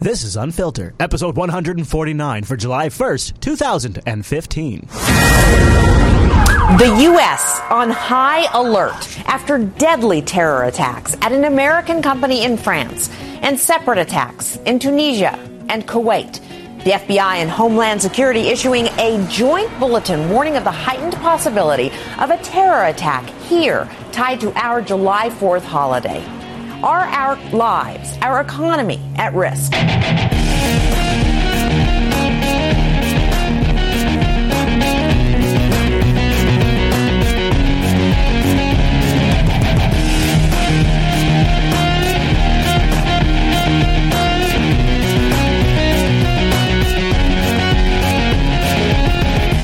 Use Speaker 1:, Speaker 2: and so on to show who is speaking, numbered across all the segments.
Speaker 1: This is Unfiltered, episode 149 for July 1st, 2015.
Speaker 2: The U.S. on high alert after deadly terror attacks at an American company in France and separate attacks in Tunisia and Kuwait. The FBI and Homeland Security issuing a joint bulletin warning of the heightened possibility of a terror attack here tied to our July 4th holiday. Are our lives, our economy at risk?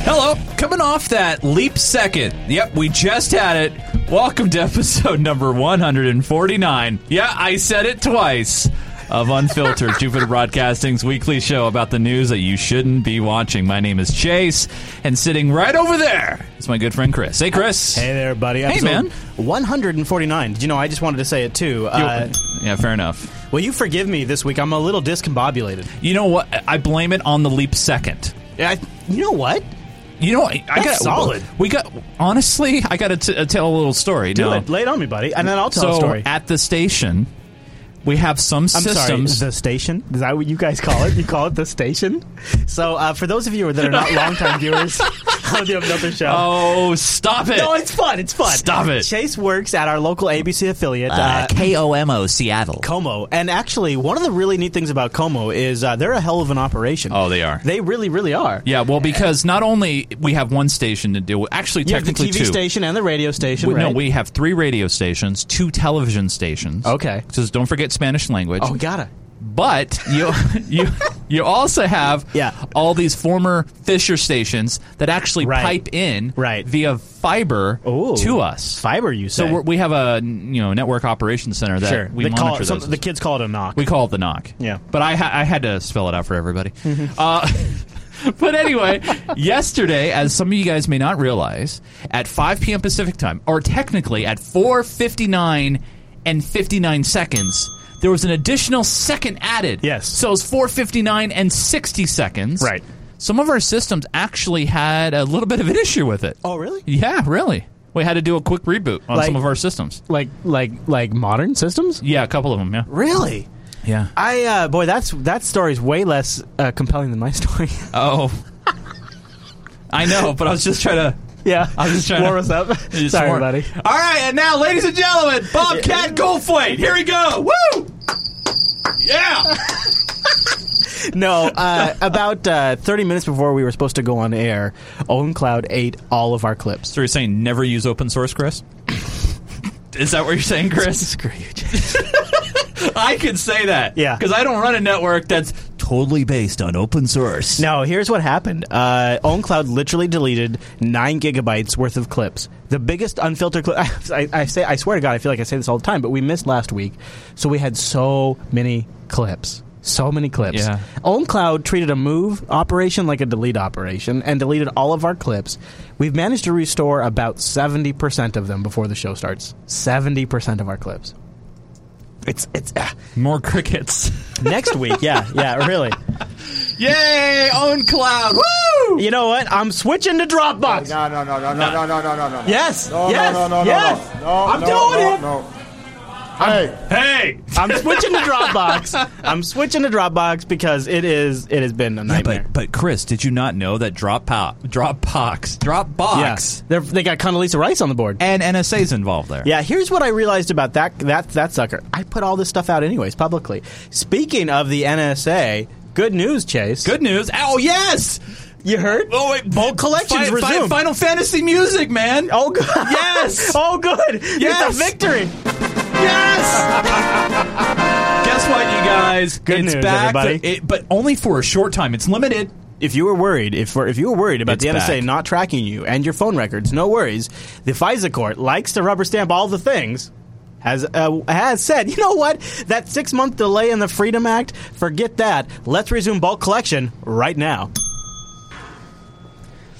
Speaker 3: Hello, coming off that leap second. Yep, we just had it. Welcome to episode number 149. Yeah, I said it twice. Of Unfiltered, Jupiter Broadcasting's weekly show about the news that you shouldn't be watching. My name is Chase, and sitting right over there is my good friend Chris. Hey, Chris.
Speaker 1: Hey there, buddy. Episode
Speaker 3: man.
Speaker 1: 149. Did you know, I just wanted to say it too.
Speaker 3: You-
Speaker 1: Uh,
Speaker 3: yeah, fair enough.
Speaker 1: will you forgive me this week? I'm a little discombobulated.
Speaker 3: You know what? I blame it on the leap second.
Speaker 1: I, you know what?
Speaker 3: You know, I, I got
Speaker 1: That's solid.
Speaker 3: We got honestly, I got to t- uh, tell a little story.
Speaker 1: Do
Speaker 3: no.
Speaker 1: it. Lay it on me, buddy, and then I'll tell
Speaker 3: so
Speaker 1: a story.
Speaker 3: at the station, we have some
Speaker 1: I'm
Speaker 3: systems.
Speaker 1: sorry, the station? Is that what you guys call it? You call it the station? So, uh, for those of you that are not longtime viewers of the Another Show,
Speaker 3: oh, stop it!
Speaker 1: no, it's fun. It's fun.
Speaker 3: Stop it.
Speaker 1: Chase works at our local ABC affiliate, uh,
Speaker 3: KOMO Seattle.
Speaker 1: Como. And actually, one of the really neat things about Como is uh, they're a hell of an operation.
Speaker 3: Oh, they are.
Speaker 1: They really, really are.
Speaker 3: Yeah, well, because not only we have one station to deal with, actually,
Speaker 1: You have the
Speaker 3: technically
Speaker 1: TV
Speaker 3: two.
Speaker 1: station and the radio station.
Speaker 3: We-
Speaker 1: right?
Speaker 3: No, we have three radio stations, two television stations.
Speaker 1: Okay.
Speaker 3: Because don't forget Spanish language.
Speaker 1: Oh, we gotta.
Speaker 3: But you you you also have
Speaker 1: Yeah.
Speaker 3: all these former Fisher stations that actually
Speaker 1: Right.
Speaker 3: pipe in
Speaker 1: Right.
Speaker 3: via fiber
Speaker 1: Ooh.
Speaker 3: to us.
Speaker 1: Fiber, you say?
Speaker 3: So we're, we have a you know network operations center that
Speaker 1: sure.
Speaker 3: we
Speaker 1: they
Speaker 3: monitor
Speaker 1: call it, some,
Speaker 3: those.
Speaker 1: the kids call it a knock.
Speaker 3: we call it the knock.
Speaker 1: Yeah.
Speaker 3: but I ha- I had to spell it out for everybody. Uh, but anyway, yesterday, as some of you guys may not realize, at 5 p.m. Pacific time, or technically at 4:59 and 59 seconds. There was an additional second added.
Speaker 1: Yes.
Speaker 3: So it was 459 and 60 seconds.
Speaker 1: Right.
Speaker 3: Some of our systems actually had a little bit of an issue with it.
Speaker 1: oh, really?
Speaker 3: Yeah, really. We had to do a quick reboot on
Speaker 1: Like-
Speaker 3: some of our systems.
Speaker 1: Like, like, like modern systems?
Speaker 3: Yeah, a couple of them. Yeah.
Speaker 1: Really?
Speaker 3: Yeah.
Speaker 1: I uh, boy, that's that story's way less uh, compelling than my story.
Speaker 3: Oh. I know, but I was just trying to.
Speaker 1: yeah,
Speaker 3: I was just trying
Speaker 1: warm
Speaker 3: to-
Speaker 1: us up.
Speaker 3: just
Speaker 1: Sorry,
Speaker 3: warm-
Speaker 1: buddy.
Speaker 3: All right, and now, ladies and gentlemen, Bobcat Goldthwait. Here we go. Woo! Yeah.
Speaker 1: No, uh, about uh, 30 minutes before we were supposed to go on air, OwnCloud ate all of our clips.
Speaker 3: So you're saying never use open source, Chris? Is that what you're saying, Chris?
Speaker 1: Screw you,
Speaker 3: I could say that.
Speaker 1: Yeah.
Speaker 3: Because I don't run a network that's totally based on open source.
Speaker 1: No, here's what happened. Uh, OwnCloud literally deleted nine gigabytes worth of clips. The biggest unfiltered clip. I, I say, I swear to God, I feel like I say this all the time, but we missed last week, so we had so many clips. So many clips.
Speaker 3: Yeah.
Speaker 1: OwnCloud treated a move operation like a delete operation and deleted all of our clips. We've managed to restore about 70% of them before the show starts. 70% of our clips. It's it's ah.
Speaker 3: More crickets.
Speaker 1: next week. Yeah, yeah, really.
Speaker 3: Yay! Own cloud. Woo!
Speaker 1: You know what? I'm switching to Dropbox.
Speaker 4: No, no, no, no, no, no, no, no, no, no.
Speaker 1: Yes.
Speaker 4: No,
Speaker 1: yes.
Speaker 4: no, no, no,
Speaker 1: yes.
Speaker 4: no, no. No,
Speaker 1: I'm
Speaker 4: no,
Speaker 1: doing
Speaker 4: no,
Speaker 1: it.
Speaker 4: No. Hey,
Speaker 3: Hey!
Speaker 1: I'm switching to Dropbox. I'm switching to Dropbox because it is it has been a nightmare.
Speaker 3: But but Chris, did you not know that Dropbox, Dropbox,
Speaker 1: yes,
Speaker 3: Dropbox,
Speaker 1: They're- they got Condoleezza Rice on the board.
Speaker 3: and NSA's involved there?
Speaker 1: Yeah, here's what I realized about that that that sucker. I put all this stuff out anyways publicly. Speaking of the NSA, good news, Chase.
Speaker 3: Good news! Oh yes!
Speaker 1: You heard?
Speaker 3: Oh wait, bulk
Speaker 1: collections
Speaker 3: fi- fi-
Speaker 1: resumed.
Speaker 3: Final Fantasy music, man.
Speaker 1: Oh good.
Speaker 3: Yes!
Speaker 1: oh good.
Speaker 3: Yes!
Speaker 1: It's a victory.
Speaker 3: yes! Guess what, you guys?
Speaker 1: Good
Speaker 3: it's
Speaker 1: news,
Speaker 3: back,
Speaker 1: everybody.
Speaker 3: it- but only for a short time. It's limited.
Speaker 1: If you were worried, if if you were worried about
Speaker 3: It's
Speaker 1: the NSA
Speaker 3: back.
Speaker 1: not tracking you and your phone records, no worries. The FISA court likes to rubber stamp all the things. Has uh, has said, you know what? That six month delay in the Freedom Act, forget that. Let's resume bulk collection right now.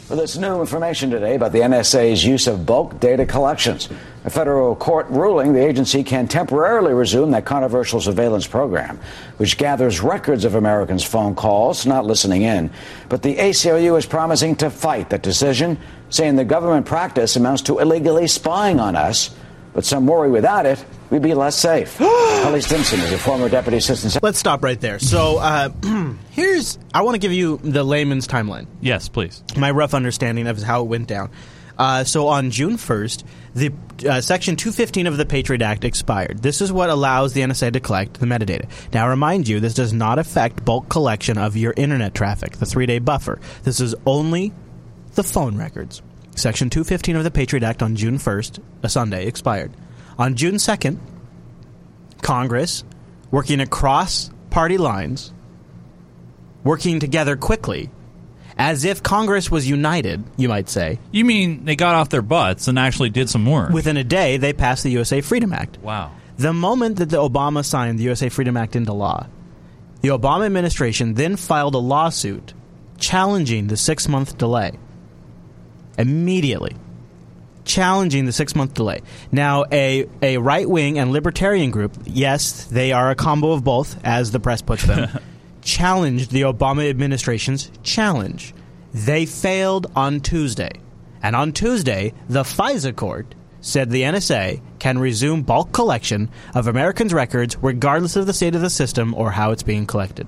Speaker 5: Well, there's new information today about the NSA's use of bulk data collections. A federal court ruling the agency can temporarily resume that controversial surveillance program, which gathers records of Americans' phone calls, not listening in. But the ACLU is promising to fight that decision, saying the government practice amounts to illegally spying on us. But some worry without it, we'd be less safe. Kelly Stimson is a former deputy assistant. Secretary.
Speaker 1: Let's stop right there. So uh, here's I want to give you the layman's timeline.
Speaker 3: Yes, please.
Speaker 1: my rough understanding of how it went down. Uh, so on June 1st, the uh, Section 215 of the Patriot Act expired. This is what allows the NSA to collect the metadata. Now, I remind you, this does not affect bulk collection of your internet traffic, the three day buffer. This is only the phone records. Section 215 of the Patriot Act on June 1st, a Sunday, expired. On June 2nd, Congress, working across party lines, working together quickly, as if Congress was united, you might say.
Speaker 3: You mean they got off their butts and actually did some work?
Speaker 1: Within a day, they passed the USA Freedom Act.
Speaker 3: wow.
Speaker 1: The moment that the Obama signed the USA Freedom Act into law, the Obama administration then filed a lawsuit challenging the six month delay. Immediately. Challenging the six month delay. Now, a, a right wing and libertarian group, yes, they are a combo of both, as the press puts them, challenged the Obama administration's challenge. They failed on Tuesday. And on Tuesday, the FISA court said the NSA can resume bulk collection of Americans' records regardless of the state of the system or how it's being collected.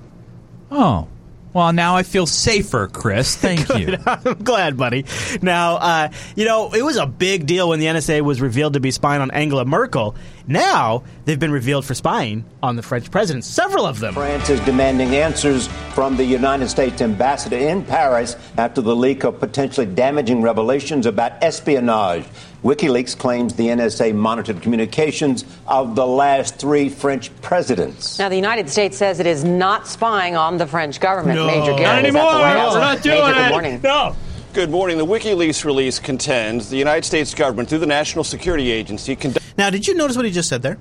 Speaker 3: Oh. Well, now I feel safer, Chris. Thank you.
Speaker 1: I'm glad, buddy. Now, uh, you know, it was a big deal when the NSA was revealed to be spying on Angela Merkel. Now, they've been revealed for spying on the French president, several of them.
Speaker 6: France is demanding answers from the United States ambassador in Paris after the leak of potentially damaging revelations about espionage. WikiLeaks claims the NSA monitored communications of the last three French presidents.
Speaker 7: Now, the United States says it is not spying on the French government.
Speaker 8: Oh.
Speaker 7: Major Garrett is at the White House. Major, good morning.
Speaker 1: No.
Speaker 8: Good morning. The WikiLeaks release contends the United States government, through the National Security Agency, conducted
Speaker 1: Now, did you notice what he just said there?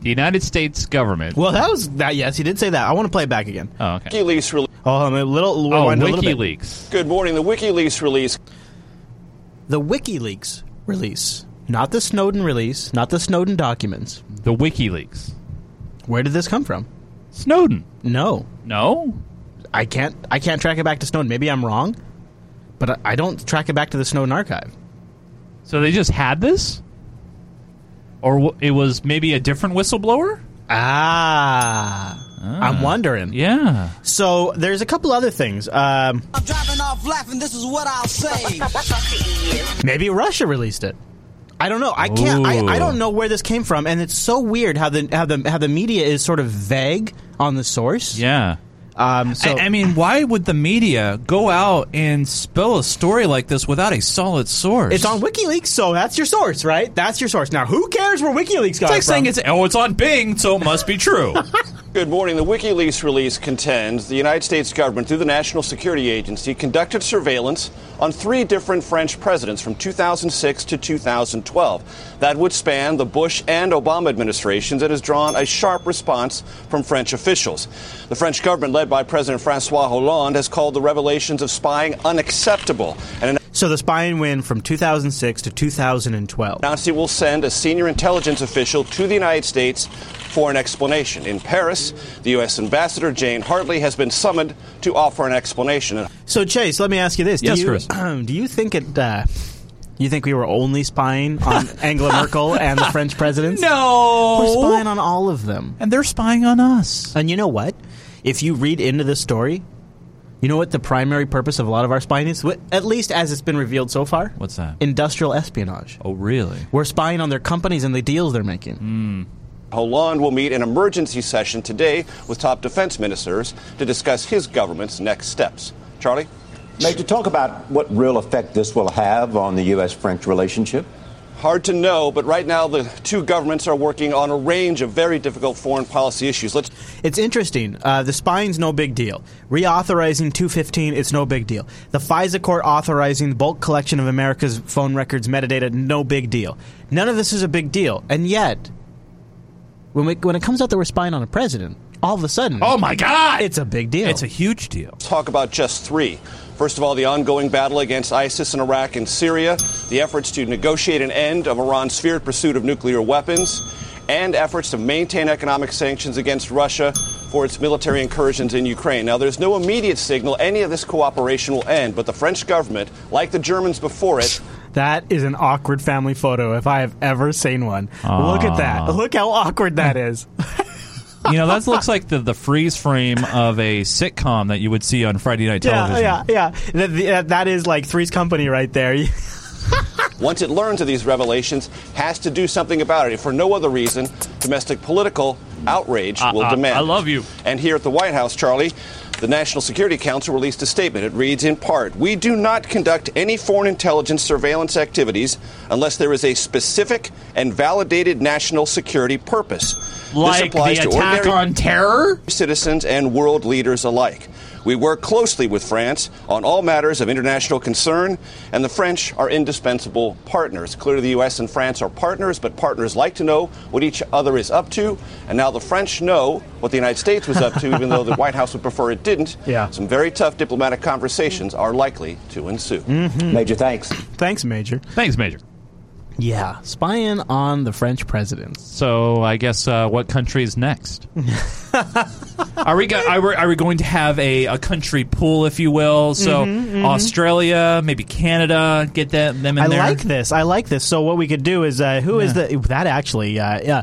Speaker 3: the United States government.
Speaker 1: Well, that was that. Yes, he did say that. I want to play it back again.
Speaker 3: Oh, okay.
Speaker 8: WikiLeaks release.
Speaker 1: Oh, I'm a little.
Speaker 3: Oh,
Speaker 1: rewind a little bit.
Speaker 3: WikiLeaks.
Speaker 8: Good morning. The WikiLeaks release
Speaker 1: The WikiLeaks release, not the Snowden release, not the Snowden documents.
Speaker 3: The WikiLeaks.
Speaker 1: Where did this come from?
Speaker 3: Snowden.
Speaker 1: No,
Speaker 3: No.
Speaker 1: I can't. I can't track it back to Snowden. Maybe I'm wrong, but I, I don't track it back to the Snowden archive.
Speaker 3: So they just had this? Or w- it was maybe a different whistleblower?
Speaker 1: Ah, I'm wondering.
Speaker 3: Yeah.
Speaker 1: So there's a couple other things. Um,
Speaker 9: I'm driving off laughing. This is what I'll say.
Speaker 1: maybe Russia released it. I don't know. I can't. I, I don't
Speaker 3: Ooh.
Speaker 1: know where this came from, and it's so weird how the how the how the media is sort of vague on the source.
Speaker 3: Yeah.
Speaker 1: Um. So
Speaker 3: I, I mean, why would the media go out and spill a story like this without a solid source?
Speaker 1: It's on WikiLeaks, so that's your source, right? That's your source. Now, who cares where WikiLeaks got
Speaker 3: It's
Speaker 1: it
Speaker 3: like
Speaker 1: from?
Speaker 3: saying it's oh, it's on Bing, so it must be true.
Speaker 8: Good morning. The WikiLeaks release contends the United States government, through the National Security Agency, conducted surveillance on three different French presidents from 2006 to 2012. That would span the Bush and Obama administrations and has drawn a sharp response from French officials. The French government, led by President Francois Hollande, has called the revelations of spying unacceptable and
Speaker 1: so the spying win from 2006 to 2012.
Speaker 8: announced it will send a senior intelligence official to the United States for an explanation. In Paris, the U.S. Ambassador Jane Hartley has been summoned to offer an explanation.
Speaker 1: So Chase, let me ask you this:
Speaker 3: Yes,
Speaker 1: do you,
Speaker 3: Chris.
Speaker 1: Do you think it? Uh, you think we were only spying on Angela Merkel and the French presidents? we're spying
Speaker 3: no,
Speaker 1: on all of them.
Speaker 3: and they're spying on us.
Speaker 1: And you know what? If you read into this story, you know what the primary purpose of a lot of our spying is, What- at least as it's been revealed so far.
Speaker 3: What's that?
Speaker 1: Industrial espionage.
Speaker 3: Oh, really? Hmm.
Speaker 1: We're spying on their companies and the deals they're making.
Speaker 8: Hollande will meet an emergency session today with top defense ministers to discuss his government's next steps. Charlie?
Speaker 6: Major, talk about what real effect this will have on the U.S. French relationship.
Speaker 8: Hard to know, but right now the two governments are working on a range of very difficult foreign policy issues. Let's
Speaker 1: It's interesting. Uh, the spying's no big deal. Reauthorizing 215, it's no big deal. The FISA court authorizing the bulk collection of America's phone records metadata, no big deal. None of this is a big deal. And yet, when, we, when it comes out that we're spying on a president, all of a sudden,
Speaker 3: Oh my God!
Speaker 1: it's a big deal.
Speaker 3: it's a huge deal.
Speaker 8: talk about just three. First of all, the ongoing battle against ISIS in Iraq and Syria, the efforts to negotiate an end of Iran's feared pursuit of nuclear weapons, and efforts to maintain economic sanctions against Russia for its military incursions in Ukraine. Now, there's no immediate signal any of this cooperation will end, but the French government, like the Germans before it,
Speaker 1: That is an awkward family photo if I have ever seen one. Look at that. Look how awkward that is.
Speaker 3: You know, that looks like the, the freeze frame of a sitcom that you would see on Friday night
Speaker 1: yeah, oh, yeah,
Speaker 3: television.
Speaker 1: yeah. That, that- that is like Three's Company right there.
Speaker 8: once it learns of these revelations, has to do something about it. If for no other reason, domestic political outrage will
Speaker 3: Uh, I-
Speaker 8: demand.
Speaker 3: I love you.
Speaker 8: And here at the White House, Charlie, the National Security Council released a statement. It reads in part We do not conduct any foreign intelligence surveillance activities unless there is a specific and validated national security purpose. this
Speaker 3: Like
Speaker 8: applies
Speaker 3: the
Speaker 8: to
Speaker 3: attack
Speaker 8: ordinary
Speaker 3: on terror?
Speaker 8: citizens and world leaders alike. We work closely with France on all matters of international concern, and the French are indispensable partners. Clearly, the U.S. and France are partners, but partners like to know what each other is up to, and now the French know what the United States was up to, even though the White House would prefer it didn't.
Speaker 1: Yeah.
Speaker 8: Some very tough diplomatic conversations are likely to ensue.
Speaker 6: Mm-hmm. Major thanks.
Speaker 1: Thanks, Major.
Speaker 3: Thanks, Major.
Speaker 1: Yeah, spying on the French presidents.
Speaker 3: So I guess uh, what country is next? are we go- are, we- are we going to have a, a country pool, if you will? So Australia, maybe Canada, get that them in
Speaker 1: Mm-hmm, I
Speaker 3: there.
Speaker 1: like this. I like this. So what we could do is, uh, who is the that actually? Uh, yeah,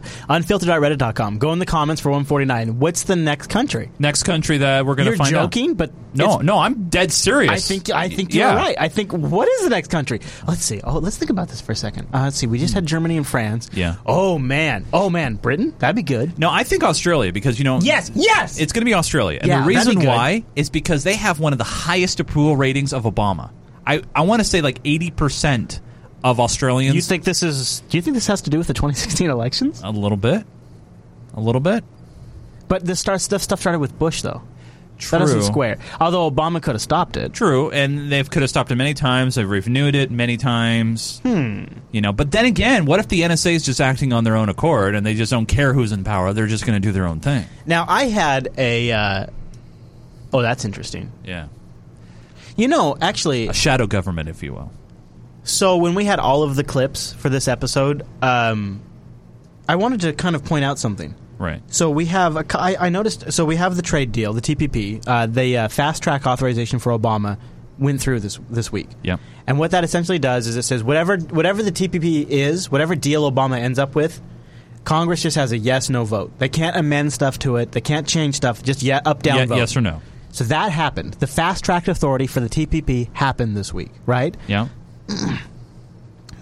Speaker 1: unfiltered.reddit.com. Go in the comments for 149. What's the next country?
Speaker 3: Next country that we're going to
Speaker 1: You're
Speaker 3: find out.
Speaker 1: joking, but
Speaker 3: No,
Speaker 1: it's-
Speaker 3: no, I'm dead serious.
Speaker 1: I think I think you're
Speaker 3: Yeah.
Speaker 1: right. I think what is the next country? Let's see. Oh, let's think about this for a second. Uh, let's see. We just had Germany and France.
Speaker 3: Yeah.
Speaker 1: Oh man. Oh man. Britain. That'd be good.
Speaker 3: No, I think Australia because you know.
Speaker 1: Yes, yes!
Speaker 3: It's going to be Australia, and
Speaker 1: Yeah,
Speaker 3: the
Speaker 1: that'd be
Speaker 3: reason
Speaker 1: good.
Speaker 3: why is because they have one of the highest approval ratings of Obama. I I want to say like eighty percent of Australians.
Speaker 1: You think this is? Do you think this has to do with the 2016 elections?
Speaker 3: a little bit, a little bit.
Speaker 1: But this start, stuff stuff started with Bush though.
Speaker 3: True.
Speaker 1: That doesn't square. Although Obama could have stopped it.
Speaker 3: True, and they could have stopped it many times. They've renewed it many times. Hmm. You know, but then again, what if the NSA is just acting on their own accord and they just don't care who's in power? They're just going to do their own thing.
Speaker 1: Now I had a. Uh, oh, that's interesting.
Speaker 3: Yeah,
Speaker 1: You know, actually,
Speaker 3: a shadow government, if you will.
Speaker 1: So when we had all of the clips for this episode, um, I wanted to kind of point out something.
Speaker 3: Right.
Speaker 1: So we have a co- I I noticed. So we have the trade deal, the TPP, uh, the uh, fast track authorization for Obama went through this this week.
Speaker 3: Yep.
Speaker 1: And what that essentially does is it says whatever whatever the TPP is, whatever deal Obama ends up with, Congress just has a yes no vote. They can't amend stuff to it. They can't change stuff. Just yeah, up down
Speaker 3: Ye-
Speaker 1: vote.
Speaker 3: yes or no?
Speaker 1: So that happened. The fast track authority for the TPP happened this week, right?
Speaker 3: Yeah.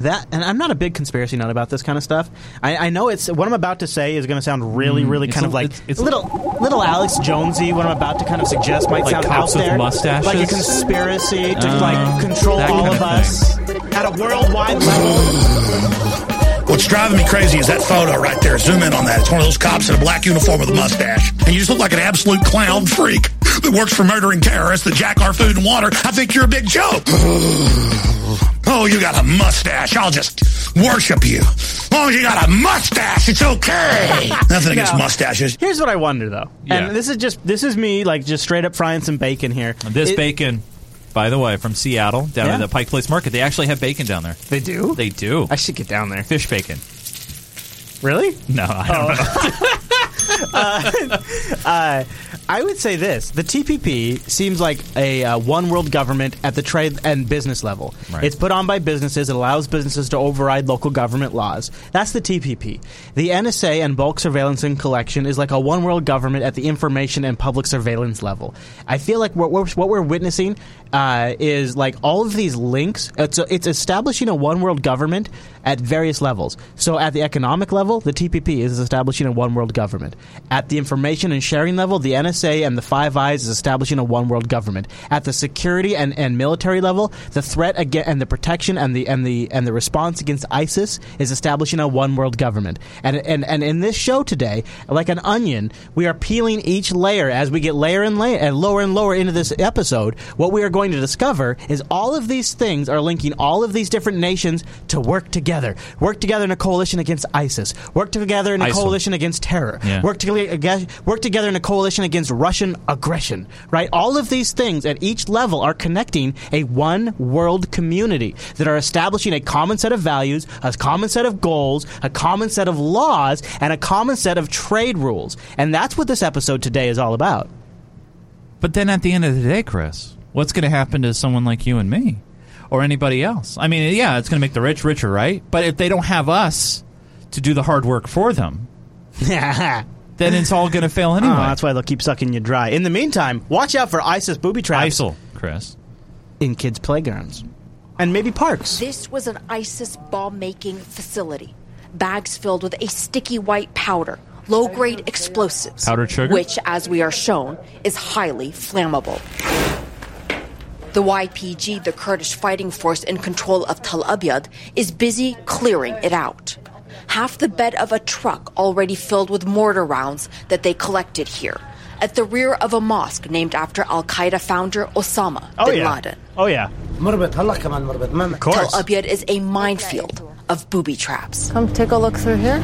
Speaker 1: That and I'm not a big conspiracy nut about this kind of stuff. I, I know it's what I'm about to say is going to sound really, really
Speaker 3: Mm, it's
Speaker 1: kind
Speaker 3: a-
Speaker 1: of like
Speaker 3: it's- it's-
Speaker 1: little, little Alex Jonesy. What I'm about to kind of suggest might
Speaker 3: Like
Speaker 1: sound out
Speaker 3: cops with
Speaker 1: there,
Speaker 3: mustaches?
Speaker 1: like a conspiracy to
Speaker 3: Um,
Speaker 10: Uh,
Speaker 1: like control
Speaker 3: that
Speaker 1: all
Speaker 3: kind
Speaker 1: of,
Speaker 3: of
Speaker 1: us at a worldwide level.
Speaker 10: What's driving me crazy is that photo right there. Zoom in on that. It's one of those cops in a black uniform with a mustache. And you just look like an absolute clown freak that works for murdering terrorists that jack our food and water. I think you're a big joke. Oh, you got a mustache. I'll just worship you. Oh, you got a mustache. It's okay. Nothing against
Speaker 1: No.
Speaker 10: mustaches.
Speaker 1: Here's what I wonder though,
Speaker 3: Yeah.
Speaker 1: and this is just this is me like just straight up frying some bacon here.
Speaker 3: This
Speaker 1: It-
Speaker 3: bacon, by the way, from Seattle down
Speaker 1: Yeah.
Speaker 3: at the Pike Place Market, they actually have bacon down there.
Speaker 1: they do.
Speaker 3: They do.
Speaker 1: I should get down there.
Speaker 3: Fish bacon.
Speaker 1: Really? Oh.
Speaker 3: No, I don't know.
Speaker 1: Uh, I would say this: the TPP seems like a uh, one-world government at the trade and business level.
Speaker 3: Right.
Speaker 1: It's put on by businesses. It allows businesses to override local government laws. That's the TPP. The NSA and bulk surveillance and collection is like a one-world government at the information and public surveillance level. I feel like what we're, what we're witnessing uh, is like all of these links. It's, it's establishing a one-world government at various levels. So at the economic level, the TPP is establishing a one-world government. At the information and sharing level, the NSA and the Five Eyes is establishing a one-world government. At the security and, and military level, the threat again and the protection and the and the and the response against ISIS is establishing a one-world government. And and and in this show today, like an onion, we are peeling each layer as we get layer and layer and lower and lower into this episode. What we are going to discover is all of these things are linking all of these different nations to work together, work together in a coalition against ISIS, work together in a
Speaker 3: Iceland.
Speaker 1: coalition against terror,
Speaker 3: Yeah.
Speaker 1: work together work together in a coalition against against Russian aggression, right? All of these things at each level are connecting a one world community that are establishing a common set of values, a common set of goals, a common set of laws, and a common set of trade rules. And that's what this episode today is all about.
Speaker 3: But then at the end of the day, Chris, what's going to happen to someone like you and me or anybody else? I mean, yeah, it's going to make the rich richer, right? But if they don't have us to do the hard work for them,
Speaker 1: then
Speaker 3: it's all going to fail anyway.
Speaker 1: Oh, that's why they'll keep sucking you dry. In the meantime, watch out for ISIS booby traps.
Speaker 3: ISIL, Chris.
Speaker 1: In kids' playgrounds. And maybe parks.
Speaker 11: This was an ISIS bomb making facility. Bags filled with a sticky white powder, low grade explosives.
Speaker 3: Powdered sugar?
Speaker 11: Which, as we are shown, is highly flammable. The YPG, the Kurdish fighting force in control of Tal Abyad, is busy clearing it out. Half the bed of a truck already filled with mortar rounds that they collected here, at the rear of a mosque named after Al Qaeda founder Osama bin Laden.
Speaker 1: Oh yeah.
Speaker 9: مربط هلا كمان مربط ما
Speaker 1: Of course.
Speaker 11: Tal Abyad is a minefield of booby traps.
Speaker 12: Come take a look through here.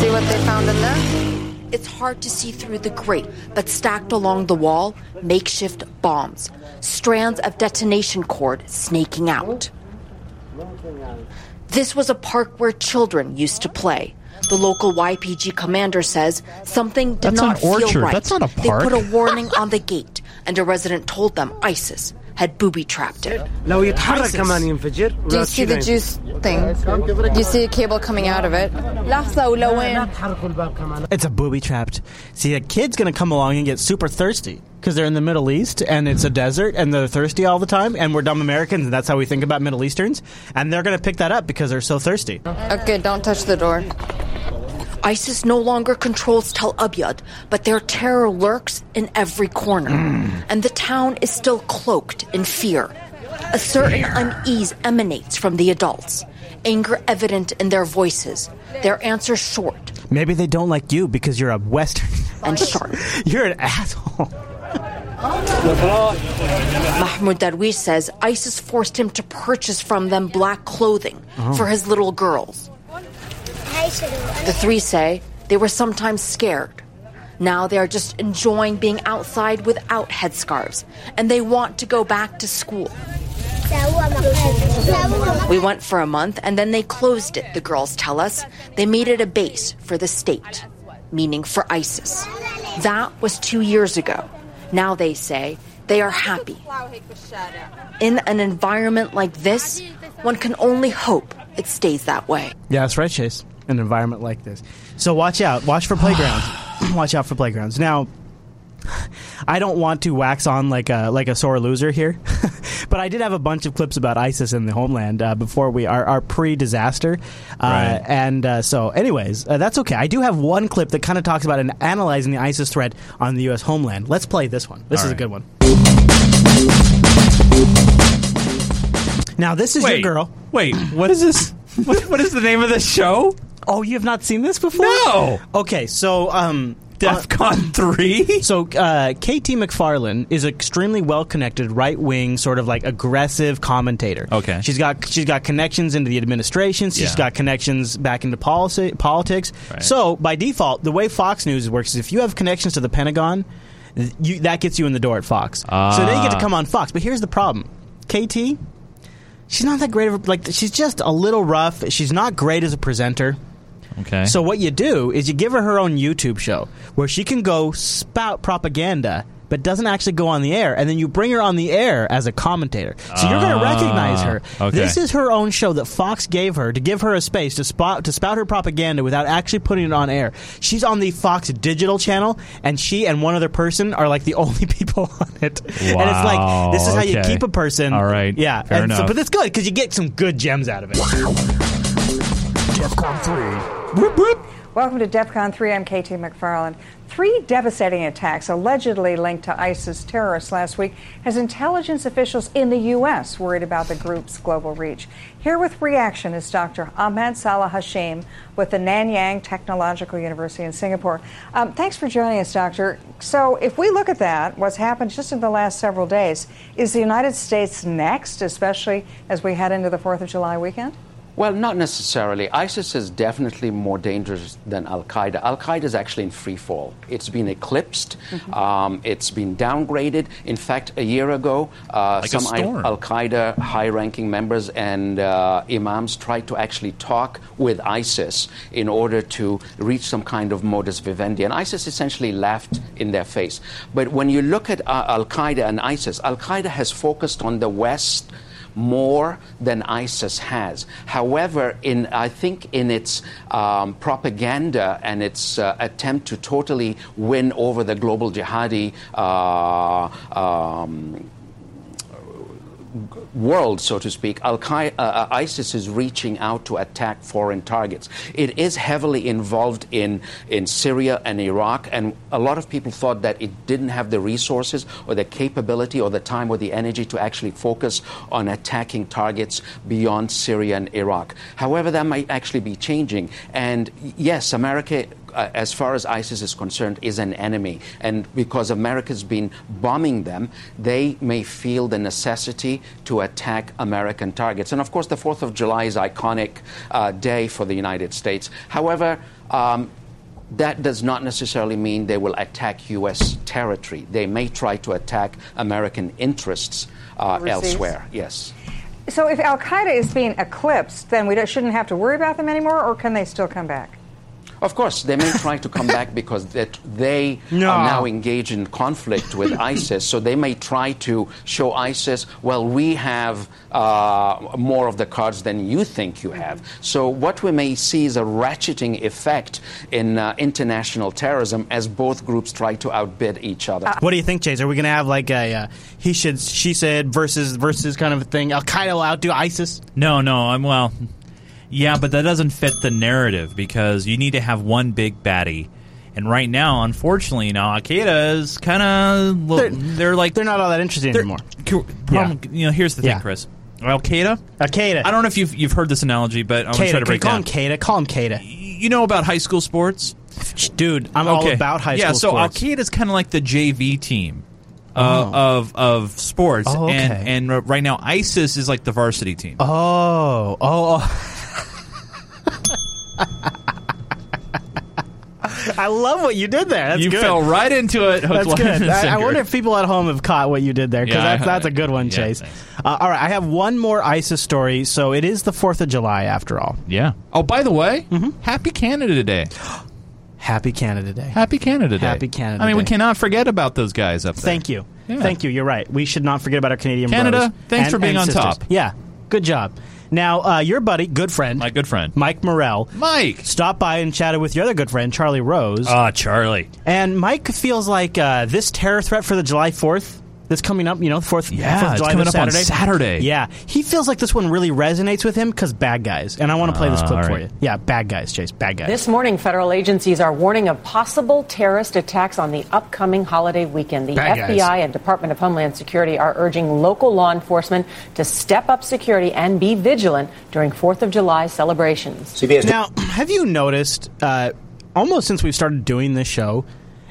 Speaker 12: See what they found in there.
Speaker 11: It's hard to see through the grate, but stacked along the wall, makeshift bombs, strands of detonation cord snaking out. This was a park where children used to play. The local YPG commander says something did
Speaker 3: That's
Speaker 11: not
Speaker 3: an orchard.
Speaker 11: feel right.
Speaker 3: That's not a park.
Speaker 11: They put a warning on the gate, and a resident told them ISIS had booby trapped it.
Speaker 9: لو يتحرك كمان ينفجر
Speaker 12: Do you see the juice thing? Do you see a cable coming out of it? لحظة ولو
Speaker 9: لا
Speaker 12: وين.
Speaker 9: تحركوا الباب كمان
Speaker 1: It's a booby trapped. See, a kid's going to come along and get super thirsty because they're in the Middle East and it's a desert and they're thirsty all the time and we're dumb Americans and that's how we think about Middle Easterns. And they're going to pick that up because they're so thirsty.
Speaker 12: Okay, don't touch the door.
Speaker 11: ISIS no longer controls Tel Abyad, but their terror lurks in every corner, and the town is still cloaked in fear. A certain unease emanates from the adults, anger evident in their voices, their answers short
Speaker 1: Maybe they don't like you because you're a Western.
Speaker 11: and sharp.
Speaker 1: you're an asshole.
Speaker 11: Mahmoud Darwish says ISIS forced him to purchase from them black clothing for his little girls. The three say they were sometimes scared. Now they are just enjoying being outside without headscarves, and they want to go back to school. We went for a month and then they closed it, the girls tell us. They made it a base for the state, meaning for ISIS. That was two years ago. Now they say they are happy. In an environment like this, one can only hope it stays that way.
Speaker 1: Yeah, that's right, Chase. An environment like this. So watch out. Watch for playgrounds. watch out for playgrounds. Now, I don't want to wax on like a like a sore loser here, but I did have a bunch of clips about ISIS in the homeland uh, before we are our pre-disaster, uh,
Speaker 3: Right.
Speaker 1: and uh, so anyways, uh, that's okay. I do have one clip that kind of talks about an, analyzing the ISIS threat on the U.S. homeland. Let's play this one. This
Speaker 3: All
Speaker 1: is a
Speaker 3: right.
Speaker 1: good one. Now this is
Speaker 3: Wait,
Speaker 1: your girl.
Speaker 3: Wait, what is this? what, what is the name of this show?
Speaker 1: Oh, you have not seen this before?
Speaker 3: No.
Speaker 1: Okay, so um, uh,
Speaker 3: DEFCON 3?
Speaker 1: So, uh, KT McFarlane is an extremely well connected, right wing, sort of like aggressive commentator.
Speaker 3: Okay.
Speaker 1: She's got she's got connections into the administration. She's
Speaker 3: Yeah.
Speaker 1: got connections back into policy, politics.
Speaker 3: Right.
Speaker 1: So, by default, the way Fox News works is if you have connections to the Pentagon, th- you, that gets you in the door at Fox. so, then you
Speaker 3: Ah.
Speaker 1: get to come on Fox. But here's the problem KT, she's not that great of a, like, she's just a little rough. She's not great as a presenter.
Speaker 3: Okay.
Speaker 1: So what you do is you give her her own YouTube show where she can go spout propaganda but doesn't actually go on the air and then you bring her on the air as a commentator. So you're going to
Speaker 3: Ah,
Speaker 1: recognize her.
Speaker 3: okay.
Speaker 1: This is her own show that Fox gave her to give her a space to spot to spout her propaganda without actually putting it on air. She's on the Fox digital channel and she and one other person are like the only people on it. And it's
Speaker 3: Wow,
Speaker 1: like this is how you
Speaker 3: okay.
Speaker 1: keep a person.
Speaker 3: All right,
Speaker 1: Yeah.
Speaker 3: fair
Speaker 1: and so,
Speaker 3: enough.
Speaker 1: but it's good cuz you get some good gems out of it.
Speaker 13: Welcome to DEFCON 3. I'm KT McFarland. Three devastating attacks allegedly linked to ISIS terrorists last week as intelligence officials in the U.S. worried about the group's global reach. Here with reaction is Dr. Ahmed Salah Hashim with the Nanyang Technological University in Singapore. Um, thanks for joining us, Doctor. So, if we look at that, what's happened just in the last several days, is the United States next, especially as we head into the 4th of July weekend?
Speaker 14: Well, not necessarily. ISIS is definitely more dangerous than Al Qaeda. Al Qaeda is actually in free fall. It's been eclipsed,
Speaker 15: Mhm.
Speaker 14: um, it's been downgraded. In fact, a year ago, uh,
Speaker 15: Like a
Speaker 14: some
Speaker 15: storm.
Speaker 14: Al Qaeda high ranking members and uh, imams tried to actually talk with ISIS in order to reach some kind of modus vivendi. And ISIS essentially laughed in their face. But when you look at uh, Al Qaeda and ISIS, Al Qaeda has focused on the West more than ISIS has. However, in I think in its um, propaganda and its uh, attempt to totally win over the global jihadi uh, um, world, so to speak, Al Qaeda, uh, ISIS is reaching out to attack foreign targets. It is heavily involved in, in Syria and Iraq, and a lot of people thought that it didn't have the resources or the capability or the time or the energy to actually focus on attacking targets beyond Syria and Iraq. However, that might actually be changing. And yes, America uh, as far as ISIS is concerned, is an enemy. And because America's been bombing them, they may feel the necessity to attack American targets. And of course, the 4th of July is iconic uh, day for the United States. However, um, that does not necessarily mean they will attack U.S. territory. They may try to attack American interests uh,
Speaker 13: Overseas.
Speaker 14: elsewhere. Yes.
Speaker 13: So if Al Qaeda is being eclipsed, then we don't- shouldn't have to worry about them anymore, or can they still come back?
Speaker 14: Of course, they may try to come back because that they are now engaged in conflict with ISIS. So they may try to show ISIS, well, we have uh, more of the cards than you think you have. So what we may see is a ratcheting effect in uh, international terrorism as both groups try to outbid each other.
Speaker 1: What do you think, Chase? Are we going to have like a uh, he should she said versus versus kind of a thing? Al Qaeda will outdo ISIS.
Speaker 3: No, no, I'm well. Yeah, but that doesn't fit the narrative because you need to have one big baddie. And right now, unfortunately, you know, Al Qaeda is kind of they're, like they're
Speaker 1: not all that interesting
Speaker 3: anymore. Problem, You know, here's the thing,
Speaker 1: Yeah.
Speaker 3: Chris. Al Qaeda,
Speaker 1: Al Qaeda.
Speaker 3: I don't know if you've you've heard this analogy, but I'm
Speaker 1: Qaeda,
Speaker 3: gonna try
Speaker 1: can
Speaker 3: to
Speaker 1: you
Speaker 3: break
Speaker 1: call
Speaker 3: down.
Speaker 1: him Qaeda. Call him Qaeda.
Speaker 3: You know about high school sports,
Speaker 1: dude. I'm all about high
Speaker 3: yeah,
Speaker 1: school
Speaker 3: so
Speaker 1: sports.
Speaker 3: Al Qaeda is kind of like the JV team uh,
Speaker 1: Oh.
Speaker 3: of of sports,
Speaker 1: Oh, okay.
Speaker 3: and and right now ISIS is like the varsity team.
Speaker 1: Oh, oh, oh. I love what you did there. That's
Speaker 3: You
Speaker 1: good.
Speaker 3: fell right into it, hook,
Speaker 1: That's
Speaker 3: line,
Speaker 1: good.
Speaker 3: and
Speaker 1: I, I
Speaker 3: sinker.
Speaker 1: wonder if people at home have caught what you did there because
Speaker 3: Yeah,
Speaker 1: that's,
Speaker 3: I-
Speaker 1: that's a good one,
Speaker 3: yeah,
Speaker 1: Chase. Uh, all right, I have one more ISIS story. So it is the Fourth of July, after all.
Speaker 3: Yeah. Oh, by the way, happy Canada Day.
Speaker 1: Mm-hmm. Happy Canada Day.
Speaker 3: Happy Canada Day.
Speaker 1: Happy Canada
Speaker 3: I mean, we
Speaker 1: Day.
Speaker 3: cannot forget about those guys up there.
Speaker 1: Thank you. Thank you. You're right. We should not forget about our Canadian
Speaker 3: Canada,
Speaker 1: brothers
Speaker 3: thanks
Speaker 1: and-
Speaker 3: for being
Speaker 1: and
Speaker 3: on
Speaker 1: sisters.
Speaker 3: top.
Speaker 1: Yeah. Good job. Now, uh, your buddy, good friend, my
Speaker 3: good friend,
Speaker 1: Mike Morrell,
Speaker 3: Mike,
Speaker 1: stopped by and chatted with your other good friend, Charlie Rose.
Speaker 3: Ah, Charlie.
Speaker 1: And Mike feels like uh, this terror threat for the July Fourth that's coming up. You know, fourth.
Speaker 3: Yeah,
Speaker 1: 4th of
Speaker 3: it's
Speaker 1: July,
Speaker 3: coming
Speaker 1: this
Speaker 3: up on
Speaker 1: Saturday.
Speaker 3: Saturday.
Speaker 1: Yeah, he feels like this one really resonates with him because bad guys. And I want to play this
Speaker 3: Ah,
Speaker 1: clip
Speaker 3: all
Speaker 1: for
Speaker 3: right.
Speaker 1: you. Yeah, bad guys, Chase. Bad guys.
Speaker 7: This morning, federal agencies are warning of possible terrorist attacks on the upcoming holiday weekend. The
Speaker 1: Bad guys.
Speaker 7: FBI and Department of Homeland Security are urging local law enforcement to step up security and be vigilant during 4th of July celebrations.
Speaker 1: Now, have you noticed, uh, almost since we've started doing this show,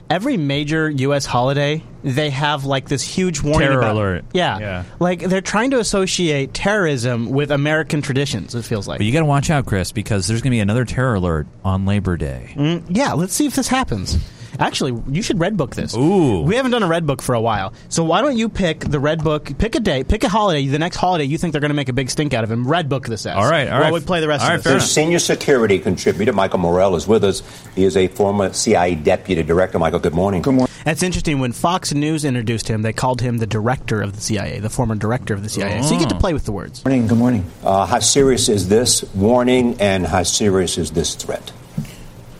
Speaker 1: every major U.S. holiday, they have like this huge warning
Speaker 3: Terror
Speaker 1: about-
Speaker 3: alert.
Speaker 1: Yeah.
Speaker 3: Yeah.
Speaker 1: Like they're trying to associate terrorism with American traditions, it feels like.
Speaker 3: But you got to watch out, Chris, because there's going to be another terror alert on Labor Day.
Speaker 1: Mm, yeah, let's see if this happens. Actually, you should red book this. Ooh. We haven't done a red book for a while. So why don't you pick the red book, pick a day, pick a holiday, the next holiday you think they're going to make a big stink out of him. Red book this as.
Speaker 6: All right, all
Speaker 1: while
Speaker 6: right.
Speaker 1: we play the rest of
Speaker 6: Their
Speaker 1: this.
Speaker 6: senior security contributor, Michael Morrell, is with us. He is a former CIA deputy director. Michael, good morning. Good morning.
Speaker 1: That's interesting. When Fox News introduced him, they called him the director of the CIA, the former director of the CIA. So you get to play with the words.
Speaker 6: Morning. Oh. Good morning. Uh, how serious is this warning, and how serious is this threat?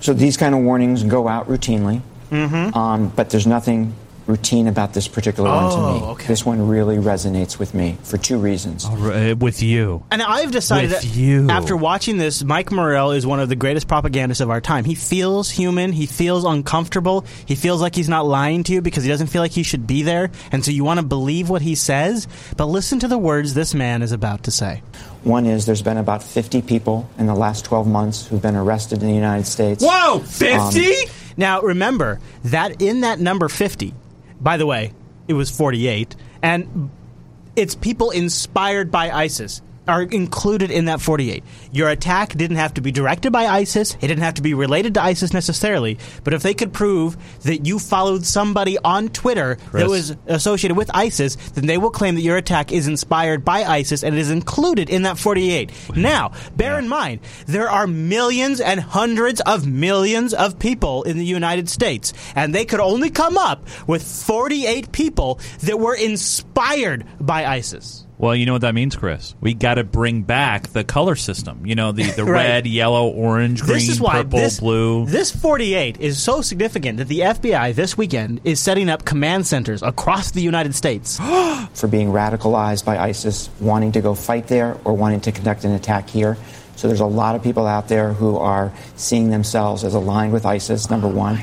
Speaker 16: So these kind of warnings go out routinely, um, but there's nothing routine about this particular
Speaker 1: Oh,
Speaker 16: one to me. This one really resonates with me for two reasons.
Speaker 1: uh,
Speaker 3: with you.
Speaker 1: And I've decided
Speaker 16: With
Speaker 1: that
Speaker 16: you.
Speaker 1: after watching this, Mike Morrell is one of the greatest propagandists of our time. He feels human. He feels uncomfortable. He feels like he's not lying to you because he doesn't feel like he should be there. And so you want to believe what he says, but listen to the words this man is about to say.
Speaker 16: One is there's been about 50 people in the last 12 months who've been arrested in the United States. Um,
Speaker 1: now remember that in that number fifty, by the way, it was forty-eight, and it's people inspired by ISIS. are included in that 48. Your attack didn't have to be directed by ISIS. It didn't have to be related to ISIS necessarily. But if they could prove that you followed somebody on Twitter
Speaker 15: Chris.
Speaker 1: that was associated with ISIS, then they will claim that your attack is inspired by ISIS and it is included in that 48. Now, bear in mind, there are millions and hundreds of millions of people in the United States, and they could only come up with 48 people that were inspired by ISIS.
Speaker 3: Well, you know what that means, Chris. We got to bring back the color system. You know, the, the
Speaker 1: Right.
Speaker 3: red, yellow, orange, green,
Speaker 1: This is why
Speaker 3: purple,
Speaker 1: this,
Speaker 3: blue.
Speaker 1: This 48 is so significant that the FBI this weekend is setting up command centers across the United States.
Speaker 16: for being radicalized by ISIS, wanting to go fight there or wanting to conduct an attack here. So there's a lot of people out there who are seeing themselves as aligned with ISIS, number one.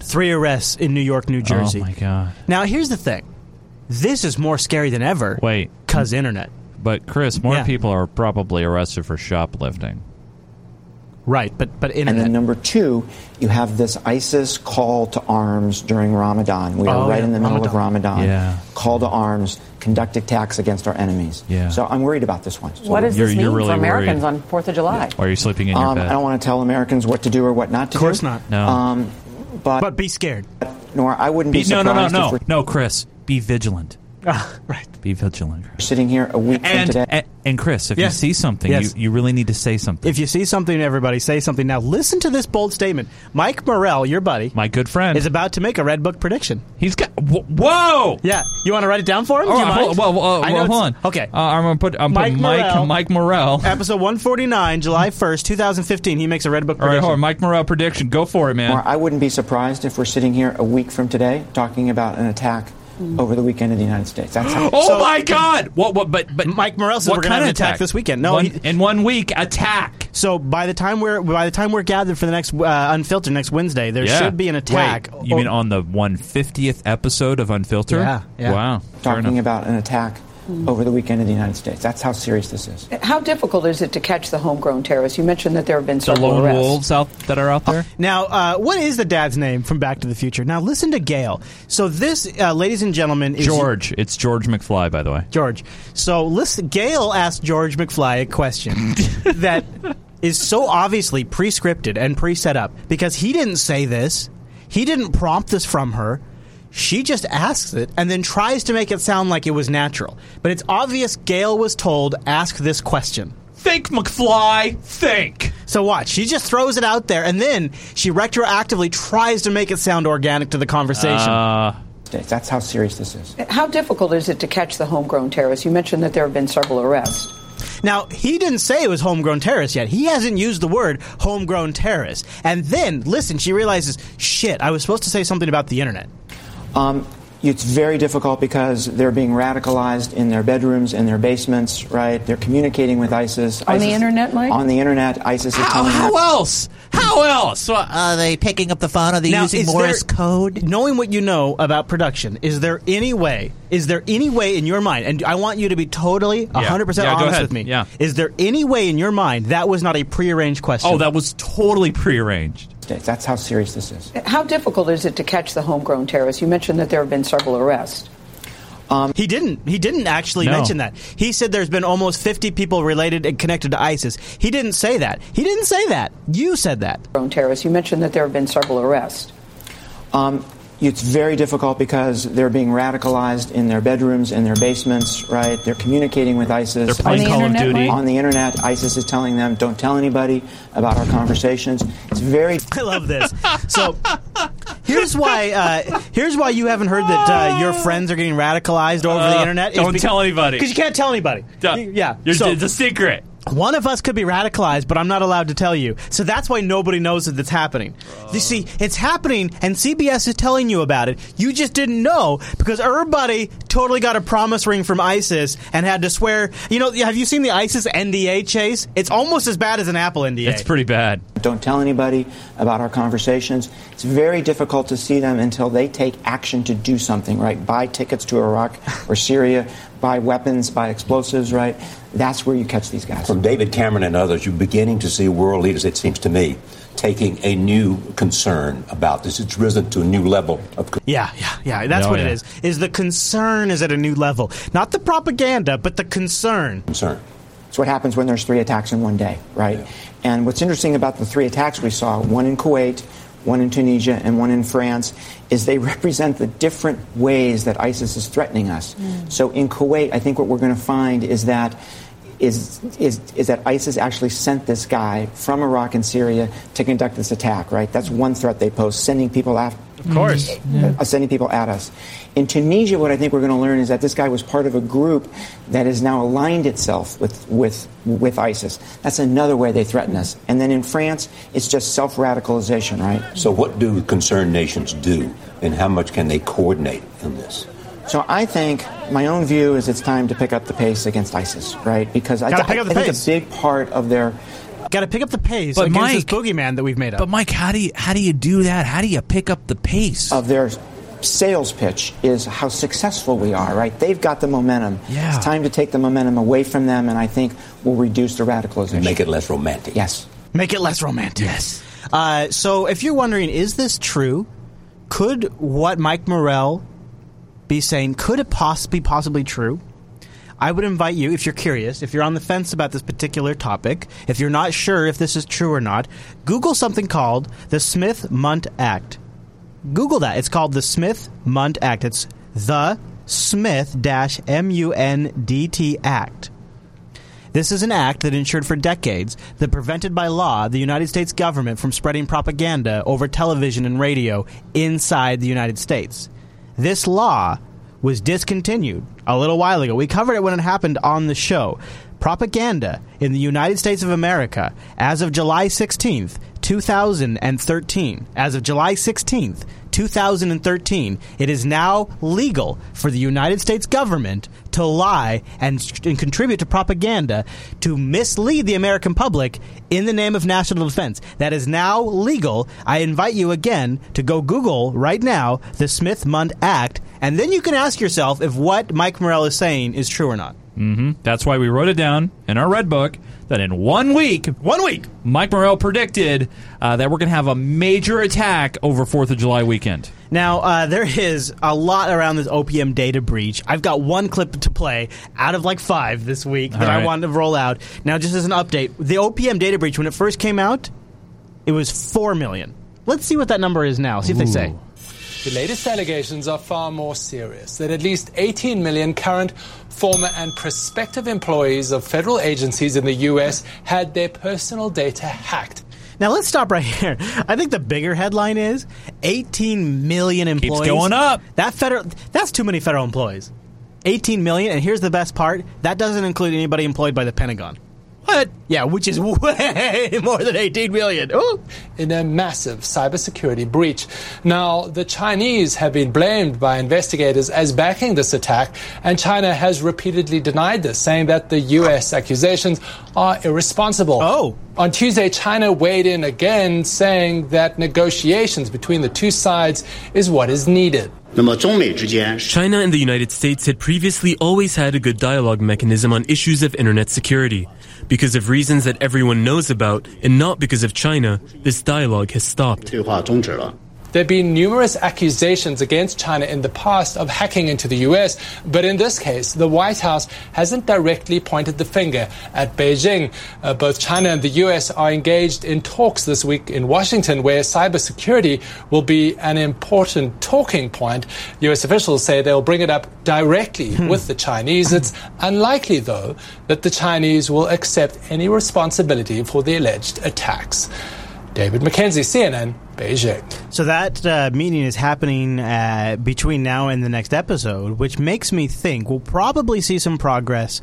Speaker 1: Three arrests in New York, New Jersey.
Speaker 3: Oh, my God.
Speaker 1: Now, here's the thing. This is more scary than ever. Wait. Cuz internet.
Speaker 3: But Chris, more
Speaker 1: Yeah.
Speaker 3: people are probably arrested for shoplifting.
Speaker 1: Right, but but internet.
Speaker 16: And then number two, you have this ISIS call to arms during Ramadan. We are
Speaker 1: Oh,
Speaker 16: right
Speaker 1: yeah,
Speaker 16: in the middle of Ramadan.
Speaker 3: Yeah.
Speaker 16: Call to arms, conduct attacks against our enemies.
Speaker 3: Yeah.
Speaker 16: So I'm worried about this one. So
Speaker 7: What does this mean for Americans on Fourth of July?
Speaker 3: Or are you sleeping in your
Speaker 16: um,
Speaker 3: bed?
Speaker 16: I don't want to tell Americans what to do or what not to do. Of course
Speaker 1: not.
Speaker 3: No.
Speaker 16: Um, but,
Speaker 1: but be scared.
Speaker 16: Nor I wouldn't be,
Speaker 3: Be- no,
Speaker 16: surprised
Speaker 3: no, no,
Speaker 16: if
Speaker 3: no,
Speaker 16: we're
Speaker 3: no, Chris. Be vigilant.
Speaker 1: Ah, right.
Speaker 3: Be vigilant.
Speaker 16: sitting here a week from
Speaker 3: And,
Speaker 16: today.
Speaker 3: and and Chris, if
Speaker 1: Yes.
Speaker 3: you see something,
Speaker 1: Yes.
Speaker 3: you, you really need to say something.
Speaker 1: If you see something, everybody say something. Now, listen to this bold statement. Mike Morrell, your buddy,
Speaker 3: my good friend,
Speaker 1: is about to make a red book prediction.
Speaker 3: He's got whoa.
Speaker 1: Yeah, you want to write it down for him? Do
Speaker 3: Oh,
Speaker 1: you mind?
Speaker 3: hold, well, well,
Speaker 1: I know
Speaker 3: well,
Speaker 1: it's-
Speaker 3: hold on.
Speaker 1: Okay,
Speaker 3: uh, I'm gonna put I'm
Speaker 1: Mike
Speaker 3: putting Mike
Speaker 1: Morrell.
Speaker 3: Mike Morrell.
Speaker 1: Episode 149, July 1st, 2015. He makes a red book
Speaker 3: All right,
Speaker 1: prediction.
Speaker 3: hold on. Mike Morrell prediction. Go for it, man.
Speaker 16: Or I wouldn't be surprised if we're sitting here a week from today talking about an attack over the weekend in the United States. That's how
Speaker 3: Oh my God! What? What? But but
Speaker 1: Mike Morrell says
Speaker 3: what
Speaker 1: we're going to
Speaker 3: kind
Speaker 1: have
Speaker 3: of
Speaker 1: an attack this weekend. No,
Speaker 3: One-
Speaker 1: he-
Speaker 3: in one week, attack.
Speaker 1: So by the time we're by the time we're gathered for the next uh, unfiltered next Wednesday, there
Speaker 3: Yeah.
Speaker 1: should be an attack.
Speaker 3: Wait, you
Speaker 1: Or-
Speaker 3: mean on the 150th episode of Unfiltered?
Speaker 1: Yeah, yeah.
Speaker 3: Wow. Fair
Speaker 16: talking
Speaker 3: enough. Hmm.
Speaker 16: about an attack over the weekend in the United States. That's how serious this is.
Speaker 17: How difficult is it to catch the homegrown terrorists? You mentioned that there have been
Speaker 3: the
Speaker 17: several
Speaker 3: lone
Speaker 17: arrests.
Speaker 3: wolves out that are out there.
Speaker 1: Now, uh, what is the dad's name from Back to the Future? Now, listen to Gail. So, this, uh, ladies and gentlemen, is
Speaker 3: George. It's George McFly, by the way.
Speaker 1: George. So, listen. Gail asked George McFly a question that is so obviously pre-scripted and pre-set up because he didn't say this. He didn't prompt this from her. She just asks it and then tries to make it sound like it was natural. But it's obvious Gail was told ask this question.
Speaker 3: Think, McFly. Think.
Speaker 1: So watch. She just throws it out there, and then she retroactively tries to make it sound organic to the conversation.
Speaker 3: Uh,
Speaker 16: States. That's how serious this is.
Speaker 17: How difficult is it to catch the homegrown terrorists? You mentioned that there have been several arrests.
Speaker 1: Now, he didn't say it was homegrown terrorist yet. He hasn't used the word homegrown terrorist. And then, listen, she realizes, shit, I was supposed to say something about the internet.
Speaker 16: Um, it's very difficult because they're being radicalized in their bedrooms, in their basements, right? They're communicating with ISIS.
Speaker 17: On the
Speaker 16: ISIS-
Speaker 17: internet, Mike?
Speaker 16: On the internet, ISIS is telling them.
Speaker 3: How else? How else? Well, are they picking up the phone? Are they using
Speaker 1: is
Speaker 3: Morse
Speaker 1: there- Knowing what you know about production, is there any way, is there any way in your mind, and I want you to be totally 100%
Speaker 3: Yeah, go
Speaker 1: honest
Speaker 3: ahead.
Speaker 1: with me,
Speaker 3: Yeah.
Speaker 1: is there any way in your mind that was not a prearranged question?
Speaker 3: Oh, that was totally prearranged.
Speaker 16: States. That's how serious this is.
Speaker 17: How difficult is it to catch the homegrown terrorists? You mentioned that there have been several arrests.
Speaker 1: Um, He didn't. He didn't actually
Speaker 17: No.
Speaker 1: mention that. He said there's been almost 50 people related and connected to ISIS. He didn't say that. He didn't say that. You said that.
Speaker 17: Homegrown terrorists. You mentioned that there have been several arrests.
Speaker 16: Um, it's very difficult because they're being radicalized in their bedrooms, in their basements, right? They're communicating with ISIS.
Speaker 3: They're playing On the Call of internet, Duty. Mike?
Speaker 16: On the internet, ISIS is telling them, don't tell anybody about our conversations. It's very.
Speaker 1: I love this. So here's why. Uh, here's why you haven't heard that uh, your friends are getting radicalized over the
Speaker 3: Uh,
Speaker 1: internet.
Speaker 3: don't tell anybody.
Speaker 1: because you can't tell anybody.
Speaker 3: Duh.
Speaker 1: You- Yeah,
Speaker 3: You're- it's a secret.
Speaker 1: One of us could be radicalized, but I'm not allowed to tell you. So that's why nobody knows that it's happening.
Speaker 3: Oh.
Speaker 1: you see, it's happening, and CBS is telling you about it. You just didn't know because everybody totally got a promise ring from ISIS and had to swear. You know, have you seen the ISIS NDA chase? It's almost as bad as an Apple NDA.
Speaker 3: It's pretty bad.
Speaker 16: Don't tell anybody about our conversations. It's very difficult to see them until they take action to do something, right? Buy tickets to Iraq or Syria, buy weapons, buy explosives, right? That's where you catch these guys.
Speaker 6: From David Cameron and others, you're beginning to see world leaders, it seems to me, taking a new concern about this. It's risen to a new level of concern.
Speaker 1: Yeah, yeah, yeah. That's
Speaker 6: Oh,
Speaker 1: what
Speaker 6: yeah.
Speaker 1: it is. Is the concern is at a new level, not the propaganda, but the concern.
Speaker 6: concern.
Speaker 16: It's what happens when there's three attacks in one day, right? And what's interesting about the three attacks we saw, one in Kuwait, one in Tunisia, and one in France, is they represent the different ways that ISIS is threatening us.
Speaker 15: Mm.
Speaker 16: So in Kuwait, I think what we're going to find is that is, is, is that ISIS actually sent this guy from Iraq and Syria to conduct this attack, right? That's one threat they pose, sending people after. Of
Speaker 18: course.
Speaker 16: uh, sending people at us. In Tunisia, what I think we're going to learn is that this guy was part of a group that has now aligned itself with, with, with ISIS. That's another way they threaten us. And then in France, it's just self radicalization, right?
Speaker 6: So, what do concerned nations do, and how much can they coordinate in this?
Speaker 16: So I think my own view is it's time to pick up the pace against ISIS, right? Because I,
Speaker 1: Gotta pick up the
Speaker 16: I think
Speaker 1: pace.
Speaker 16: a big part of their
Speaker 1: got to pick up the pace
Speaker 16: But
Speaker 1: against
Speaker 16: Mike-
Speaker 1: this boogeyman that we've made up.
Speaker 16: But Mike, how do you how do you do that? How do you pick up the pace of their sales pitch? Is how successful we are, right? They've got the momentum.
Speaker 6: Yeah.
Speaker 16: It's time to take the momentum away from them, and I think we'll reduce the radicalization.
Speaker 6: Make it less romantic.
Speaker 16: Yes.
Speaker 1: Make it less romantic. Yes. Uh, so, if you're wondering, is this true? Could what Mike Morrell be saying, could it poss- be possibly true? I would invite you, if you're curious, if you're on the fence about this particular topic, if you're not sure if this is true or not, Google something called the Smith Munt Act. Google that. It's called the Smith Munt Act. It's the Smith M U N D T Act. This is an act that ensured for decades that prevented by law the United States government from spreading propaganda over television and radio inside the United States. This law was discontinued a little while ago. We covered it when it happened on the show. Propaganda in the United States of America as of July 16th, 2013. As of July 16th, 2013, it is now legal for the United States government to lie and, and contribute to propaganda to mislead the American public in the name of national defense. That is now legal. I invite you again to go Google right now the Smith Mund Act, and then you can ask yourself if what Mike Morrell is saying is true or not.
Speaker 3: hmm That's why we wrote it down in our red book that in one week,
Speaker 1: one week,
Speaker 3: Mike Morrell predicted uh, that we're going to have a major attack over Fourth of July weekend.
Speaker 1: Now, uh, there is a lot around this OPM data breach. I've got one clip to play out of like five this week that
Speaker 3: All
Speaker 1: I
Speaker 3: right.
Speaker 1: wanted to roll out. Now, just as an update, the OPM data breach, when it first came out, it was 4 million. Let's see what that number is now. See if they say.
Speaker 19: The latest allegations are far more serious that at least 18 million current, former, and prospective employees of federal agencies in the U.S. had their personal data hacked.
Speaker 1: Now, let's stop right here. I think the bigger headline is 18 million employees.
Speaker 3: going up.
Speaker 1: That federal, that's too many federal employees. 18 million, and here's the best part that doesn't include anybody employed by the Pentagon. What? Yeah, which is way more than 18 million. Ooh.
Speaker 19: In a massive cybersecurity breach. Now, the Chinese have been blamed by investigators as backing this attack, and China has repeatedly denied this, saying that the U.S. accusations are irresponsible. Oh. On Tuesday, China weighed in again, saying that negotiations between the two sides is what is needed.
Speaker 20: China and the United States had previously always had a good dialogue mechanism on issues of internet security. Because of reasons that everyone knows about, and not because of China, this dialogue has stopped.
Speaker 19: There have been numerous accusations against China in the past of hacking into the US, but in this case, the White House hasn't directly pointed the finger at Beijing. Uh, both China and the US are engaged in talks this week in Washington, where cybersecurity will be an important talking point. US officials say they'll bring it up directly with the Chinese. It's unlikely, though, that the Chinese will accept any responsibility for the alleged attacks. David McKenzie, CNN, Beijing.
Speaker 1: So that uh, meeting is happening uh, between now and the next episode, which makes me think we'll probably see some progress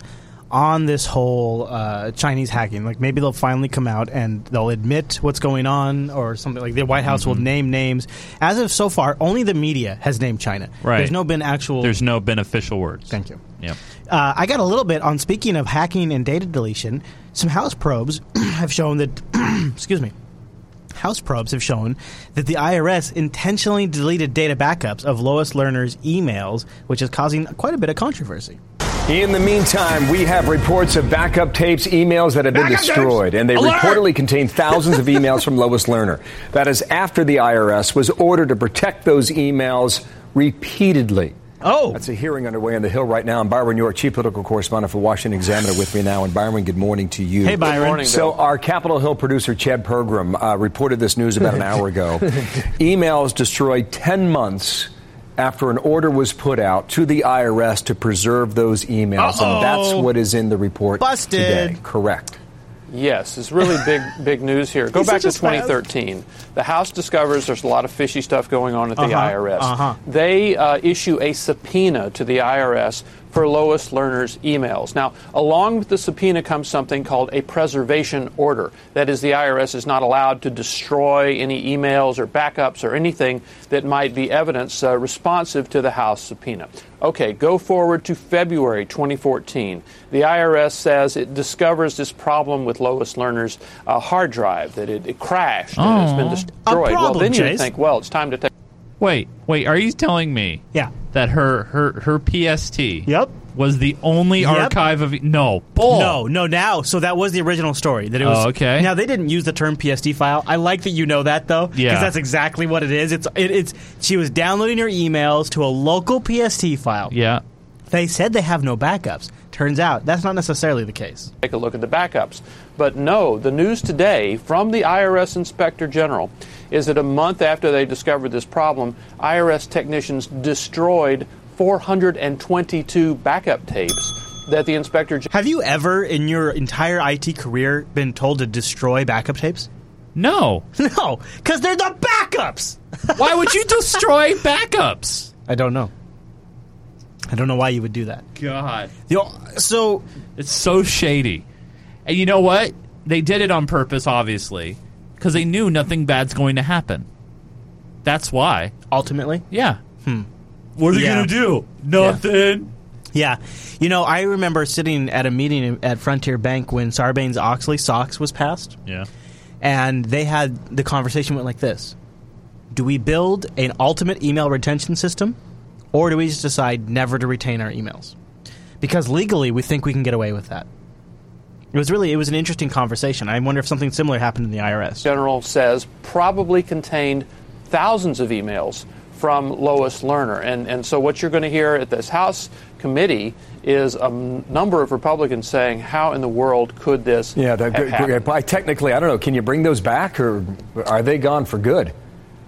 Speaker 1: on this whole uh, Chinese hacking. Like maybe they'll finally come out and they'll admit what's going on, or something. Like the White House will name names. As of so far, only the media has named China.
Speaker 3: Right.
Speaker 1: There's no been actual.
Speaker 3: There's no been official words. Thank
Speaker 1: you.
Speaker 3: Yep.
Speaker 1: Uh, I got a little bit on speaking of hacking and data deletion. Some house probes have shown that, excuse me, house probes have shown that the IRS intentionally deleted data backups of Lois Lerner's emails, which is causing quite a bit of controversy.
Speaker 21: In the meantime, we have reports of backup tapes, emails that have been
Speaker 1: Backup tapes!
Speaker 21: destroyed, and they
Speaker 1: Alert!
Speaker 21: reportedly contain thousands of emails from Lois Lerner. That is after the IRS was ordered to protect those emails repeatedly.
Speaker 1: Oh.
Speaker 21: That's a hearing underway on the Hill right now. And Byron, you are chief political correspondent for Washington Examiner with me now. And Byron, good morning to you.
Speaker 1: Hey, Byron. Good morning,
Speaker 21: so,
Speaker 1: Bill.
Speaker 21: our Capitol Hill producer, Chad Pergram, uh, reported this news about an hour ago. Emails destroyed 10 months after an order was put out to the IRS to preserve those emails.
Speaker 15: Uh-oh.
Speaker 21: And that's what is in the report.
Speaker 15: Busted.
Speaker 21: Today. Correct.
Speaker 15: Yes, it's really big, big news here. Go
Speaker 21: He's
Speaker 15: back to
Speaker 21: such a spaz.
Speaker 15: 2013. The House discovers there's a lot of fishy stuff going on at the
Speaker 18: Uh-huh,
Speaker 15: IRS.
Speaker 18: uh-huh.
Speaker 15: They uh, issue a subpoena to the IRS for Lois Lerner's emails. Now, along with the subpoena comes something called a preservation order. That is, the IRS is not allowed to destroy any emails or backups or anything that might be evidence uh, responsive to the House subpoena. Okay, go forward to February 2014. The IRS says it discovers this problem with Lois Lerner's uh, hard drive, that it, it crashed and it's been
Speaker 3: Aw.
Speaker 15: destroyed.
Speaker 3: A
Speaker 15: well,
Speaker 3: problem,
Speaker 15: then you
Speaker 3: Chase.
Speaker 15: think, well, it's time to take.
Speaker 3: Wait, wait. Are you telling me?
Speaker 1: Yeah.
Speaker 3: That her her her PST. Yep. Was the only
Speaker 1: Yep.
Speaker 3: archive of no bull.
Speaker 1: No, no. Now, so that was the original story that it was.
Speaker 3: Oh, okay.
Speaker 1: Now they didn't use the term PSD file. I like that you know that though,
Speaker 3: Yeah.
Speaker 1: that's exactly what it is. It's it, it's she was downloading her emails to a local PST file.
Speaker 3: Yeah.
Speaker 1: They said they have no backups. Turns out that's not necessarily the case.
Speaker 15: take a look at the backups. But no, the news today from the IRS Inspector General is that a month after they discovered this problem, IRS technicians destroyed 422 backup tapes that the inspector general.
Speaker 1: Have you ever in your entire IT career been told to destroy backup tapes?
Speaker 3: No.
Speaker 1: No, because they're the backups.
Speaker 3: Why would you destroy backups?
Speaker 1: I don't know. I don't know why you would do that.
Speaker 3: God.
Speaker 1: so
Speaker 3: it's so shady. And you know what? They did it on purpose, obviously, because they knew nothing bad's going to happen. That's why.
Speaker 1: Ultimately.
Speaker 3: Yeah.
Speaker 1: Hmm.
Speaker 3: What are they gonna do? Nothing.
Speaker 1: Yeah. You know, I remember sitting at a meeting at Frontier Bank when Sarbanes Oxley Sox was passed.
Speaker 3: Yeah.
Speaker 1: And they had the conversation went like this Do we build an ultimate email retention system, or do we just decide never to retain our emails? Because legally, we think we can get away with that. It was really it was an interesting conversation. I wonder if something similar happened in the IRS.
Speaker 15: General says probably contained thousands of emails from Lois Lerner. And, and so, what you're going to hear at this House committee is a m- number of Republicans saying, How in the world could this
Speaker 21: Yeah, that,
Speaker 15: have happened?
Speaker 21: by technically, I don't know. Can you bring those back, or are they gone for good?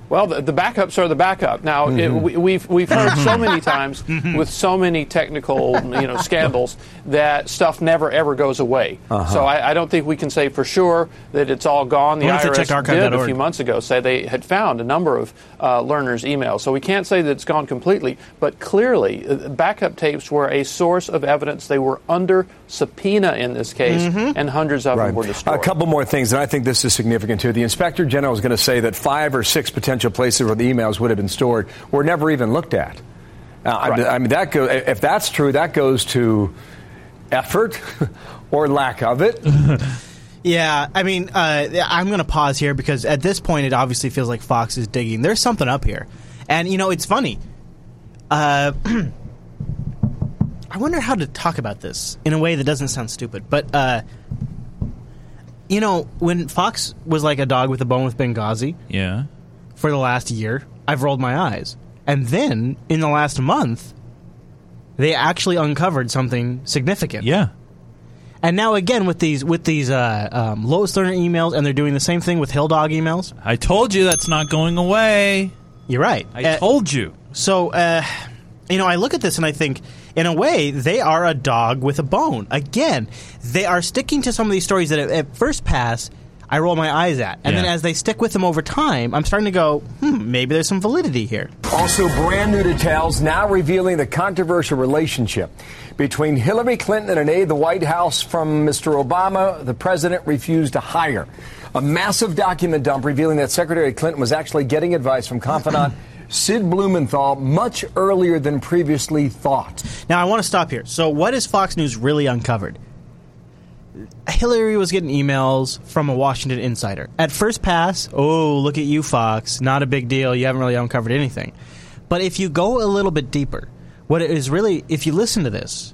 Speaker 15: Well, the, the backups are the backup. Now it,
Speaker 1: Mm-hmm.
Speaker 21: Mhm.
Speaker 15: we, we've we've heard so
Speaker 21: Mhm.
Speaker 15: many times with so many technical you know scandals that stuff never ever goes away.
Speaker 21: Uh-huh.
Speaker 15: So I, I don't think we can say for sure that it's all gone. The
Speaker 1: We'll have to check
Speaker 15: IRS did a
Speaker 1: archive.org.
Speaker 15: few months ago say they had found a number of uh, learners' emails. So we can't say that it's gone completely, but clearly uh, backup tapes were a source of evidence. They were under subpoena in this case,
Speaker 1: Mm-hmm.
Speaker 15: and hundreds of them were destroyed.
Speaker 21: A couple more things, and I think this is significant too. The inspector general is going to say that five or six potential places where the emails would have been stored were never even looked at. Uh, I- I, mean, that go, if that's true, that goes to effort or lack of it.
Speaker 1: Yeah, I mean, uh, I'm going to pause here because at this point, it obviously feels like Fox is digging. There's something up here, and you know, it's funny. Uh, I wonder how to talk about this in a way that doesn't sound stupid, but uh, you know, when Fox was like a dog with a bone with Benghazi,
Speaker 3: Yeah.
Speaker 1: for the last year, I've rolled my eyes. And then in the last month, they actually uncovered something significant.
Speaker 3: Yeah.
Speaker 1: And now again with these with these uh, um, Lois Lerner emails, and they're doing the same thing with Hill Dog emails.
Speaker 3: I told you that's not going away.
Speaker 1: You're right. Uh,
Speaker 3: I told you.
Speaker 1: So, uh, you know, I look at this and I think, in a way, they are a dog with a bone. Again, they are sticking to some of these stories that at, at first pass I roll my eyes at, and then
Speaker 21: Yeah.
Speaker 1: as they stick with them over time, I'm starting to go, hmm, maybe there's some validity here.
Speaker 21: Also, brand new details now revealing the controversial relationship between Hillary Clinton and an aide at the White House from Mr. Obama, the president refused to hire. A massive document dump revealing that Secretary Clinton was actually getting advice from confidant Sid Blumenthal much earlier than previously thought.
Speaker 1: Now, I want to stop here. So, what has Fox News really uncovered? Hillary was getting emails from a Washington insider. At first pass, oh, look at you, Fox. Not a big deal. You haven't really uncovered anything. But if you go a little bit deeper, what it is really, if you listen to this,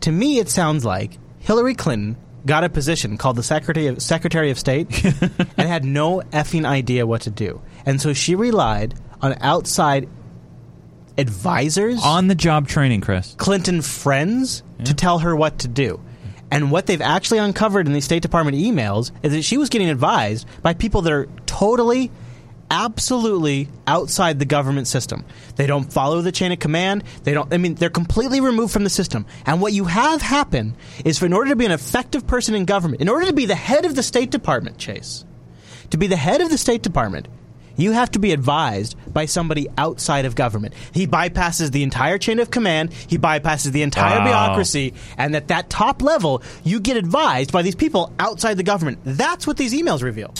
Speaker 1: to me, it sounds like Hillary Clinton got a position called the Secretary of, Secretary of State and had no effing idea what to do. And so she relied on outside advisors
Speaker 3: on the job training, Chris
Speaker 1: Clinton friends to tell her what to do. And what they've actually uncovered in these State Department emails is that she was getting advised by people that are totally, absolutely outside the government system. They don't follow the chain of command. They don't. I mean, they're completely removed from the system. And what you have happen is, for in order to be an effective person in government, in order to be the head of the State Department, Chase, to be the head of the State Department, you have to be advised by somebody outside of government. He bypasses the entire chain of command, he bypasses the entire
Speaker 3: Wow.
Speaker 1: bureaucracy, and at that top level, you get advised by these people outside the government. That's what these emails reveal.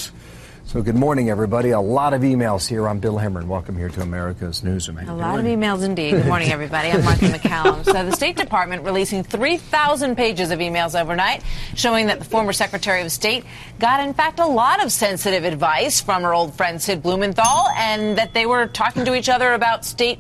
Speaker 21: So good morning, everybody. A lot of emails here. I'm Bill Hemmer, and welcome here to America's Newsroom.
Speaker 18: A lot of emails indeed. Good morning, everybody. I'm Martha McCallum. So, the State Department releasing 3,000 pages of emails overnight showing that the former Secretary of State got, in fact, a lot of sensitive advice from her old friend Sid Blumenthal and that they were talking to each other about state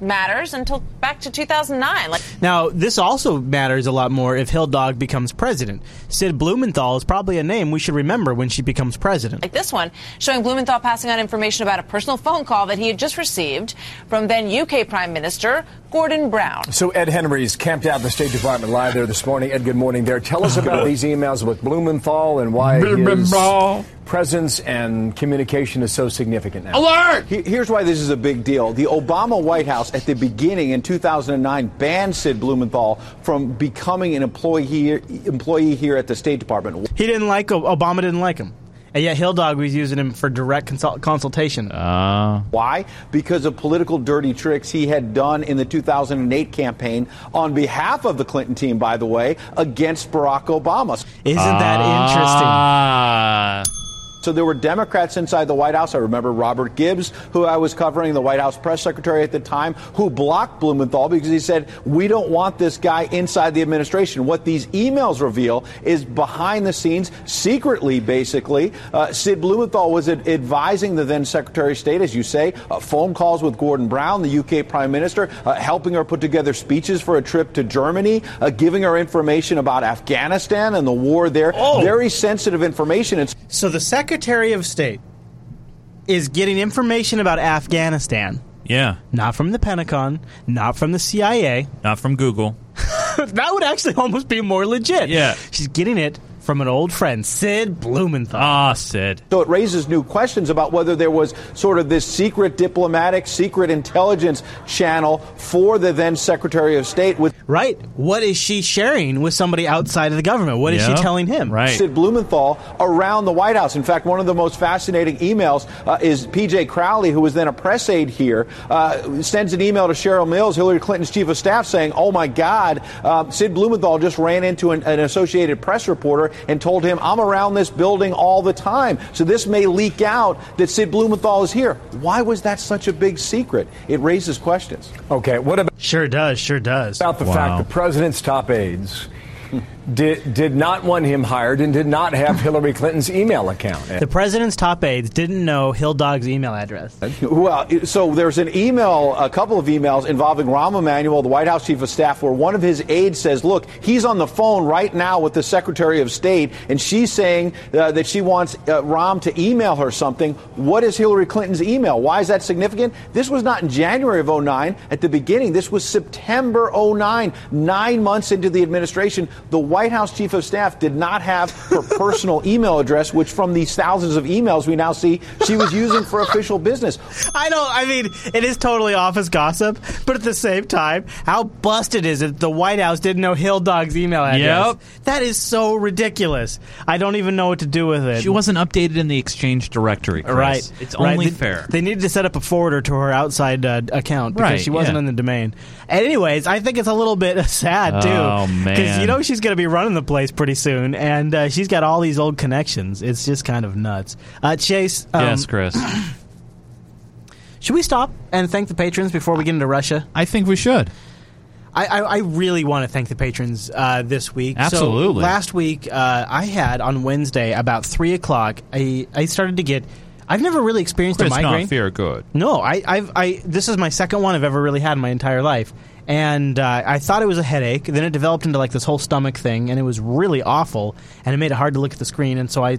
Speaker 18: matters until back to 2009. Like,
Speaker 1: Now, this also matters a lot more if Hill Dog becomes president. Sid Blumenthal is probably a name we should remember when she becomes president.
Speaker 18: like this one, showing Blumenthal passing on information about a personal phone call that he had just received from then UK Prime Minister Gordon Brown.
Speaker 21: So Ed Henry's camped out in the State Department live there this morning. Ed, good morning there. Tell us about these emails with Blumenthal and why his
Speaker 22: Blumenthal.
Speaker 21: presence and communication is so significant now.
Speaker 22: Alert! Here's why this is a big deal. The Obama White House at the beginning in 2009 banned Sid Blumenthal from becoming an employee here, employee here at the State Department.
Speaker 1: He didn't like Obama didn't like him. And yet Hill Dog was using him for direct consult- consultation.
Speaker 22: Why? Because of political dirty tricks he had done in the 2008 campaign on behalf of the Clinton team, by the way, against Barack Obama.
Speaker 1: Isn't that
Speaker 22: interesting? So there were Democrats inside the White House. I remember Robert Gibbs, who I was covering, the White House press secretary at the time, who blocked Blumenthal because he said, We don't want this guy inside the administration. What these emails reveal is behind the scenes, secretly, basically, uh, Sid Blumenthal was ad- advising the then Secretary of State, as you say, uh, phone calls with Gordon Brown, the UK Prime Minister, uh, helping her put together speeches for a trip to Germany, uh, giving her information about Afghanistan and the war there. Very sensitive information. And
Speaker 1: Oh! So the Secretary of State is getting information about Afghanistan.
Speaker 3: Yeah.
Speaker 1: Not from the Pentagon, not from the CIA,
Speaker 3: not from Google.
Speaker 1: that would actually almost be more legit. Yeah. She's getting it from an old friend, Sid Blumenthal.
Speaker 3: Ah, Sid.
Speaker 22: So it raises new questions about whether there was sort of this secret diplomatic, secret intelligence channel for the then Secretary of State with
Speaker 1: Right. What is she sharing with somebody outside of the government? What is
Speaker 22: Yeah.
Speaker 1: she telling him?
Speaker 22: Sid Blumenthal around the White House. In fact, one of the most fascinating emails uh, is P.J. Crowley, who was then a press aide here, uh, sends an email to Cheryl Mills, Hillary Clinton's chief of staff, saying, "Oh my God, uh, Sid Blumenthal just ran into an, an Associated Press reporter and told him I'm around this building all the time, so this may leak out that Sid Blumenthal is here." Why was that such a big secret? It raises questions.
Speaker 21: Okay, what about
Speaker 1: Sure does, sure does.
Speaker 21: About the fact the president's top aides did, did not want him hired and did not have Hillary Clinton's email account.
Speaker 1: The president's top aides didn't know Hill Dog's email address.
Speaker 22: Well, it- so there's an email, a couple of emails involving Rahm Emanuel, the White House chief of staff, where one of his aides says, "Look, he's on the phone right now with the Secretary of State, and she's saying uh, that she wants uh, Rahm to email her something. What is Hillary Clinton's email? Why is that significant? This was not in January of 09. At the beginning, this was September 09, nine months into the administration. The White House chief of staff did not have her personal email address, which from these thousands of emails we now see she was using for official business.
Speaker 1: I don't. I mean, it is totally office gossip, but at the same time, how busted is it? The White House didn't know Hill Dog's email address.
Speaker 3: Yep.
Speaker 1: That is so ridiculous. I don't even know what to do with it.
Speaker 3: She wasn't updated in the Exchange directory, Chris.
Speaker 1: Right.
Speaker 3: It's
Speaker 1: Right.
Speaker 3: only
Speaker 1: They-
Speaker 3: fair.
Speaker 1: They needed to set up a forwarder to her outside uh, account because
Speaker 3: Right,
Speaker 1: she wasn't
Speaker 3: yeah.
Speaker 1: in the domain. And anyways, I think it's a little bit sad too.
Speaker 3: Oh, man.
Speaker 1: you know she's going to be running the place pretty soon, and uh, she's got all these old connections. It's just kind of nuts. Uh, Chase. Um,
Speaker 3: yes, Chris.
Speaker 1: Should we stop and thank the patrons before we get into Russia?
Speaker 3: I think we should.
Speaker 1: I, I, I really want to thank the patrons uh, this week. So
Speaker 3: Absolutely.
Speaker 1: last week, uh, I had on Wednesday about 3 o'clock, I, I started to get. I've never really experienced
Speaker 3: Chris,
Speaker 1: a migraine.
Speaker 3: not fear good.
Speaker 1: No, I, I've, I, this is my second one I've ever really had in my entire life. And uh, I thought it was a headache. Then it developed into like this whole stomach thing, and it was really awful. And it made it hard to look at the screen, and so I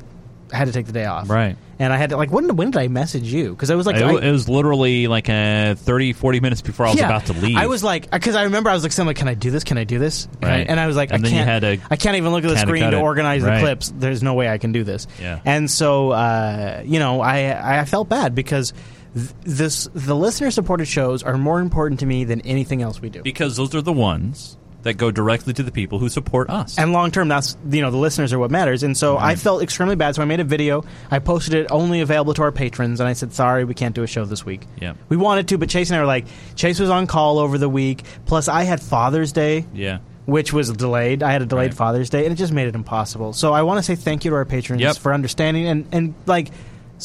Speaker 1: had to take the day off.
Speaker 3: Right.
Speaker 1: and I had to like when when did I message you? Because I was like
Speaker 3: it,
Speaker 1: I-
Speaker 3: wa- it was literally like uh, 30, 40 minutes before I was
Speaker 1: Yeah.
Speaker 3: about to leave.
Speaker 1: I was like, because I remember I was like, "Someone, can I do this? Can I do this?" Can I-
Speaker 3: Right.
Speaker 1: and I was like,
Speaker 3: And
Speaker 1: "I
Speaker 3: then you
Speaker 1: can't.
Speaker 3: had to-
Speaker 1: I can't even look at the
Speaker 3: had to
Speaker 1: screen
Speaker 3: cut
Speaker 1: to
Speaker 3: it.
Speaker 1: organize
Speaker 3: Right.
Speaker 1: the clips. There's no way I can do this."
Speaker 3: Yeah.
Speaker 1: And so, uh, you know, I I felt bad because th- this the listener supported shows are more important to me than anything else we do.
Speaker 3: because those are the ones that go directly to the people who support us.
Speaker 1: And long term, that's you know the listeners are what matters. And so I felt extremely bad. So I made a video. I posted it only available to our patrons, and I said, "Sorry, we can't do a show this week."
Speaker 3: Yeah.
Speaker 1: We wanted to, but Chase and I were like, Chase was on call over the week. Plus, I had Father's Day.
Speaker 3: Yeah.
Speaker 1: Which was delayed. I had a delayed Father's Day, and it just made it impossible. So I want to say thank you to our patrons
Speaker 3: Yep.
Speaker 1: for understanding and, and like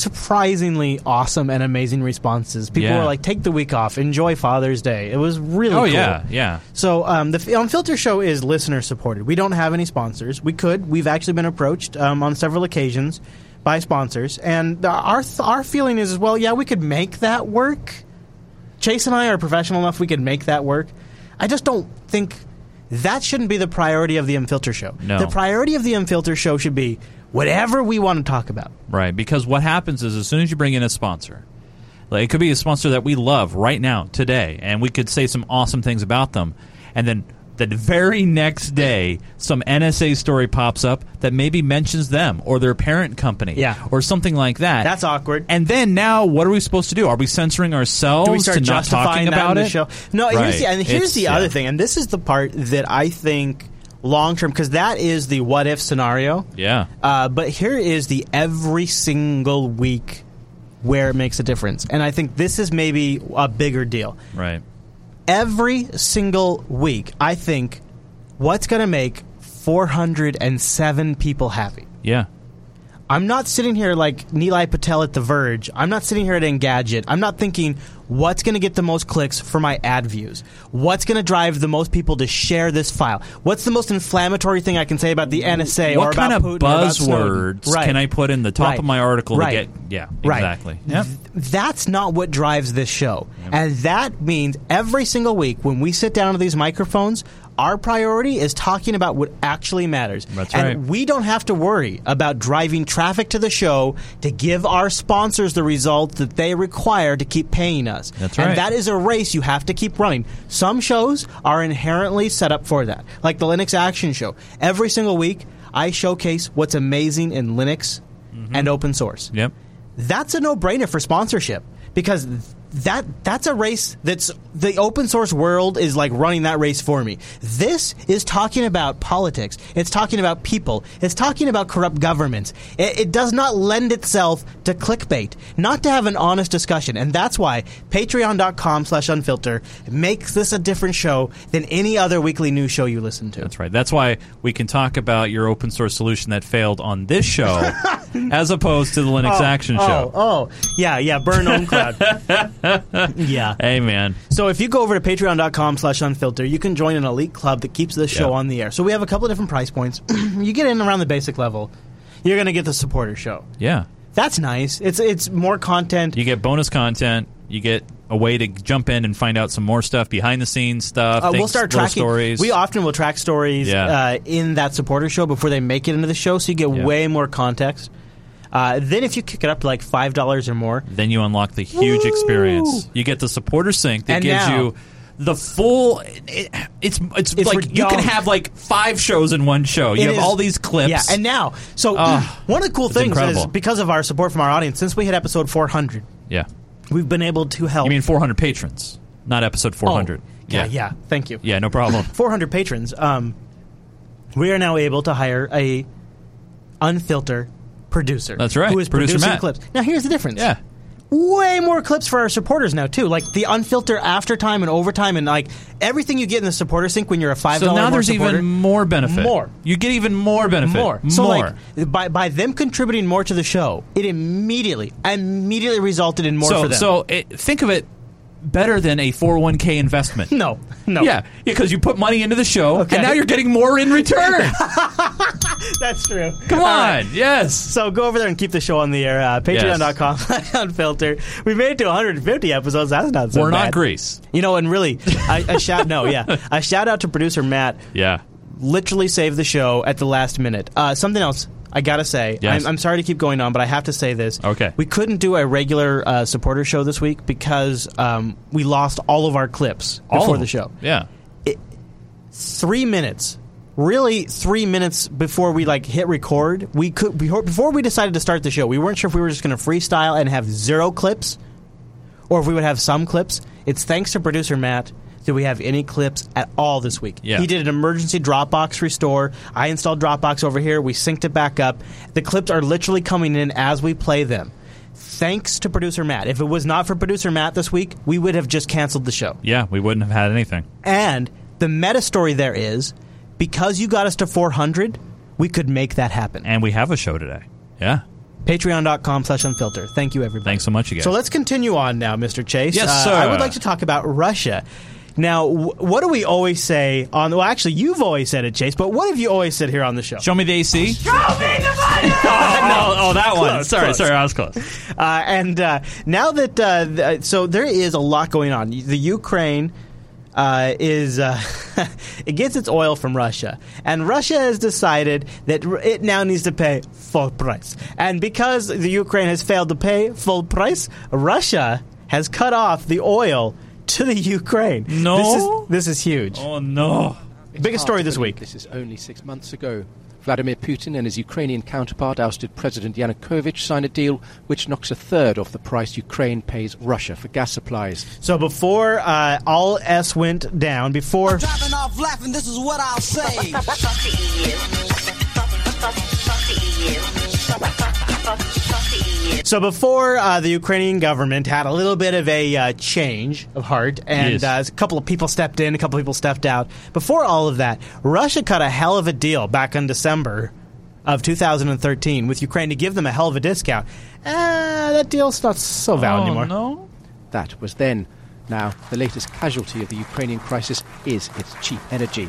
Speaker 1: surprisingly awesome and amazing responses. People
Speaker 3: Yeah.
Speaker 1: were like, "Take the week off, enjoy Father's Day." It was really
Speaker 3: oh
Speaker 1: cool.
Speaker 3: yeah, yeah.
Speaker 1: So um, the F- Unfiltered Show is listener supported. We don't have any sponsors. We could. We've actually been approached um, on several occasions by sponsors, and the, our th- our feeling is well, yeah, we could make that work. Chase and I are professional enough; we could make that work. I just don't think that shouldn't be the priority of the Unfiltered Show.
Speaker 3: No.
Speaker 1: The priority of the Unfiltered Show should be whatever we want to talk about.
Speaker 3: Right, because what happens is as soon as you bring in a sponsor, like it could be a sponsor that we love right now, today, and we could say some awesome things about them, and then the very next day, some NSA story pops up that maybe mentions them or their parent company,
Speaker 1: Yeah.
Speaker 3: or something like that.
Speaker 1: That's awkward.
Speaker 3: And then now, what are we supposed to do? Are we censoring ourselves
Speaker 1: Do we start
Speaker 3: to not
Speaker 1: justifying
Speaker 3: talking
Speaker 1: that
Speaker 3: about
Speaker 1: in
Speaker 3: it?
Speaker 1: the show? No, and here's the, and
Speaker 3: Right.
Speaker 1: here's
Speaker 3: It's-
Speaker 1: the
Speaker 3: yeah.
Speaker 1: other thing, and this is the part that I think long term because that is the what if scenario.
Speaker 3: Yeah.
Speaker 1: Uh, but here is the every single week where it makes a difference, and I think this is maybe a bigger deal.
Speaker 3: Right.
Speaker 1: Every single week, I think what's going to make 407 people happy.
Speaker 3: Yeah.
Speaker 1: I'm not sitting here like Neil Patel at The Verge. I'm not sitting here at Engadget. I'm not thinking what's going to get the most clicks for my ad views. What's going to drive the most people to share this file? What's the most inflammatory thing I can say about the NSA or
Speaker 3: what
Speaker 1: about
Speaker 3: kind of
Speaker 1: Putin or about Snowden?
Speaker 3: buzzwords can I put in the top
Speaker 1: Right.
Speaker 3: of my article
Speaker 1: Right.
Speaker 3: to get? Yeah,
Speaker 1: Right.
Speaker 3: exactly.
Speaker 1: Th- That's not what drives this show. And that means every single week when we sit down to these microphones, our priority is talking about what actually matters. That's and
Speaker 3: right.
Speaker 1: we don't have to worry about driving traffic to the show to give our sponsors the results that they require to keep paying us.
Speaker 3: That's right.
Speaker 1: And that is a race you have to keep running. Some shows are inherently set up for that, like the Linux Action Show. Every single week, I showcase what's amazing in Linux and open source.
Speaker 3: Yep.
Speaker 1: That's a no-brainer for sponsorship because that that's a race that's the open source world is like running that race for me. This is talking about politics. It's talking about people. It's talking about corrupt governments. It, it does not lend itself to clickbait, not to have an honest discussion. And that's why patreon.com slash unfilter makes this a different show than any other weekly news show you listen to.
Speaker 3: That's right. That's why we can talk about your open source solution that failed on this show as opposed to the Linux
Speaker 1: Oh,
Speaker 3: Action
Speaker 1: oh,
Speaker 3: Show.
Speaker 1: Oh, yeah, yeah, burn OwnCloud. yeah.
Speaker 3: Hey, man.
Speaker 1: So if you go over to patreon.com slash unfilter, you can join an elite club that keeps this show on the air. So we have a couple of different price points. you get in around the basic level, you're going to get the supporter show.
Speaker 3: Yeah.
Speaker 1: That's nice. It's it's more content.
Speaker 3: You get bonus content. You get a way to jump in and find out some more stuff, behind the scenes stuff.
Speaker 1: Uh, we'll
Speaker 3: things,
Speaker 1: start
Speaker 3: little
Speaker 1: tracking.
Speaker 3: stories.
Speaker 1: We often will track stories
Speaker 3: Yeah.
Speaker 1: uh, in that supporter show before they make it into the show, so you get
Speaker 3: Yeah.
Speaker 1: way more context. Uh, then if you kick it up to like five dollars or more,
Speaker 3: then you unlock the huge experience. You get the supporter sync that
Speaker 1: And
Speaker 3: gives
Speaker 1: now-
Speaker 3: you the full. It, it's, it's
Speaker 1: It's
Speaker 3: like you
Speaker 1: redonk.
Speaker 3: can have like five shows in one show. You
Speaker 1: It
Speaker 3: have
Speaker 1: is-
Speaker 3: all these clips.
Speaker 1: Yeah, and now, so
Speaker 3: Ugh,
Speaker 1: one of the cool
Speaker 3: Ah, it's
Speaker 1: things is
Speaker 3: incredible.
Speaker 1: because of our support from our audience, since we hit episode 400,
Speaker 3: yeah.
Speaker 1: we've been able to help.
Speaker 3: You mean 400 patrons, not episode 400.
Speaker 1: Oh, yeah, yeah. Thank you.
Speaker 3: Yeah, no problem.
Speaker 1: 400 patrons. Um, we are now able to hire a unfilter producer.
Speaker 3: That's right,
Speaker 1: Who is
Speaker 3: producer
Speaker 1: producing
Speaker 3: Matt.
Speaker 1: clips? Now here's the difference.
Speaker 3: Yeah.
Speaker 1: Way more clips for our supporters now too. Like the unfilter aftertime and overtime and like everything you get in the supporter sync when you're a five.
Speaker 3: So now
Speaker 1: more
Speaker 3: there's
Speaker 1: supporter.
Speaker 3: even more benefit.
Speaker 1: More.
Speaker 3: You get even more benefit.
Speaker 1: More. So
Speaker 3: more.
Speaker 1: like by by them contributing more to the show, it immediately immediately resulted in more
Speaker 3: so,
Speaker 1: for them.
Speaker 3: so it, think of it better than a 401k investment.
Speaker 1: no, no.
Speaker 3: Yeah, because you put money into the show,
Speaker 1: Okay.
Speaker 3: and now you're getting more in return.
Speaker 1: That's true.
Speaker 3: Come
Speaker 1: All
Speaker 3: on,
Speaker 1: right.
Speaker 3: yes.
Speaker 1: So go over there and keep the show on the air. Uh, Patreon.com unfilter. We made it to 150 episodes. That's not so
Speaker 3: We're not
Speaker 1: bad.
Speaker 3: Greece.
Speaker 1: You know, and really, a, a shout no, yeah, a shout out to producer Matt.
Speaker 3: Yeah.
Speaker 1: literally saved the show at the last minute. Uh, something else. I gotta say,
Speaker 3: Yes.
Speaker 1: I'm, I'm sorry to keep going on, but I have to say this. Okay. We couldn't do a regular uh, supporter show this week because um, we lost all of our clips
Speaker 3: All
Speaker 1: before
Speaker 3: of
Speaker 1: the
Speaker 3: them.
Speaker 1: show.
Speaker 3: Yeah.
Speaker 1: Three minutes. Really, three minutes before we like hit record, we could before, before we decided to start the show. We weren't sure if we were just going to freestyle and have zero clips, or if we would have some clips. It's thanks to producer Matt that we have any clips at all this week.
Speaker 3: Yeah.
Speaker 1: He did an emergency Dropbox restore. I installed Dropbox over here. We synced it back up. The clips are literally coming in as we play them. Thanks to producer Matt. If it was not for producer Matt this week, we would have just canceled the show.
Speaker 3: Yeah, we wouldn't have had anything.
Speaker 1: And the meta story there is because you got us to 400, we could make that happen.
Speaker 3: And we have a show today. Yeah.
Speaker 1: Patreon.com slash unfilter. Thank you, everybody.
Speaker 3: Thanks so much, you guys.
Speaker 1: So let's continue on now, Mr. Chase.
Speaker 3: Yes,
Speaker 1: Uh,
Speaker 3: sir.
Speaker 1: I would like to talk about Russia. Now, wh- what do we always say on? Well, actually, you've always said it, Chase. But what have you always said here on the show? Show
Speaker 3: me the AC.
Speaker 1: no,
Speaker 3: oh, that one. Sorry, sorry, I was close.
Speaker 1: Uh, and uh, now that uh, th- uh, so there is a lot going on. The Ukraine uh, is uh, it gets its oil from Russia, and Russia has decided that r- it now needs to pay full price. And because the Ukraine has failed to pay full price, Russia has cut off the oil to the Ukraine.
Speaker 2: No.
Speaker 1: this is, this is huge.
Speaker 3: Oh
Speaker 2: no.
Speaker 1: Biggest story this week.
Speaker 2: This is only six months ago. Vladimir Putin and his Ukrainian counterpart, ousted President Yanukovych, signed a deal which knocks a third off the price Ukraine pays Russia for gas supplies.
Speaker 1: So before uh, all S went down, before
Speaker 4: Dropping off laughing, this is what I'll say. Fuck the EU. Fuck the EU. Fuck the EU.
Speaker 1: So before uh, the Ukrainian government had a little bit of a uh, change of heart, and
Speaker 3: Yes.
Speaker 1: uh, a couple of people stepped in, a couple of people stepped out. Before all of that, Russia cut a hell of a deal back in December of 2013 with Ukraine to give them a hell of a discount. Ah, that deal's not so
Speaker 3: Oh,
Speaker 1: valid anymore.
Speaker 2: no. That was then. Now, the latest casualty of the Ukrainian crisis is its cheap energy.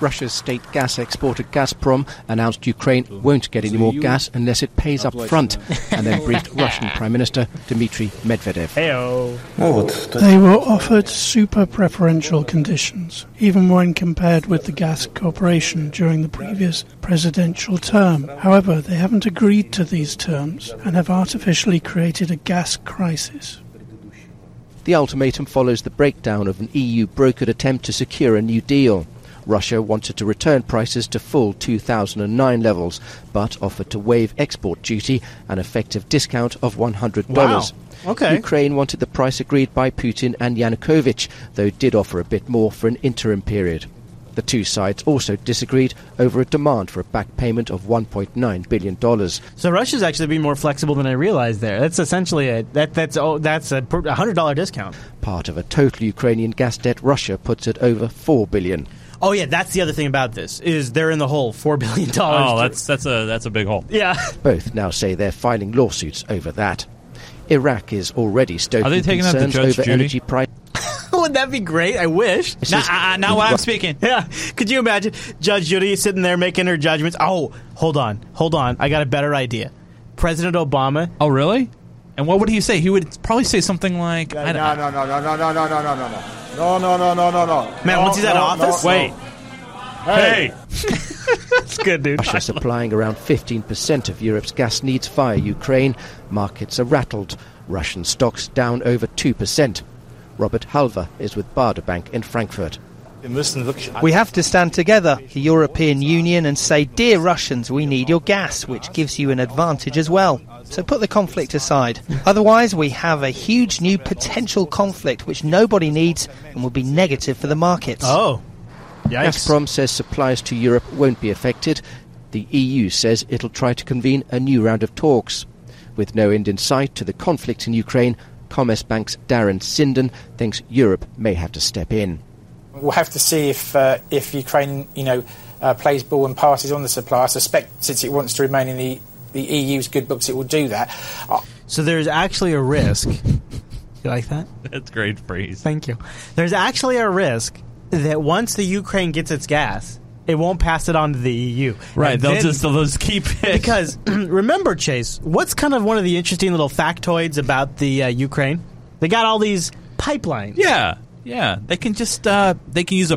Speaker 2: Russia's state gas exporter Gazprom announced Ukraine won't get any more gas unless it pays up front, and then briefed Russian Prime Minister Dmitry Medvedev.
Speaker 1: Heyo.
Speaker 23: They were offered super preferential conditions, even when compared with the gas corporation during the previous presidential term. However, they haven't agreed to these terms and have artificially created a gas crisis.
Speaker 2: The ultimatum follows the breakdown of an EU brokered attempt to secure a new deal. Russia wanted to return prices to full 2009 levels, but offered to waive export duty and effective discount of $100.
Speaker 1: Wow. Okay.
Speaker 2: Ukraine wanted the price agreed by Putin and Yanukovych, though did offer a bit more for an interim period. The two sides also disagreed over a demand for a back payment of $1.9 billion.
Speaker 1: So Russia's actually been more flexible than I realized. There, that's essentially a that that's oh, that's a per- a hundred dollar discount.
Speaker 2: Part of a total Ukrainian gas debt, Russia puts at over $4 billion.
Speaker 1: Oh yeah, that's the other thing about this is they're in the hole four billion dollars.
Speaker 2: Oh,
Speaker 1: that's
Speaker 2: that's a that's a big hole.
Speaker 1: Yeah.
Speaker 2: Both now say they're filing lawsuits over that. Iraq is already stoking
Speaker 3: Are they taking out the
Speaker 2: concerns
Speaker 3: Judge
Speaker 2: over
Speaker 3: Judy?
Speaker 2: energy prices.
Speaker 1: Wouldn't that be great? I wish.
Speaker 2: This is- Nah, uh, uh, not while I'm
Speaker 1: speaking. Yeah. Could you imagine Judge Judy sitting there making her judgments? Oh, hold on, hold on. I got a better idea. President Obama.
Speaker 3: Oh, really? And what would he say? He would probably say something like,
Speaker 24: No,
Speaker 3: I don't-
Speaker 24: no, no, no, no, no, no, no, no, no, no, no, no, no, no, no, no.
Speaker 2: Man,
Speaker 24: no,
Speaker 2: once he's out of
Speaker 24: no,
Speaker 2: office?
Speaker 24: no, no.
Speaker 2: Wait.
Speaker 24: Hey.
Speaker 1: That's good, dude.
Speaker 2: Russia supplying around 15% of Europe's gas needs via Ukraine. Markets are rattled. Russian stocks down over 2%. Robert Halver is with Baader Bank in Frankfurt.
Speaker 25: We have to stand together, the European Union, and say, Dear Russians, we need your gas, which gives you an advantage as well. So put the conflict aside. Otherwise, we have a huge new potential conflict which nobody needs and will be negative for the markets.
Speaker 1: Oh.
Speaker 2: Gazprom says supplies to Europe won't be affected. The EU says it'll try to convene a new round of talks. With no end in sight to the conflict in Ukraine, Commerzbank's Darren Sinden thinks Europe may have to step in.
Speaker 26: We'll have to see if uh, if Ukraine, you know, uh, plays ball and passes on the supply. I suspect since it wants to remain in the, the EU's good books, it will do that. I-
Speaker 1: So there's actually a risk. you like that?
Speaker 3: That's great phrase.
Speaker 1: Thank you. There's actually a risk that once the Ukraine gets its gas, it won't pass it on to the EU.
Speaker 3: Right,
Speaker 1: And
Speaker 3: they'll
Speaker 1: then-
Speaker 3: just they'll just keep it.
Speaker 1: Because remember, Chase, what's kind of one of the interesting little factoids about the uh, Ukraine? They got all these pipelines.
Speaker 3: Yeah. Yeah, they can just uh, they can use a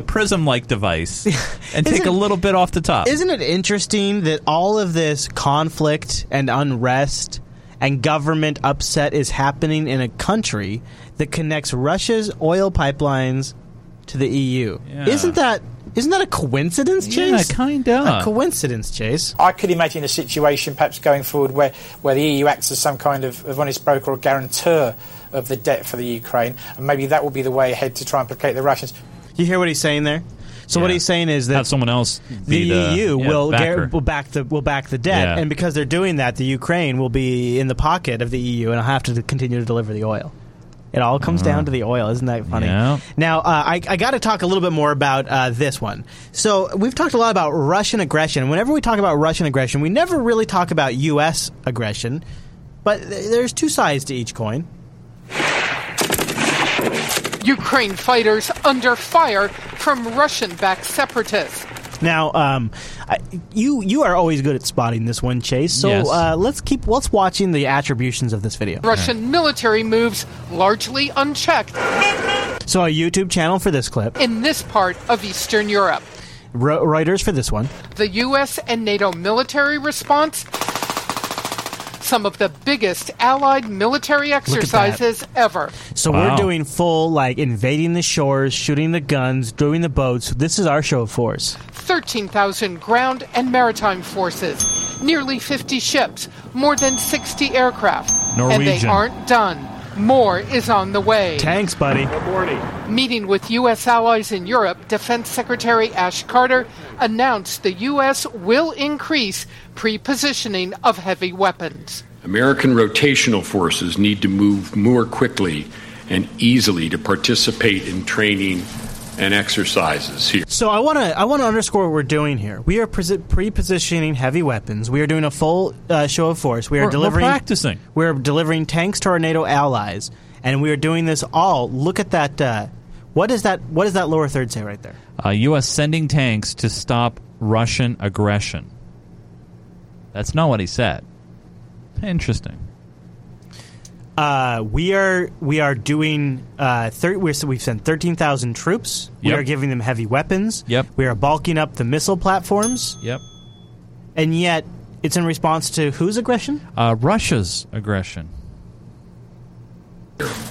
Speaker 3: prism-like device and take
Speaker 1: Isn't-
Speaker 3: a little bit off the top.
Speaker 1: Isn't it interesting that all of this conflict and unrest and government upset is happening in a country that connects Russia's oil pipelines to the EU? Isn't that isn't that a coincidence,
Speaker 26: Yeah,
Speaker 1: Chase?
Speaker 26: kinda.
Speaker 1: A coincidence, Chase.
Speaker 26: I could imagine a situation perhaps going forward where, where the EU acts as some kind of, of honest broker or guarantor of the debt for the Ukraine, and maybe that will be the way ahead to try and placate the Russians.
Speaker 1: You hear what he's saying there? So what he's saying is that have
Speaker 3: someone else.
Speaker 1: The,
Speaker 3: be the-
Speaker 1: EU
Speaker 3: yeah,
Speaker 1: will
Speaker 3: backer.
Speaker 1: gar- will back the will back the debt,
Speaker 3: Yeah.
Speaker 1: and because they're doing that, the Ukraine will be in the pocket of the EU and will have to d- continue to deliver the oil. It all comes down to the oil, isn't that funny?
Speaker 3: Uh-huh. Yeah.
Speaker 1: Now, uh, I, I got to talk a little bit more about uh, this one. So, we've talked a lot about Russian aggression. Whenever we talk about Russian aggression, we never really talk about U.S. aggression, but th- there's two sides to each coin.
Speaker 5: Ukraine fighters under fire from Russian backed separatists.
Speaker 1: Now, um, I, you you are always good at spotting this one, Chase. So
Speaker 5: Yes.
Speaker 1: uh, let's keep let's watching the attributions of this video.
Speaker 5: Russian military moves largely unchecked
Speaker 1: So a YouTube channel for this clip,
Speaker 5: in this part of Eastern Europe.
Speaker 1: Re- Reuters for this one.
Speaker 5: The US and NATO military response some of the biggest allied military
Speaker 1: that.
Speaker 5: exercises ever.
Speaker 1: So we're doing full like invading the shores, shooting the guns, doing the boats. This is our show of force.
Speaker 5: 13,000 ground and maritime forces, nearly 50 ships, more than 60 aircraft. And they
Speaker 1: Norwegian.
Speaker 5: aren't done. More is on the way.
Speaker 1: Tanks, buddy.
Speaker 5: Meeting with U.S. allies in Europe, Defense Secretary Ash Carter announced the U.S. will increase pre positioning of heavy weapons.
Speaker 27: American rotational forces need to move more quickly and easily to participate in training and exercises here.
Speaker 1: So I want to I want to underscore what we're doing here. We are pre positioning heavy weapons. We are doing a full uh, show of force. We are
Speaker 3: We're- we're
Speaker 1: delivering
Speaker 3: practicing.
Speaker 1: We're delivering tanks to our NATO allies, and we are doing this all. Look at that. Uh, what is that? What does that lower third say right there?
Speaker 3: Uh, U.S. sending tanks to stop Russian aggression. That's not what he said. Interesting.
Speaker 1: Uh, we are we are doing uh, thir- we're, so we've sent thirteen thousand troops. We
Speaker 3: Yep.
Speaker 1: are giving them heavy weapons.
Speaker 3: Yep.
Speaker 1: We are bulking up the missile platforms,
Speaker 3: Yep.
Speaker 1: and yet it's in response to whose aggression?
Speaker 3: Uh, Russia's aggression.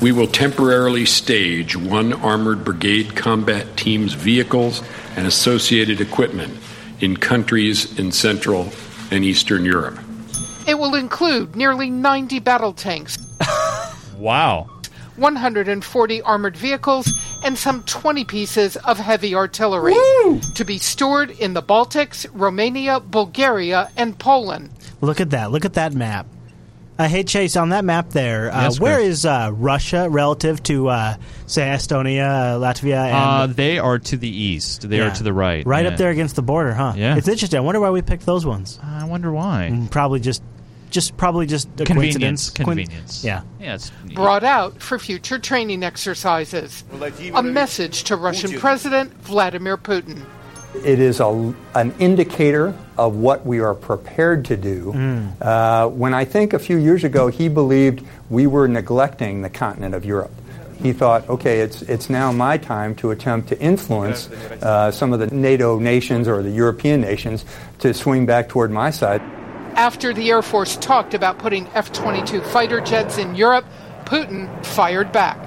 Speaker 27: We will temporarily stage one armored brigade combat team's vehicles and associated equipment in countries in Central and Eastern Europe.
Speaker 5: It will include nearly 90 battle tanks,
Speaker 3: Wow.
Speaker 5: 140 armored vehicles, and some 20 pieces of heavy artillery to be stored in the Baltics, Romania, Bulgaria, and Poland.
Speaker 1: Look at that! Look at that map. Uh, hey Chase, on that map there, uh,
Speaker 3: Yes,
Speaker 1: where
Speaker 3: Chris.
Speaker 1: is uh, Russia relative to uh, say Estonia, uh, Latvia,
Speaker 3: Uh,
Speaker 1: and
Speaker 3: they are to the east. They
Speaker 1: Yeah.
Speaker 3: are to the right.
Speaker 1: right
Speaker 3: Yeah.
Speaker 1: up there against the border? Huh?
Speaker 3: Yeah. Uh,
Speaker 1: It's interesting. I wonder why we picked those ones. Mm,
Speaker 3: I wonder why.
Speaker 1: probably just, just probably just a coincidence.
Speaker 3: Convenience.
Speaker 1: Coin-
Speaker 3: Convenience.
Speaker 1: yeah.
Speaker 3: Yeah. It's
Speaker 5: brought out for future training exercises. A message to Russian President Vladimir Putin.
Speaker 28: It is a, an indicator of what we are prepared to do. Uh, when I think a few years ago, he believed we were neglecting the continent of Europe. He thought, okay, it's, it's now my time to attempt to influence uh, some of the NATO nations or the European nations to swing back toward my side.
Speaker 5: After the Air Force talked about putting F 22 fighter jets in Europe, Putin fired back.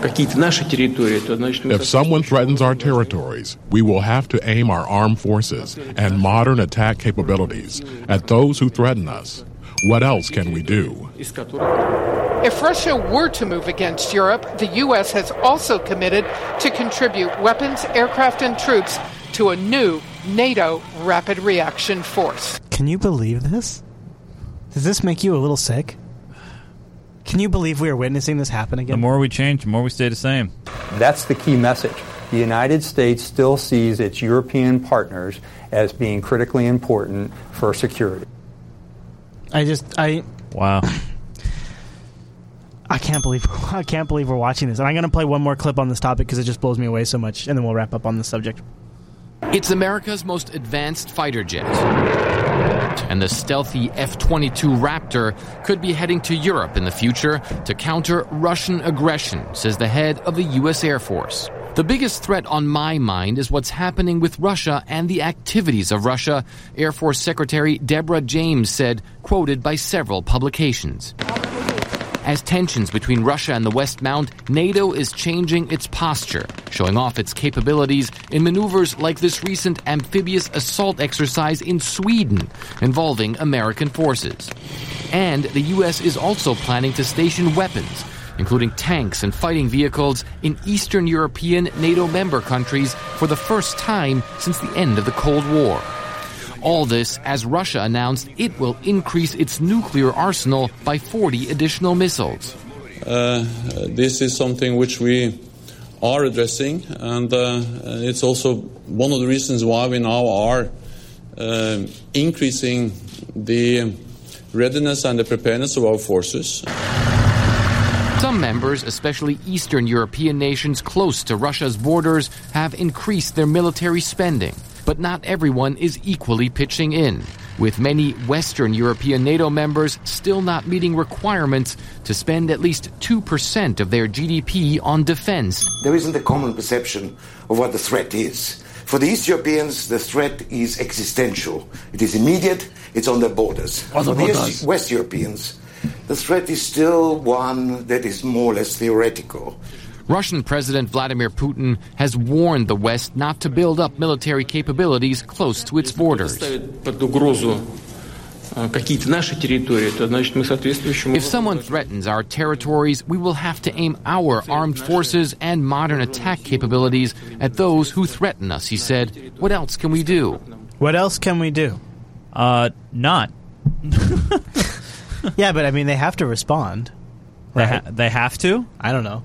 Speaker 29: If someone threatens our territories, we will have to aim our armed forces and modern attack capabilities at those who threaten us. What else can we do?
Speaker 5: If Russia were to move against Europe, the U.S. has also committed to contribute weapons, aircraft, and troops to a new NATO rapid reaction force.
Speaker 1: Can you believe this? Does this make you a little sick? Can you believe we are witnessing this happen again?
Speaker 3: The more we change, the more we stay the same.
Speaker 28: That's the key message. The United States still sees its European partners as being critically important for security.
Speaker 1: I just I
Speaker 3: wow.
Speaker 1: I can't believe I can't believe we're watching this. And I'm going to play one more clip on this topic because it just blows me away so much, and then we'll wrap up on this subject.
Speaker 30: It's America's most advanced fighter jet. And the stealthy F 22 Raptor could be heading to Europe in the future to counter Russian aggression, says the head of the U.S. Air Force. The biggest threat on my mind is what's happening with Russia and the activities of Russia, Air Force Secretary Deborah James said, quoted by several publications. As tensions between Russia and the West mount, NATO is changing its posture, showing off its capabilities in maneuvers like this recent amphibious assault exercise in Sweden involving American forces. And the U.S. is also planning to station weapons, including tanks and fighting vehicles, in Eastern European NATO member countries for the first time since the end of the Cold War. All this as Russia announced it will increase its nuclear arsenal by 40 additional missiles.
Speaker 31: Uh, this is something which we are addressing, and uh, it's also one of the reasons why we now are uh, increasing the readiness and the preparedness of our forces.
Speaker 30: Some members, especially Eastern European nations close to Russia's borders, have increased their military spending. But not everyone is equally pitching in, with many Western European NATO members still not meeting requirements to spend at least 2% of their GDP on defense.
Speaker 32: There isn't a common perception of what the threat is. For the East Europeans, the threat is existential. It is immediate, it's on their borders.
Speaker 10: On the
Speaker 32: For the
Speaker 10: borders.
Speaker 32: East- West Europeans, the threat is still one that is more or less theoretical.
Speaker 30: Russian President Vladimir Putin has warned the West not to build up military capabilities close to its borders.
Speaker 33: ставит под угрозу э, какие-то наши территории, то значит мы соответствующим
Speaker 30: If someone threatens our territories, we will have to aim our armed forces and modern attack capabilities at those who threaten us, he said. What else can we do?
Speaker 1: What else can we do? Uh, not. yeah, but I mean, they have to respond.
Speaker 3: They, ha- they have to?
Speaker 1: I don't know.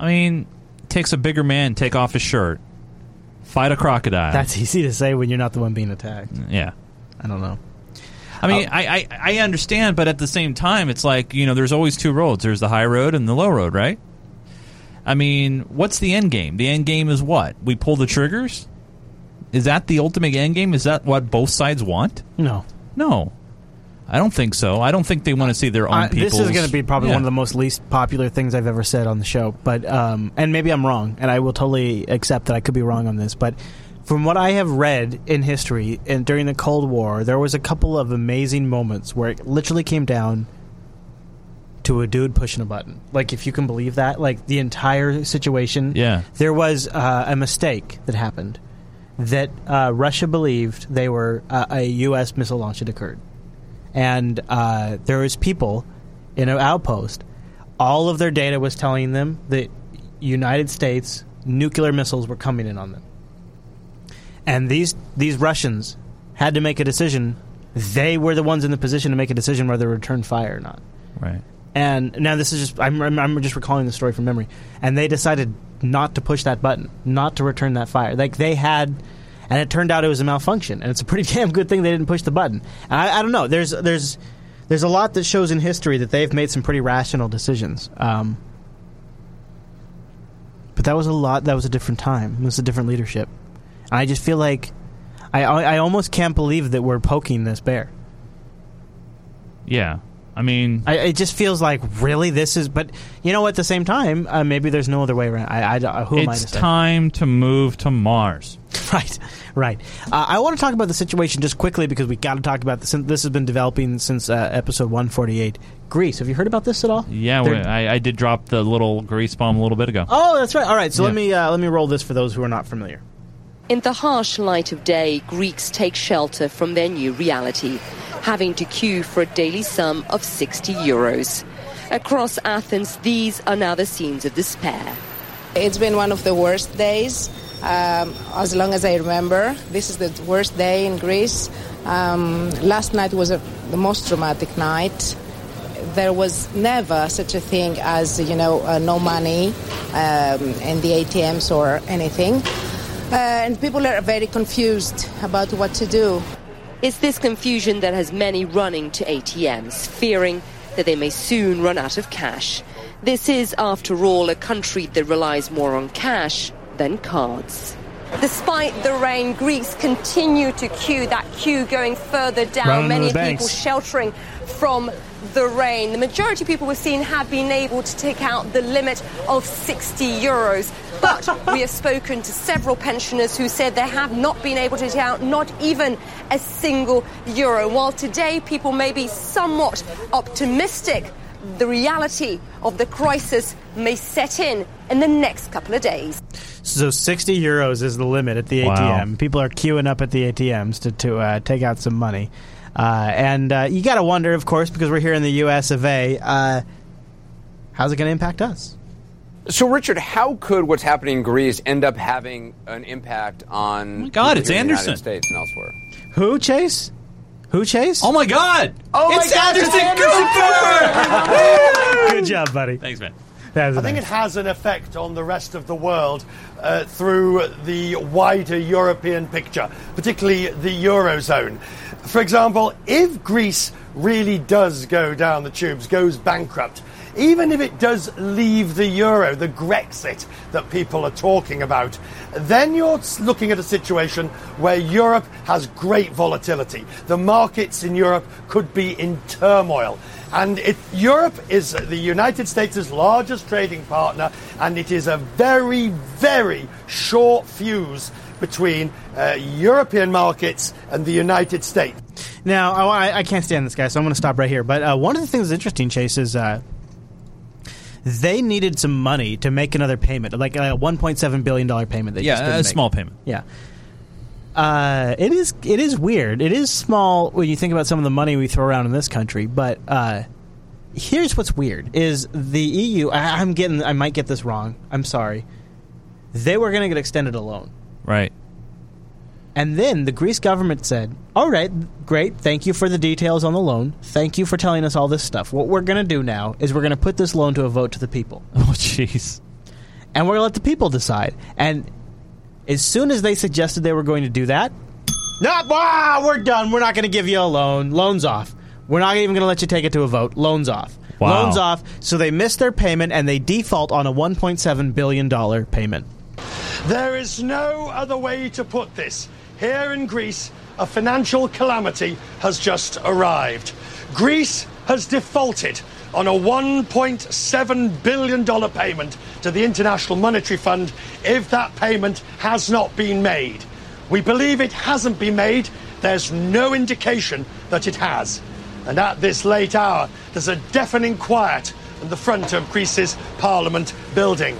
Speaker 3: I mean, takes a bigger man to take off his shirt, fight a crocodile.
Speaker 1: That's easy to say when you're not the one being attacked.
Speaker 3: Uh, yeah.
Speaker 1: I don't know.
Speaker 3: I mean,
Speaker 1: Oh.
Speaker 3: I, I I understand, but at the same time, it's like you know, there's always two roads. There's the high road and the low road, right? I mean, what's the end game? The end game is what we pull the triggers. Is that the ultimate end game? Is that what both sides want?
Speaker 1: No.
Speaker 3: no, I don't think so. I don't think they want to see their own
Speaker 1: I-
Speaker 3: people.
Speaker 1: this is going to be probably one of the most least popular things I've ever said on the show, but um, and maybe I'm wrong, and I will totally accept that I could be wrong on this, but from what I have read in history and during the Cold War, there was a couple of amazing moments where it literally came down to a dude pushing a button. Like if you can believe that, like the entire situation.
Speaker 3: Yeah.
Speaker 1: There was uh, a mistake that happened that uh, Russia believed they were uh, a U.S. missile launch had occurred, and uh, there was people in an outpost. All of their data was telling them that United States nuclear missiles were coming in on them and these these Russians had to make a decision. They were the ones in the position to make a decision whether to return fire or not.
Speaker 3: Right.
Speaker 1: And now this is just I'm I'm- I'm just recalling the story from memory. And they decided not to push that button, not to return that fire. Like they had. And it turned out it was a malfunction, and it's a pretty damn good thing they didn't push the button. And I, I don't know. There's there's there's a lot that shows in history that they've made some pretty rational decisions. Um, but that was a lot. That was a different time. It was a different leadership. And I just feel like I, I I almost can't believe that we're poking this bear.
Speaker 3: yeah. I mean,
Speaker 1: I, it just feels like really this is. But you know, at the same time, uh, maybe there's no other way around. I, I- who am I to
Speaker 3: it's
Speaker 1: say?
Speaker 3: time to move to Mars.
Speaker 1: right, right. Uh, I want to talk about the situation just quickly because we got to talk about this. This has been developing since uh, episode 148. Greece. Have you heard about this at all?
Speaker 3: Yeah,
Speaker 1: They're-
Speaker 3: well, I, I did drop the little grease bomb a little bit ago.
Speaker 1: Oh, that's right. All right. So let
Speaker 3: Yeah.
Speaker 1: me uh, let me roll this for those who are not familiar.
Speaker 34: In the harsh light of day, Greeks take shelter from their new reality, having to queue for a daily sum of 60 euros. Across Athens, these are now the scenes of despair.
Speaker 17: It's been one of the worst days, um, as long as I remember. This is the worst day in Greece. Um, last night was a, the most traumatic night. There was never such a thing as, you know, uh, no money um, in the ATMs or anything. Uh, and people are very confused about what to do.
Speaker 34: It's this confusion that has many running to ATMs, fearing that they may soon run out of cash. This is, after all, a country that relies more on cash than cards.
Speaker 35: Despite the rain, Greeks continue to queue, that queue going further down.
Speaker 34: Round
Speaker 35: Many
Speaker 34: the banks.
Speaker 35: people sheltering from the rain. The majority of people we've seen have been able to take out the limit of 60 euros. But we have spoken to several pensioners who said they have not been able to take out not even a single euro. While today people may be somewhat optimistic, the reality of the crisis may set in in the next couple of days.
Speaker 1: So 60 euros is the limit at the
Speaker 3: Wow.
Speaker 1: ATM. People are queuing up at the ATMs to, to uh, take out some money. Uh, and uh, you got to wonder, of course, because we're here in the US of A, uh, how's it going to impact us?
Speaker 12: So, Richard, how could what's happening in Greece end up having an impact on
Speaker 1: Oh my God,
Speaker 12: people
Speaker 1: it's
Speaker 12: here in the
Speaker 1: Anderson.
Speaker 12: United States and elsewhere?
Speaker 1: Who, Chase? Who, Chase?
Speaker 3: Oh, my God.
Speaker 12: Oh,
Speaker 36: my
Speaker 12: It's
Speaker 36: God,
Speaker 12: Anderson
Speaker 36: Cooper!
Speaker 1: Good job, buddy. Thanks,
Speaker 3: man.
Speaker 1: That was
Speaker 37: I think it has an effect on the rest of the world uh, through the wider European picture, particularly the Eurozone. For example, if Greece really does go down the tubes, goes bankrupt, even if it does leave the euro, the Grexit that people are talking about, then you're s- looking at a situation where Europe has great volatility. The markets in Europe could be in turmoil. And it, Europe is the United States' largest trading partner, and it is a very, very short fuse between uh, European markets and the United States.
Speaker 1: Now, oh, I, I- I can't stand this guy, so I'm going to stop right here. But uh, one of the things that's interesting, Chase, is uh, they needed some money to make another payment, like a 1.7 billion dollar payment. They
Speaker 3: Yeah,
Speaker 1: just didn't
Speaker 3: a
Speaker 1: make.
Speaker 3: small payment.
Speaker 1: Yeah. Uh, it is it is weird. It is small when you think about some of the money we throw around in this country. But uh, here's what's weird: is the EU. I, I'm getting. I might get this wrong. I'm sorry. They were going to get extended a loan.
Speaker 3: Right.
Speaker 1: And then the Greece government said, "All right, great. Thank you for the details on the loan. Thank you for telling us all this stuff. What we're going to do now is we're going to put this loan to a vote to the people."
Speaker 3: Oh, jeez.
Speaker 1: And we're going to let the people decide. And as soon as they suggested they were going to do that, no, ah, we're done. We're not going to give you a loan. Loans off. We're not even going to let you take it to a vote. Loans off.
Speaker 3: Wow.
Speaker 1: Loans off. So they miss their payment and they default on a 1.7 billion dollar payment.
Speaker 37: There is no other way to put this. Here in Greece, a financial calamity has just arrived. Greece has defaulted on a $1.7 billion payment to the International Monetary Fund if that payment has not been made. We believe it hasn't been made. There's no indication that it has. And at this late hour, there's a deafening quiet in the front of Greece's Parliament building.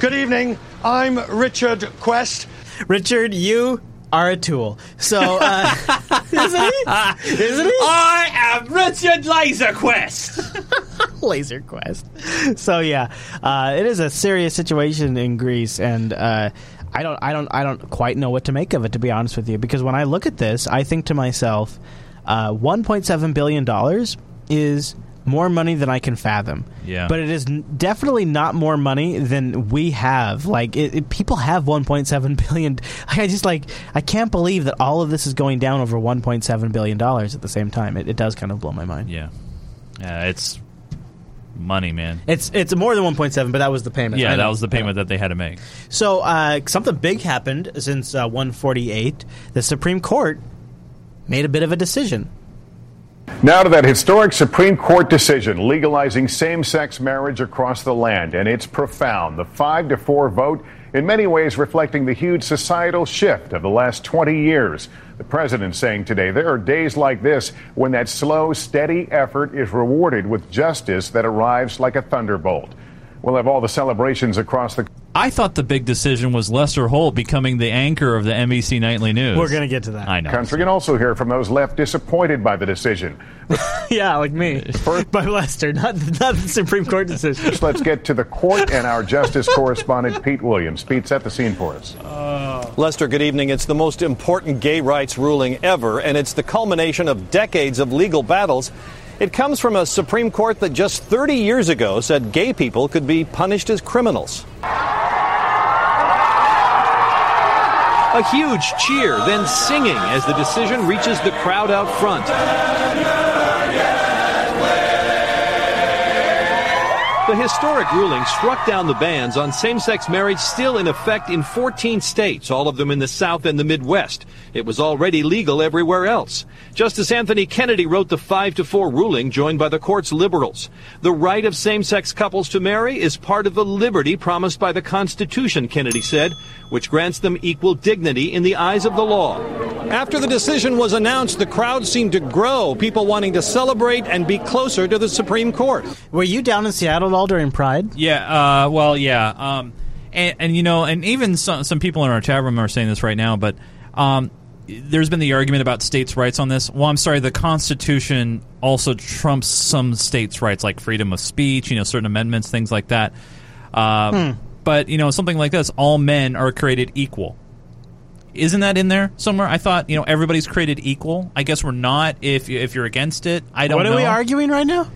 Speaker 37: Good evening. I'm Richard Quest.
Speaker 1: Richard, you are a tool. So, uh, isn't he? Isn't he?
Speaker 36: I am Richard Laserquest.
Speaker 1: Laser Quest. So yeah, uh, it is a serious situation in Greece, and uh, I don't, I don't, I don't quite know what to make of it, to be honest with you. Because when I look at this, I think to myself, uh, 1.7 billion dollars is more money than I can fathom.
Speaker 3: Yeah.
Speaker 1: but it is n- definitely not more money than we have. Like it, it- people have 1.7 billion. I just like I can't believe that all of this is going down over 1.7 billion dollars at the same time. It, it does kind of blow my mind.
Speaker 3: Yeah. Yeah, it's money, man.
Speaker 1: It's it's more than 1.7, but that was the payment.
Speaker 3: Yeah,
Speaker 1: I
Speaker 3: that
Speaker 1: know.
Speaker 3: was the payment that they had to make.
Speaker 1: So uh, something big happened since uh, 148. The Supreme Court made a bit of a decision.
Speaker 38: Now to that historic Supreme Court decision legalizing same sex marriage across the land, and it's profound. The 5 to 4 vote, in many ways, reflecting the huge societal shift of the last 20 years. The president saying today there are days like this when that slow, steady effort is rewarded with justice that arrives like a thunderbolt. We'll have all the celebrations across the
Speaker 3: I thought the big decision was Lester Holt becoming the anchor of the NBC Nightly News.
Speaker 38: We're gonna
Speaker 1: to get to that.
Speaker 3: I know.
Speaker 38: country and also hear from those left disappointed by the decision.
Speaker 1: yeah, like me. By Lester, not, not the Supreme Court decision.
Speaker 38: First, let's get to the court and our justice correspondent, Pete Williams. Pete, set the scene for
Speaker 1: Uh,
Speaker 38: us.
Speaker 39: Lester, good evening. It's the most important gay rights ruling ever, and it's the culmination of decades of legal battles. It comes from a Supreme Court that just 30 years ago said gay people could be punished as criminals.
Speaker 40: A huge cheer, then singing as the decision reaches the crowd out front.
Speaker 19: The historic ruling struck down the bans on same sex marriage still in effect in 14 states, all of them in the South and the Midwest. It was already legal everywhere else. Justice Anthony Kennedy wrote the 5 to 4 ruling, joined by the court's liberals. The right of same sex couples to marry is part of the liberty promised by the Constitution, Kennedy said, which grants them equal dignity in the eyes of the law.
Speaker 18: After the decision was announced, the crowd seemed to grow, people wanting to celebrate and be closer to the Supreme Court.
Speaker 1: Were you down in Seattle at all during Pride?
Speaker 3: Yeah. Uh, well, yeah. Um, and, and you know, and even some, some people in our chat room are saying this right now, but um, there's been the argument about states' rights on this. Well, I'm sorry, the Constitution also trumps some states' rights, like freedom of speech, you know, certain amendments, things like that. Uh,
Speaker 2: Hmm.
Speaker 3: But you know, something like this: all men are created equal. Isn't that in there somewhere? I thought you know everybody's created equal. I guess we're not. If if you're against it, I don't.
Speaker 1: What
Speaker 3: know.
Speaker 1: are we arguing right now?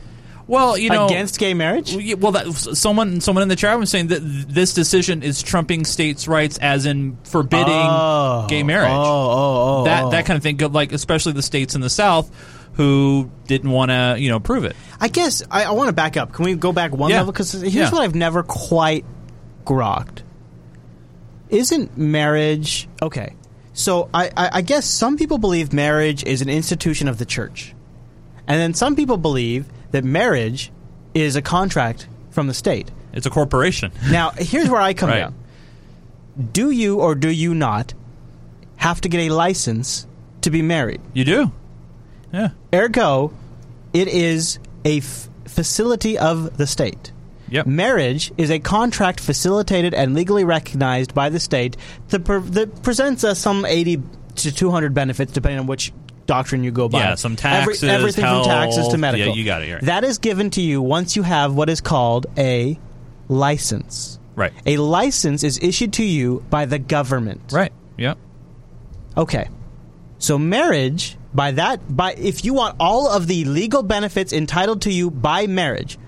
Speaker 3: Well, you know,
Speaker 1: against gay marriage.
Speaker 3: Well, that, someone someone in the chat room saying that th- this decision is trumping states' rights, as in forbidding
Speaker 1: Oh.
Speaker 3: gay marriage.
Speaker 1: Oh, oh, oh,
Speaker 3: that
Speaker 1: oh.
Speaker 3: that kind of thing. Go- Like especially the states in the South who didn't want to, you know, prove it.
Speaker 1: I guess I, I want to back up. Can we go back one
Speaker 3: Yeah.
Speaker 1: level? Because here's
Speaker 3: Yeah.
Speaker 1: what I've never quite grokked. Isn't marriage okay? So I, I, I guess some people believe marriage is an institution of the church, and then some people believe that marriage is a contract from the state.
Speaker 3: It's a corporation.
Speaker 1: Now here's where I come
Speaker 3: Right.
Speaker 1: down. Do you or do you not have to get a license to be married?
Speaker 3: You do. Yeah.
Speaker 1: Ergo, it is a f- facility of the state. Yep. Marriage is a contract facilitated and legally recognized by the state that, pre- that presents us some 80 to 200 benefits, depending on which doctrine you go by.
Speaker 3: Yeah, some
Speaker 1: Every-
Speaker 3: taxes,
Speaker 1: everything from taxes
Speaker 3: health.
Speaker 1: to
Speaker 3: Yeah,
Speaker 1: medical.
Speaker 3: you got it, you're right.
Speaker 1: That is given to you once you have what is called a license.
Speaker 3: Right.
Speaker 1: A license is issued to you by the government.
Speaker 3: Right. Yep.
Speaker 1: Okay. So marriage by that by if you want all of the legal benefits entitled to you by marriage,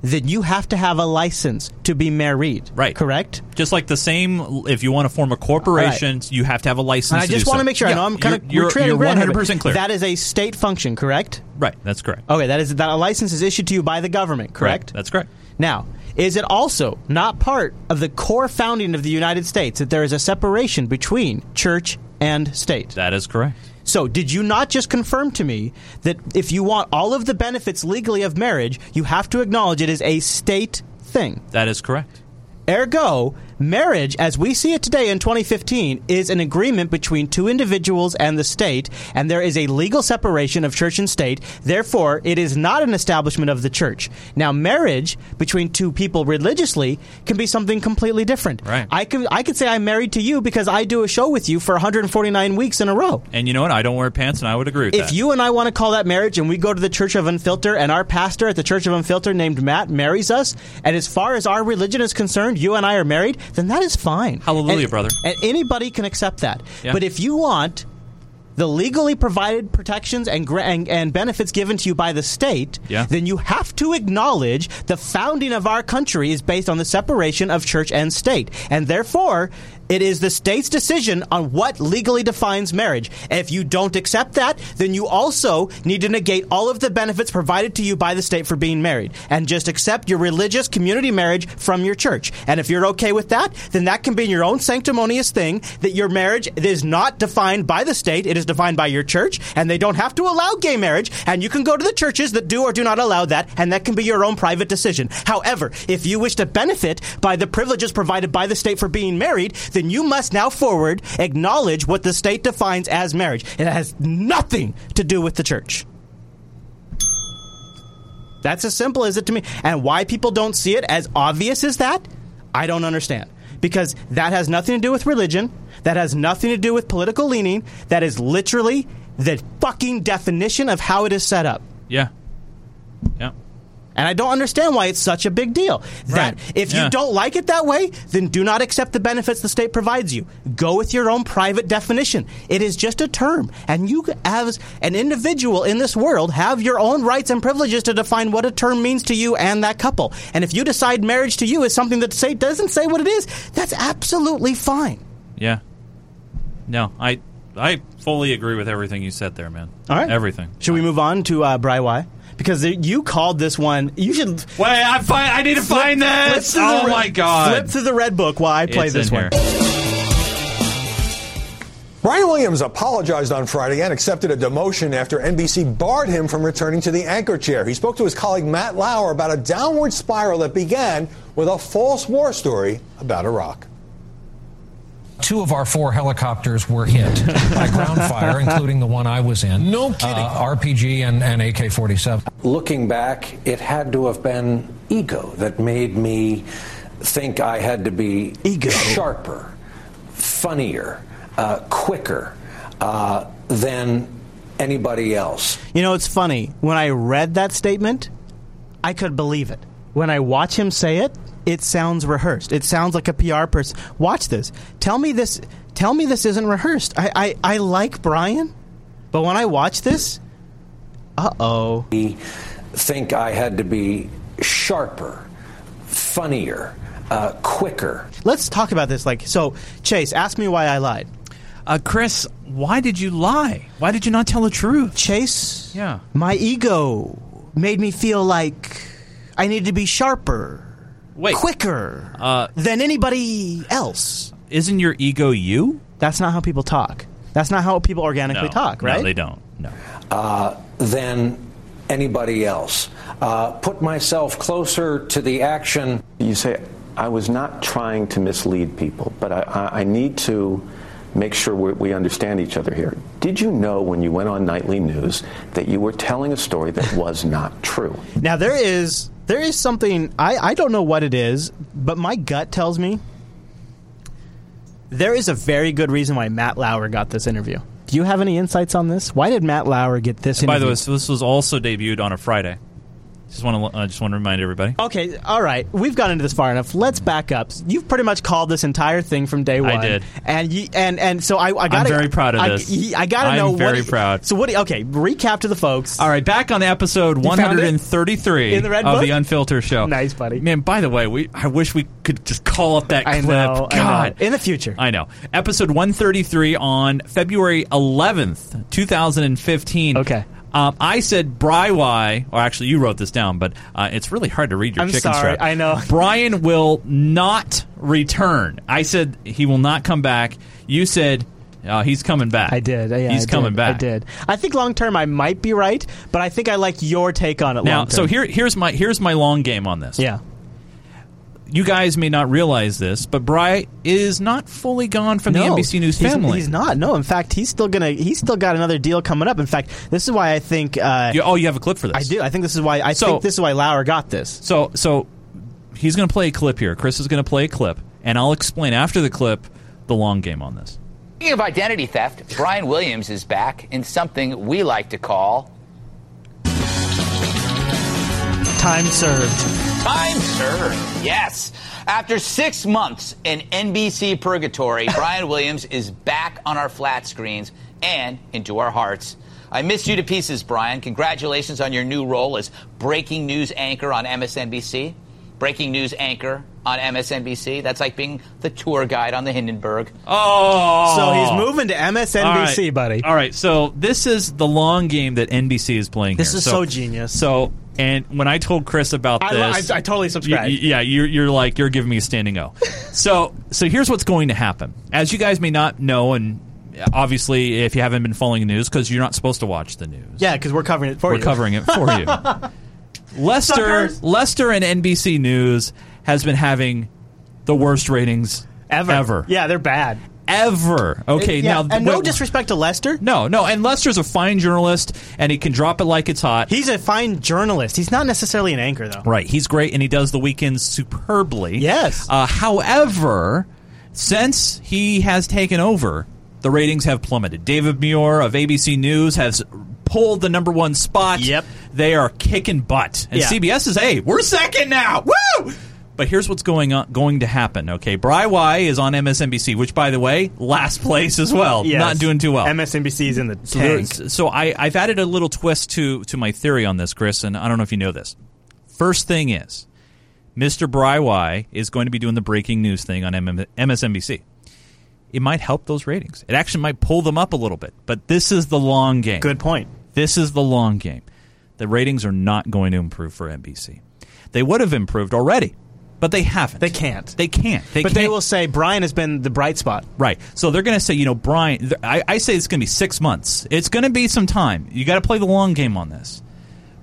Speaker 1: then you have to have a license to be married. Right. Correct?
Speaker 3: Just like the same, if you want to form a corporation, you have to have a license.
Speaker 1: And I just
Speaker 3: want to
Speaker 1: make sure I know I'm kind of
Speaker 3: you're you're one hundred percent clear.
Speaker 1: That is a state function, correct?
Speaker 3: right. That's correct.
Speaker 1: Okay, that is that a license is issued to you by the government, correct?
Speaker 3: That's correct.
Speaker 1: Now, is it also not part of the core founding of the United States that there is a separation between church and state?
Speaker 3: That is correct.
Speaker 1: So, did you not just confirm to me that if you want all of the benefits legally of marriage, you have to acknowledge it is a state thing?
Speaker 3: That is correct.
Speaker 1: Ergo, marriage, as we see it today in 2015, is an agreement between two individuals and the state, and there is a legal separation of church and state. Therefore, it is not an establishment of the church. Now, marriage between two people religiously can be something completely different. Right. I could I could say I'm married to you because I do a show with you for 149 weeks in a row.
Speaker 3: And you know what? I don't wear pants, and I would agree with
Speaker 1: If
Speaker 3: that.
Speaker 1: you and I want to call that marriage and we go to the Church of Unfilter and our pastor at the Church of Unfilter named Matt marries us, and as far as our religion is concerned, you and I are married, then that is fine.
Speaker 3: Hallelujah,
Speaker 1: And-
Speaker 3: brother.
Speaker 1: And anybody can accept that.
Speaker 3: Yeah.
Speaker 1: But if you want the legally provided protections and, gra- and and benefits given to you by the state,
Speaker 3: Yeah.
Speaker 1: then you have to acknowledge the founding of our country is based on the separation of church and state, and therefore it is the state's decision on what legally defines marriage. And if you don't accept that, then you also need to negate all of the benefits provided to you by the state for being married, and just accept your religious community marriage from your church. And if you're okay with that, then that can be your own sanctimonious thing that your marriage is not defined by the state, it is defined by your church, and they don't have to allow gay marriage, and you can go to the churches that do or do not allow that, and that can be your own private decision. However, if you wish to benefit by the privileges provided by the state for being married, then you must now forward acknowledge what the state defines as marriage. It has nothing to do with the church. That's as simple as it to me. And why people don't see it as obvious as that, I don't understand. Because that has nothing to do with religion, that has nothing to do with political leaning, that is literally the fucking definition of how it is set up.
Speaker 3: yeah. Yeah.
Speaker 1: And I don't understand why it's such a big deal. That if
Speaker 3: Yeah.
Speaker 1: you don't like it that way, then do not accept the benefits the state provides you. Go with your own private definition. It is just a term, and you as an individual in this world have your own rights and privileges to define what a term means to you and that couple. And if you decide marriage to you is something that the state doesn't say what it is, that's absolutely fine.
Speaker 3: Yeah. No, I I fully agree with everything you said there, man.
Speaker 1: All right.
Speaker 3: Everything.
Speaker 1: Should we move on to uh, Bry Y? because they- you called this one. You should
Speaker 3: Wait, I find I need to find
Speaker 1: flip
Speaker 3: this.
Speaker 1: through the
Speaker 3: Oh
Speaker 1: re-
Speaker 3: my god!
Speaker 1: Flip through the red book while I play
Speaker 3: It's
Speaker 1: this
Speaker 3: in
Speaker 1: one.
Speaker 3: here.
Speaker 2: Brian Williams apologized on Friday and accepted a demotion after NBC barred him from returning to the anchor chair. He spoke to his colleague Matt Lauer about a downward spiral that began with a false war story about Iraq.
Speaker 20: Two of our four helicopters were hit by ground fire, including the one I was in. Uh, No kidding. RPG and, and AK 47.
Speaker 21: Looking back, it had to have been ego that made me think I had to be ego. sharper, funnier, uh, quicker uh, than anybody else.
Speaker 1: You know, it's funny. When I read that statement, I could believe it. When I watch him say it, it sounds rehearsed. It sounds like a PR person. Watch this. Tell me this. Tell me this isn't rehearsed. I I, I like Brian, but when I watch this, uh oh.
Speaker 21: Think I had to be sharper, funnier, uh, quicker.
Speaker 1: Let's talk about this. Like, so Chase, ask me why I lied.
Speaker 3: Uh, Chris, why did you lie? Why did you not tell the truth?
Speaker 1: Chase,
Speaker 3: Yeah.
Speaker 1: my ego made me feel like I needed to be sharper,
Speaker 3: Wait.
Speaker 1: quicker
Speaker 3: Uh,
Speaker 1: than anybody else.
Speaker 3: Isn't your ego you?
Speaker 1: That's not how people talk. That's not how people organically talk, right?
Speaker 3: No, they don't. No.
Speaker 21: uh, than anybody else. Uh, put myself closer to the action.
Speaker 22: You say, I was not trying to mislead people, but I, I, I need to make sure we, we understand each other here. Did you know when you went on nightly news that you were telling a story that was not true?
Speaker 1: Now there is there is something I I don't know what it is, but my gut tells me there is a very good reason why Matt Lauer got this interview. Do you have any insights on this? Why did Matt Lauer get this?
Speaker 3: And by the way,
Speaker 1: interview?
Speaker 3: so this was also debuted on a Friday. Just want to I just want to remind everybody.
Speaker 1: Okay, all right. We've gotten into this far enough. Let's back up. You've pretty much called this entire thing from day one.
Speaker 3: did.
Speaker 1: and you, and and so I, I got.
Speaker 3: very proud of
Speaker 1: I,
Speaker 3: this.
Speaker 1: I, gotta
Speaker 3: I'm
Speaker 1: know. what
Speaker 3: very
Speaker 1: it-
Speaker 3: proud.
Speaker 1: So what? Okay, recap to the folks.
Speaker 3: All right, back on episode
Speaker 1: You found it?
Speaker 3: 133
Speaker 1: In the red
Speaker 3: of
Speaker 1: book?
Speaker 3: the Unfiltered Show. Nice,
Speaker 1: buddy.
Speaker 3: Man, by the way, we I wish we could just call up that
Speaker 1: I
Speaker 3: clip.
Speaker 1: know, I know.
Speaker 3: God,
Speaker 1: in the future.
Speaker 3: I know. Episode 133 on February 11th, 2015. Okay. Um, I said Brywai, or actually, you wrote this down, but uh, it's really hard to read your
Speaker 1: I'm
Speaker 3: chicken
Speaker 1: sorry,
Speaker 3: strap. I know. Brian will not return. I said he will not come back. You said uh, he's coming back. I did.
Speaker 1: Yeah,
Speaker 3: he's
Speaker 1: I
Speaker 3: coming
Speaker 1: did.
Speaker 3: back.
Speaker 1: I did. I think long term I might be right, but I think I like your take on it.
Speaker 3: Now,
Speaker 1: long term.
Speaker 3: so here, here's my here's my long game on this.
Speaker 1: Yeah.
Speaker 3: You guys may not realize this, but Bry is not fully gone from
Speaker 1: No,
Speaker 3: the NBC News
Speaker 1: he's-
Speaker 3: family.
Speaker 1: He's not. No, in fact, he's still gonna. He's still got another deal coming up. In fact, this is why I think. Uh,
Speaker 3: You- oh, you have a clip for this?
Speaker 1: I do. I think this is why. I
Speaker 3: So-
Speaker 1: think this is why Lauer got this.
Speaker 3: So so he's going to play a clip here. Chris is going to play a clip, and I'll explain after the clip the long game on this.
Speaker 23: Speaking of identity theft, Brian Williams is back in something we like to call
Speaker 1: Time served.
Speaker 23: time served. Yes. After six months in NBC purgatory, Brian Williams is back on our flat screens and into our hearts. I miss you to pieces, Brian. Congratulations on your new role as breaking news anchor on MSNBC. Breaking news anchor on MSNBC. That's like being the tour guide on the Hindenburg.
Speaker 3: Oh,
Speaker 1: So he's moving to MSNBC, buddy.
Speaker 3: All right, so this is the long game that NBC is playing.
Speaker 1: This
Speaker 3: here.
Speaker 1: is so genius.
Speaker 3: So, and when I told Chris about
Speaker 1: I lo-
Speaker 3: this,
Speaker 1: I- I totally subscribe.
Speaker 3: y- y- yeah, you're you're like you're giving me a standing O. so, so here's what's going to happen. As you guys may not know, and obviously if you haven't been following the news, because you're not supposed to watch the news.
Speaker 1: Yeah, because we're covering it for
Speaker 3: We're
Speaker 1: you.
Speaker 3: covering it for you. Lester,
Speaker 1: Suckers.
Speaker 3: Lester, and NBC News has been having the worst ratings
Speaker 1: Ever.
Speaker 3: Ever.
Speaker 1: Yeah, they're bad.
Speaker 3: Ever. Okay,
Speaker 1: Yeah,
Speaker 3: now
Speaker 1: and no
Speaker 3: wait-
Speaker 1: disrespect to Lester.
Speaker 3: no, no, and Lester's a fine journalist, and he can drop it like it's hot.
Speaker 1: He's a fine journalist. He's not necessarily an anchor, though.
Speaker 3: Right, he's great, and he does the weekends superbly.
Speaker 1: Yes.
Speaker 3: Uh, however, since he has taken over, the ratings have plummeted. David Muir of ABC News has pulled the number one spot. Yep. They are kicking butt, and
Speaker 24: Yeah.
Speaker 3: CBS is hey, we're second now. Woo! But here's what's going on, going to happen. Okay, Bry Y is on MSNBC, which, by the way, last place as well.
Speaker 1: Yes.
Speaker 3: Not doing too well.
Speaker 1: MSNBC's in the
Speaker 3: So,
Speaker 1: tank.
Speaker 3: there- so I, I've added a little twist to to my theory on this, Chris, and I don't know if you know this. First thing is, Mr. Brywai is going to be doing the breaking news thing on MM MSNBC. It might help those ratings. It actually might pull them up a little bit. But this is the long game. Good
Speaker 1: point.
Speaker 3: This is the long game. The ratings are not going to improve for NBC. They would have improved already, but they haven't. They can't. They can't. They
Speaker 1: But
Speaker 3: can't.
Speaker 1: they will say Brian has been the bright spot.
Speaker 3: Right. So they're going to say, you know, Brian, th- I, I say it's going to be six months. It's going to be some time. You got to play the long game on this.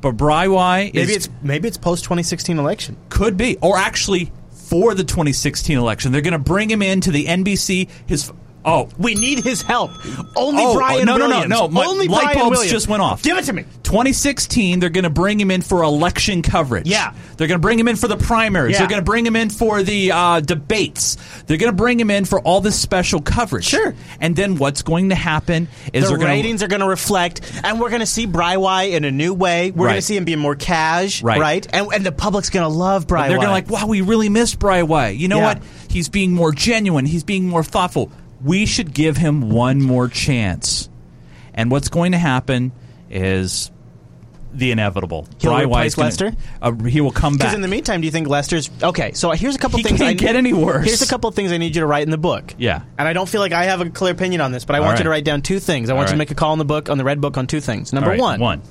Speaker 3: But Brywai
Speaker 1: Maybe
Speaker 3: is,
Speaker 1: it's maybe it's post 2016 election.
Speaker 3: could be, or actually for the 2016 election, they're going to bring him into the NBC. His oh,
Speaker 1: We need his help. Only
Speaker 3: oh,
Speaker 1: Brian.
Speaker 3: No,
Speaker 1: Williams.
Speaker 3: no, no, no. My
Speaker 1: Only
Speaker 3: light
Speaker 1: Brian
Speaker 3: bulbs
Speaker 1: Williams.
Speaker 3: just went off.
Speaker 1: Give it to me.
Speaker 3: 2016, they're going to bring him in for election coverage.
Speaker 1: Yeah.
Speaker 3: They're going to bring him in for the primaries.
Speaker 1: Yeah.
Speaker 3: They're going to bring him in for the uh, debates. They're going to bring him in for all this special coverage. Sure. And then what's going to happen is
Speaker 1: the
Speaker 3: they're going
Speaker 1: ratings are going to reflect, and we're going to see Brywai in a new way. We're going
Speaker 3: Right.
Speaker 1: to see him be more cash,
Speaker 3: Right.
Speaker 1: right? And, and the public's going to love Brywai.
Speaker 3: They're going to like, wow, we really miss Bry White. You know
Speaker 1: Yeah.
Speaker 3: what? He's being more genuine. He's being more thoughtful. We should give him one more chance. And what's going to happen is the inevitable.
Speaker 1: He'll
Speaker 3: Bry
Speaker 1: replace
Speaker 3: Wyatt's gonna-
Speaker 1: Lester?
Speaker 3: uh, he will come
Speaker 1: Because
Speaker 3: back.
Speaker 1: in the meantime, do you think Lester's okay? So here's a couple
Speaker 3: He
Speaker 1: things. I
Speaker 3: can't get any worse.
Speaker 1: Here's a couple things I need you to write in the book.
Speaker 3: yeah.
Speaker 1: And I don't feel like I have a clear opinion on this, but I
Speaker 3: All
Speaker 1: want
Speaker 3: right.
Speaker 1: you to write down two things. I
Speaker 3: All
Speaker 1: want you
Speaker 3: right.
Speaker 1: to make a call on the book on the red book on two things. Number
Speaker 3: All right,
Speaker 1: one,
Speaker 3: One.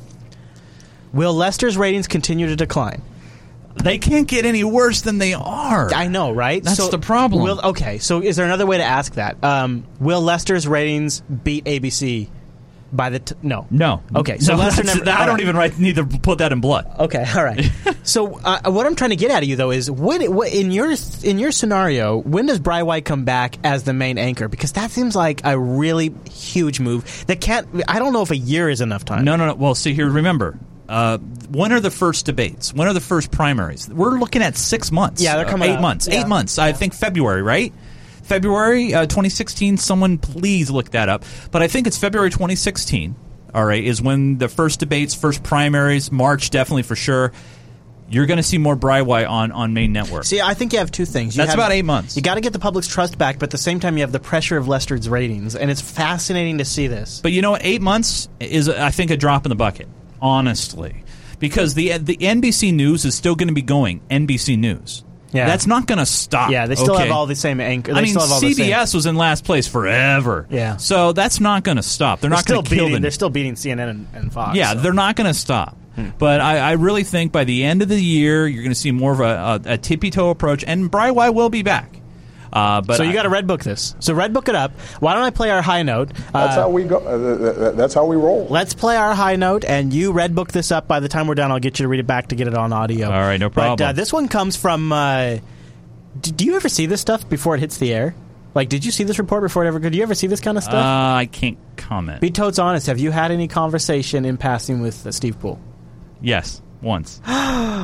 Speaker 1: will Lester's ratings continue to decline?
Speaker 3: They can't get any worse than they are.
Speaker 1: I know, right?
Speaker 3: That's
Speaker 1: So
Speaker 3: the problem.
Speaker 1: Will, okay, so is there another way to ask that? Um, will Lester's ratings beat ABC by the t- no?
Speaker 3: No.
Speaker 1: Okay, so
Speaker 3: No,
Speaker 1: Lester
Speaker 3: that's-
Speaker 1: never.
Speaker 3: I
Speaker 1: all
Speaker 3: don't
Speaker 1: right.
Speaker 3: even write, need to put that in blood.
Speaker 1: Okay, all right. so uh, what I'm trying to get out of you though is what, what in your in your scenario, when does Bry White come back as the main anchor? Because that seems like a really huge move. That can't. I don't know if a year is enough time.
Speaker 3: No, no, no. Well, see here. Remember, uh, when are the first debates? When are the first primaries? We're looking at six months.
Speaker 1: Yeah, they're
Speaker 3: Uh,
Speaker 1: coming
Speaker 3: eight
Speaker 1: up.
Speaker 3: months.
Speaker 1: Yeah.
Speaker 3: Eight months. I think February, right? February uh, 2016. Someone please look that up. But I think it's February 2016. All right, is when the first debates, first primaries, March definitely for sure. You're going to see more Bryway on on main network.
Speaker 1: See, I think you have two things. You
Speaker 3: That's
Speaker 1: have-
Speaker 3: about eight months.
Speaker 1: You got to get the public's trust back, but at the same time, you have the pressure of Lester's ratings, and it's fascinating to see this.
Speaker 3: But you know what? Eight months is, I think, a drop in the bucket, honestly, because the the NBC News is still going to be going NBC News.
Speaker 1: Yeah.
Speaker 3: that's not going to stop.
Speaker 1: Yeah, they still
Speaker 3: Ah, okay?
Speaker 1: have all the same anchor. They
Speaker 3: I mean,
Speaker 1: still have all the same-
Speaker 3: CBS was in last place forever.
Speaker 1: Yeah.
Speaker 3: so that's not going to stop. They're,
Speaker 1: They're
Speaker 3: not going to
Speaker 1: still
Speaker 3: kill
Speaker 1: beating-
Speaker 3: the.
Speaker 1: They're still beating CNN and, and Fox.
Speaker 3: yeah,
Speaker 1: so. Hmm.
Speaker 3: they're not going to stop. But I, I really think by the end of the year, you're going to see more of a, a, a tippy toe approach, and Bryway will be back. Uh, but
Speaker 1: so you
Speaker 3: I-
Speaker 1: got to red book this. So red book it up. Why don't I play our high note?
Speaker 5: That's how we go. Uh, th- th- th- that's how we roll.
Speaker 1: Let's play our high note, and you red book this up. By the time we're done, I'll get you to read it back to get it on audio. All
Speaker 3: right, no problem.
Speaker 1: But uh, this one comes from. Uh, d- do you ever see this stuff before it hits the air? Like, did you see this report before it ever? Did you ever see this kind of
Speaker 3: uh,
Speaker 1: stuff?
Speaker 3: I can't comment.
Speaker 1: Be totes honest. Have you had any conversation in passing with uh, Steve Poole?
Speaker 3: yes, once.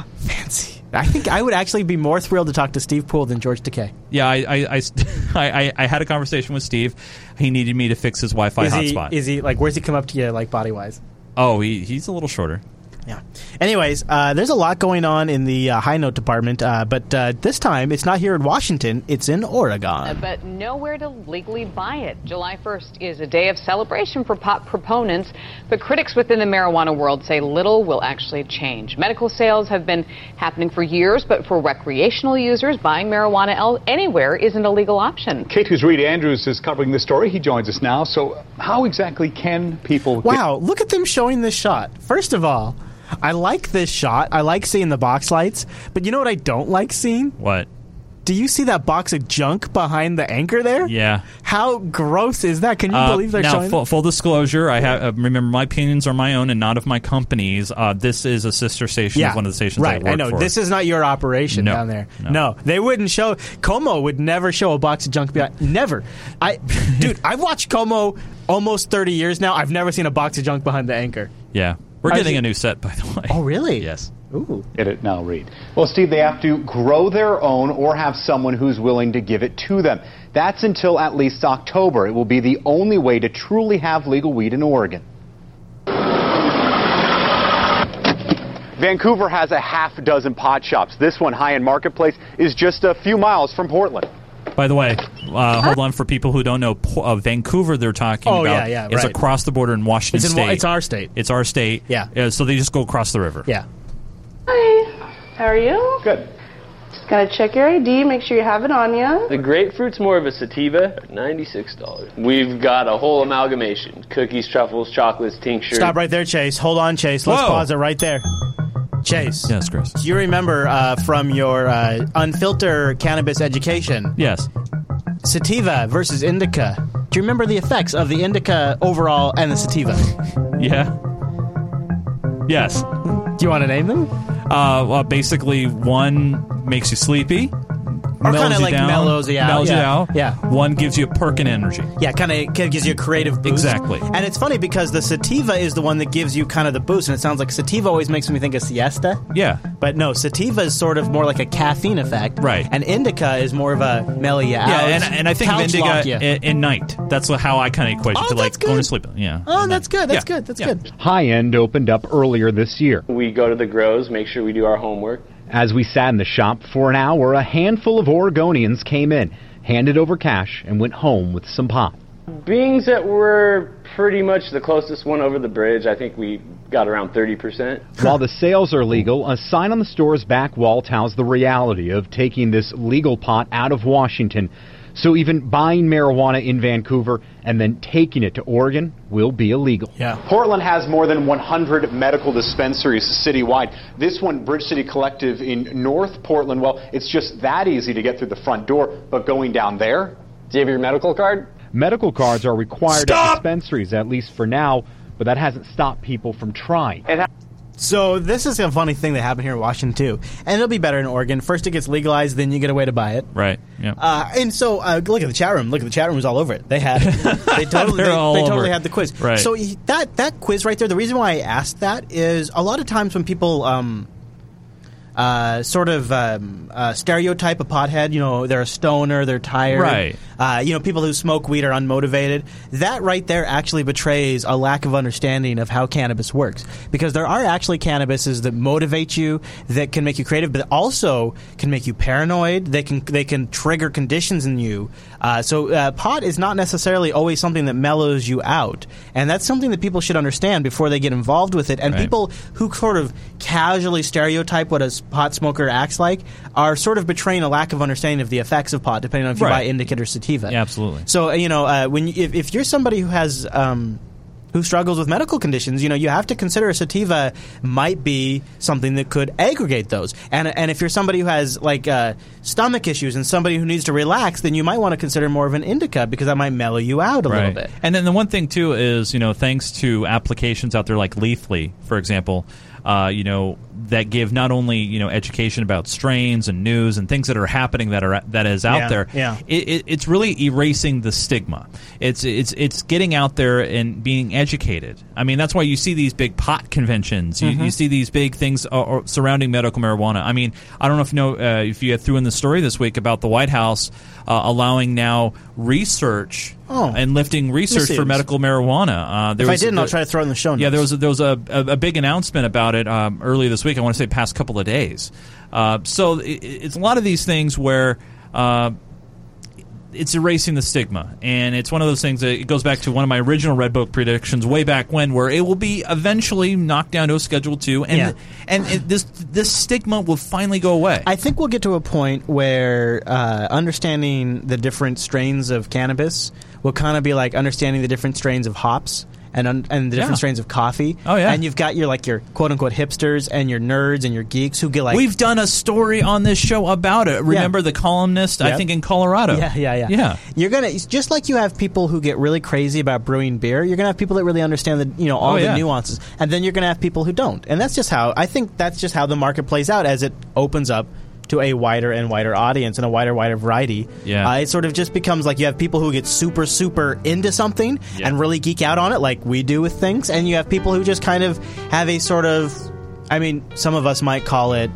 Speaker 1: Fancy. I think I would actually be more thrilled to talk to Steve Poole than George Takei.
Speaker 3: Yeah, I I, I, st- I, I- I had a conversation with Steve. He needed me to fix his Wi-Fi
Speaker 1: is
Speaker 3: hotspot.
Speaker 1: He, is he like? Where's he come up to you like body wise?
Speaker 3: oh, he, he's a little shorter.
Speaker 1: Yeah. Anyways, uh, there's a lot going on in the uh, high note department, uh, but uh, this time it's not here in Washington; it's in Oregon.
Speaker 8: Uh, but nowhere to legally buy it. July 1st is a day of celebration for pot proponents, but critics within the marijuana world say little will actually change. Medical sales have been happening for years, but for recreational users, buying marijuana el- anywhere isn't a legal option.
Speaker 9: K2's Reed Andrews is covering this story. He joins us now. So, how exactly can people? get-
Speaker 1: Wow, look at them showing this shot. First of all, I like this shot. I like seeing the box lights, but you know what I don't like seeing?
Speaker 3: What?
Speaker 1: Do you see that box of junk behind the anchor there?
Speaker 3: Yeah.
Speaker 1: How gross is that? Can you
Speaker 3: Uh,
Speaker 1: believe they're
Speaker 3: now,
Speaker 1: showing?
Speaker 3: full, full disclosure, I have uh, remember my opinions are my own and not of my company's. Uh, this is a sister station
Speaker 1: yeah,
Speaker 3: of one of the stations
Speaker 1: right.
Speaker 3: I work
Speaker 1: know
Speaker 3: for.
Speaker 1: this is not your operation
Speaker 3: No,
Speaker 1: down there.
Speaker 3: no.
Speaker 1: No. they wouldn't show. Como would never show a box of junk behind. Never. I, dude, I've watched Como almost thirty years now. I've never seen a box of junk behind the anchor.
Speaker 3: yeah, we're
Speaker 9: I
Speaker 3: getting
Speaker 9: see-
Speaker 3: a new set by the way.
Speaker 1: Oh, really?
Speaker 3: Yes.
Speaker 1: Ooh.
Speaker 9: Get it now, Reed. Well, Steve, they have to grow their own or have someone who's willing to give it to them. That's until at least October. It will be the only way to truly have legal weed in Oregon. Vancouver has a half dozen pot shops. This one, High End Marketplace, is just a few miles from Portland.
Speaker 3: By the way, uh, hold on for people who don't know, Po- uh, Vancouver they're talking
Speaker 1: Oh,
Speaker 3: about
Speaker 1: yeah, yeah,
Speaker 3: is
Speaker 1: right.
Speaker 3: across the border in Washington
Speaker 1: It's in Wa-
Speaker 3: State.
Speaker 1: it's our state.
Speaker 3: It's our state. Uh, Yeah. so they just go across the river.
Speaker 1: Yeah.
Speaker 10: Hi. How are you?
Speaker 9: Good.
Speaker 10: Just
Speaker 6: Gonna check your ID, make sure you have it on you.
Speaker 7: The grapefruit's more of a sativa, $96. We've got a whole amalgamation cookies, truffles, chocolates, tinctures.
Speaker 1: Stop right there, Chase. Hold on, Chase. Let's
Speaker 7: Whoa.
Speaker 1: pause it right there. Chase.
Speaker 3: Yes, Chris.
Speaker 1: Do you remember uh, from your uh, unfiltered cannabis education?
Speaker 3: Yes.
Speaker 1: Sativa versus indica. Do you remember the effects of the indica overall and the sativa?
Speaker 3: Yeah. Yes.
Speaker 1: Do you want to name them?
Speaker 3: Uh, well, basically, one makes you sleepy.
Speaker 1: Or
Speaker 3: mellows
Speaker 1: kinda
Speaker 3: you
Speaker 1: like
Speaker 3: down,
Speaker 1: mellows you out,
Speaker 3: Mellows you
Speaker 1: yeah,
Speaker 3: out.
Speaker 1: yeah.
Speaker 3: One gives you a perk in energy.
Speaker 1: Yeah, kind of gives you a creative boost.
Speaker 3: Exactly.
Speaker 1: And it's funny because the sativa is the one that gives you kind of the boost, and it sounds like sativa always makes me think of siesta.
Speaker 3: Yeah.
Speaker 1: But no, sativa is sort of more like a caffeine effect. Right. And indica is more of a mellow you out.
Speaker 3: Yeah, and, and I think of
Speaker 1: couch
Speaker 3: indica
Speaker 1: lock you.
Speaker 3: i- in, night. That's what- how I kind of equate it
Speaker 1: Oh,
Speaker 3: to like
Speaker 1: that's good.
Speaker 3: going to sleep. Yeah.
Speaker 1: Oh, that's good. That's
Speaker 3: Yeah.
Speaker 1: good. That's
Speaker 3: Yeah.
Speaker 1: good.
Speaker 9: High End opened up earlier this year.
Speaker 7: We go to the grows, make sure we do our homework.
Speaker 9: As we sat in the shop for an hour, a handful of Oregonians came in, handed over cash, and went home with some pot.
Speaker 7: Beings that were pretty much the closest one over the bridge, I think we got around 30%.
Speaker 9: While the sales are legal, a sign on the store's back wall tells the reality of taking this legal pot out of Washington. So even buying marijuana in Vancouver and then taking it to Oregon will be illegal.
Speaker 1: Yeah.
Speaker 9: Portland has more than 100 medical dispensaries citywide. This one, Bridge City Collective in North Portland, well, it's just that easy to get through the front door, but going down there. Do you have your medical card? Medical cards are required at dispensaries, at least for now, but that hasn't stopped people from trying.
Speaker 1: So this is a funny thing that happened here in Washington too, and it'll be better in Oregon. First, it gets legalized, then you get a way to buy it.
Speaker 3: Right. Yeah.
Speaker 1: Uh, and so, uh, look at the chat room. Look at the chat room was all over it. They had, they totally, they,
Speaker 3: They're all
Speaker 1: they
Speaker 3: over
Speaker 1: totally
Speaker 3: it.
Speaker 1: had the quiz.
Speaker 3: Right.
Speaker 1: So he- that that quiz right there. The reason why I asked that is a lot of times when people. Um, uh, sort of um, uh, stereotype a pothead. You know, they're a stoner, they're tired.
Speaker 3: Right.
Speaker 1: Uh, you know, people who smoke weed are unmotivated. That right there actually betrays a lack of understanding of how cannabis works, because there are actually cannabises that motivate you, that can make you creative, but also can make you paranoid. They can they can trigger conditions in you. Uh, so uh, pot is not necessarily always something that mellows you out, and that's something that people should understand before they get involved with it. And
Speaker 3: Right.
Speaker 1: people people who sort of casually stereotype what a s- pot smoker acts like are sort of betraying a lack of understanding of the effects of pot, depending on if you buy
Speaker 3: Right.
Speaker 1: indica or sativa.
Speaker 3: Yeah, absolutely.
Speaker 1: So uh, you know, uh, when you, if, if you're somebody who has um, who struggles with medical conditions, you know, you have to consider a sativa might be something that could aggregate those. And and if you're somebody who has like uh, stomach issues and somebody who needs to relax, then you might want to consider more of an indica because that might mellow you out a little bit.
Speaker 3: And then the one thing too is you know thanks to applications out there like Leafly, for example, uh, you know that give not only you know education about strains and news and things that are happening that are that is out
Speaker 1: Yeah,
Speaker 3: there.
Speaker 1: yeah.
Speaker 3: It, it, it's really erasing the stigma. It's it's it's getting out there and being educated. I mean that's why you see these big pot conventions. You,
Speaker 1: Mm-hmm.
Speaker 10: Mhm.
Speaker 3: you see these big things uh, or surrounding medical marijuana. I mean I don't know if you know uh, if you threw in the story this week about the White House uh, allowing now research
Speaker 1: Oh.
Speaker 3: and lifting research for
Speaker 1: seems-
Speaker 3: medical marijuana. Uh, there
Speaker 1: if I
Speaker 3: was-
Speaker 1: didn't, I'll
Speaker 3: there-
Speaker 1: try to throw it in the show notes.
Speaker 3: yeah, there was a, there was a, a, a big announcement about it um, earlier this week. I want to say past couple of days. Uh, so i i- it's a lot of these things where. Uh, it's erasing the stigma, and it's one of those things that it goes back to one of my original Red Book predictions way back when, where it will be eventually knocked down to a Schedule Two, and
Speaker 1: Yeah.
Speaker 3: and it, this this stigma will finally go away.
Speaker 1: I think we'll get to a point where uh, understanding the different strains of cannabis will kind of be like understanding the different strains of hops and un- and the different
Speaker 3: Yeah.
Speaker 1: strains of coffee.
Speaker 3: Oh, yeah.
Speaker 1: and you've got your like your quote unquote hipsters and your nerds and your geeks who get like
Speaker 3: We've done a story on this show about it. Remember the columnist? I
Speaker 1: Yep.
Speaker 3: think in Colorado.
Speaker 1: Yeah, yeah, yeah.
Speaker 3: yeah.
Speaker 1: You're gonna it's just like you have people who get really crazy about brewing beer. You're gonna have people that really understand the you know all
Speaker 3: Oh,
Speaker 1: the
Speaker 3: yeah.
Speaker 1: nuances, and then you're gonna have people who don't. And that's just how I think that's just how the market plays out as it opens up to a wider and wider audience and a wider wider variety.
Speaker 3: Yeah.
Speaker 1: uh, it sort of just becomes like you have people who get super super into something
Speaker 3: Yeah.
Speaker 1: and really geek out on it, like we do with things, and you have people who just kind of have a sort of, I mean, some of us might call it.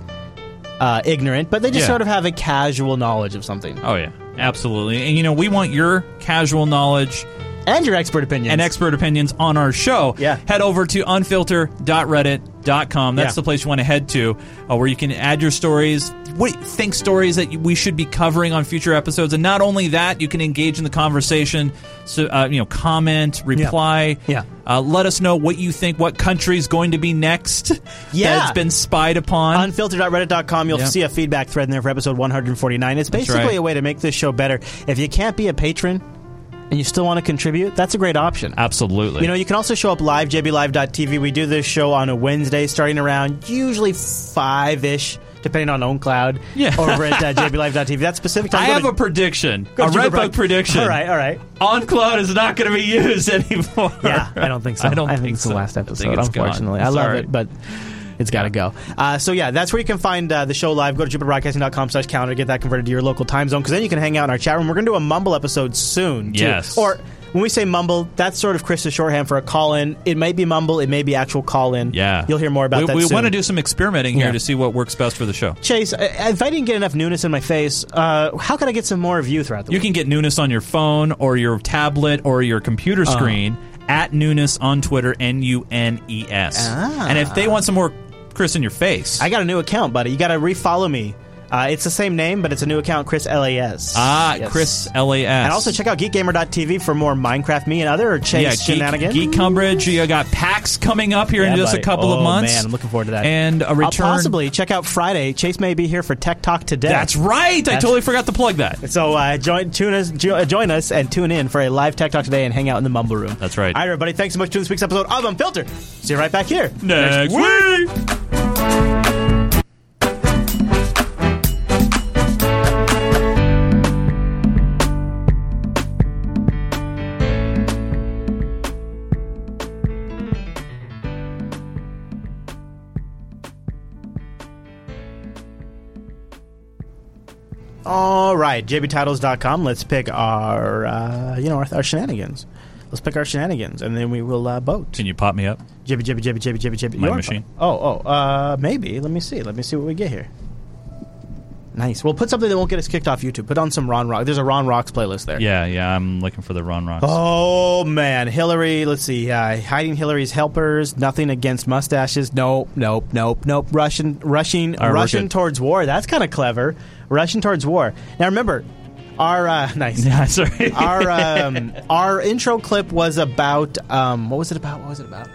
Speaker 1: Uh, ignorant, but they just
Speaker 3: Yeah.
Speaker 1: sort of have a casual knowledge of something.
Speaker 3: Oh yeah, absolutely. And you know, we want your casual knowledge
Speaker 1: and your expert opinions
Speaker 3: and expert opinions on our show. Yeah. Head over to unfilter.reddit.com nightlynews.com. That's
Speaker 1: Yeah.
Speaker 3: the place you want to head to uh, where you can add your stories, what you think stories that you- we should be covering on future episodes. And not only that, you can engage in the conversation, so uh, you know, comment, reply.
Speaker 1: Yeah.
Speaker 3: Uh, let us know what you think, what country's going to be next
Speaker 1: Yeah.
Speaker 3: that's been spied upon.
Speaker 1: Unfiltered.reddit.com. You'll
Speaker 3: Yeah.
Speaker 1: see a feedback thread in there for episode 149. It's
Speaker 3: That's
Speaker 1: basically
Speaker 3: right.
Speaker 1: a way to make this show better. If you can't be a patron and you still want to contribute, that's a great option.
Speaker 3: Absolutely.
Speaker 1: You know, you can also show up live, jblive.tv. We do this show on a Wednesday, starting around usually five ish, depending on OwnCloud. Yeah. Over at uh, jblive.tv. That's specific time.
Speaker 3: I
Speaker 1: Go
Speaker 3: have
Speaker 1: to-
Speaker 3: a prediction.
Speaker 1: Go
Speaker 3: A
Speaker 1: to Jupiter
Speaker 3: Red Bug
Speaker 1: Bright.
Speaker 3: prediction.
Speaker 1: All right, all right.
Speaker 3: OnCloud is not going to be used anymore.
Speaker 1: Yeah, Ah, I don't think so.
Speaker 3: I don't
Speaker 1: think, it's the
Speaker 3: so.
Speaker 1: last
Speaker 3: I think
Speaker 1: episode,
Speaker 3: it's gone.
Speaker 1: unfortunately. I love
Speaker 3: Sorry.
Speaker 1: it, but it's got to go. Uh, so, yeah, that's where you can find uh, the show live. Go to jupiterbroadcasting.com slash calendar, get that converted to your local time zone, because then you can hang out in our chat room. We're going to do a mumble episode soon. too.
Speaker 3: Yes.
Speaker 1: Or when we say mumble, that's sort of Chris's shorthand for a call in. It may be mumble, it may be actual call in.
Speaker 3: Yeah.
Speaker 1: You'll hear more about
Speaker 3: we,
Speaker 1: that
Speaker 3: We
Speaker 1: soon.
Speaker 3: want to do some experimenting here
Speaker 1: Yeah.
Speaker 3: to see what works best for the show.
Speaker 1: Chase, I- if I didn't get enough newness in my face, uh, how can I get some more of you throughout the
Speaker 3: You can get Newness on your phone or your tablet or your computer
Speaker 1: Uh-huh.
Speaker 3: screen at Newness on Twitter, N U N E S.
Speaker 1: Ah.
Speaker 3: And if they want some more Chris in your face,
Speaker 1: I got a new account, buddy. You got to refollow me. Uh, it's the same name, but it's a new account, Chris Las.
Speaker 3: ah,
Speaker 1: Yes.
Speaker 3: Chris LAS.
Speaker 1: And also check out geekgamer.tv for more Minecraft, me and other or Chase
Speaker 3: yeah, Geek,
Speaker 1: shenanigans.
Speaker 3: Geek Cumberage. You got PAX coming up here in
Speaker 1: Yeah,
Speaker 3: just a
Speaker 1: buddy.
Speaker 3: couple
Speaker 1: Oh,
Speaker 3: of months.
Speaker 1: man, I'm looking forward to that.
Speaker 3: And a return.
Speaker 1: I'll possibly check out Friday. Chase may be here for Tech Talk today.
Speaker 3: That's right. I
Speaker 1: That's-
Speaker 3: totally forgot to plug that.
Speaker 1: So uh, join tune us, jo- uh, join us, and tune in for a live Tech Talk today, and hang out in the Mumble Room.
Speaker 3: That's right.
Speaker 1: All right, everybody. Thanks so much for this week's episode of Unfiltered. See you right back here
Speaker 3: Next week.
Speaker 1: All right, jbtitles.com. Let's pick our, uh, you know, our, our shenanigans. Let's pick our shenanigans, and then we will uh, vote.
Speaker 3: Can you pop me up?
Speaker 1: Jibby, jibby, jibby, jibby, jibby, jibby.
Speaker 3: My
Speaker 1: You're-
Speaker 3: machine.
Speaker 1: Oh, oh, uh, maybe. Let me see. Let me see what we get here. Nice. We'll put something that won't get us kicked off YouTube. Put on some Ron Rock. There's a Ron Rocks playlist there.
Speaker 3: Yeah, yeah. I'm looking for the Ron Rocks.
Speaker 1: Oh man, Hillary. Let's see. Uh, hiding Hillary's helpers. Nothing against mustaches. Nope. Nope. Nope. Nope. Russian. Rushing.
Speaker 3: All right, we're
Speaker 1: Russian
Speaker 3: good.
Speaker 1: towards war. That's kind of clever. Russian towards war. Now remember, our uh, nice.
Speaker 3: Yeah, sorry.
Speaker 1: our um, our intro clip was about um, what was it about? What was it about?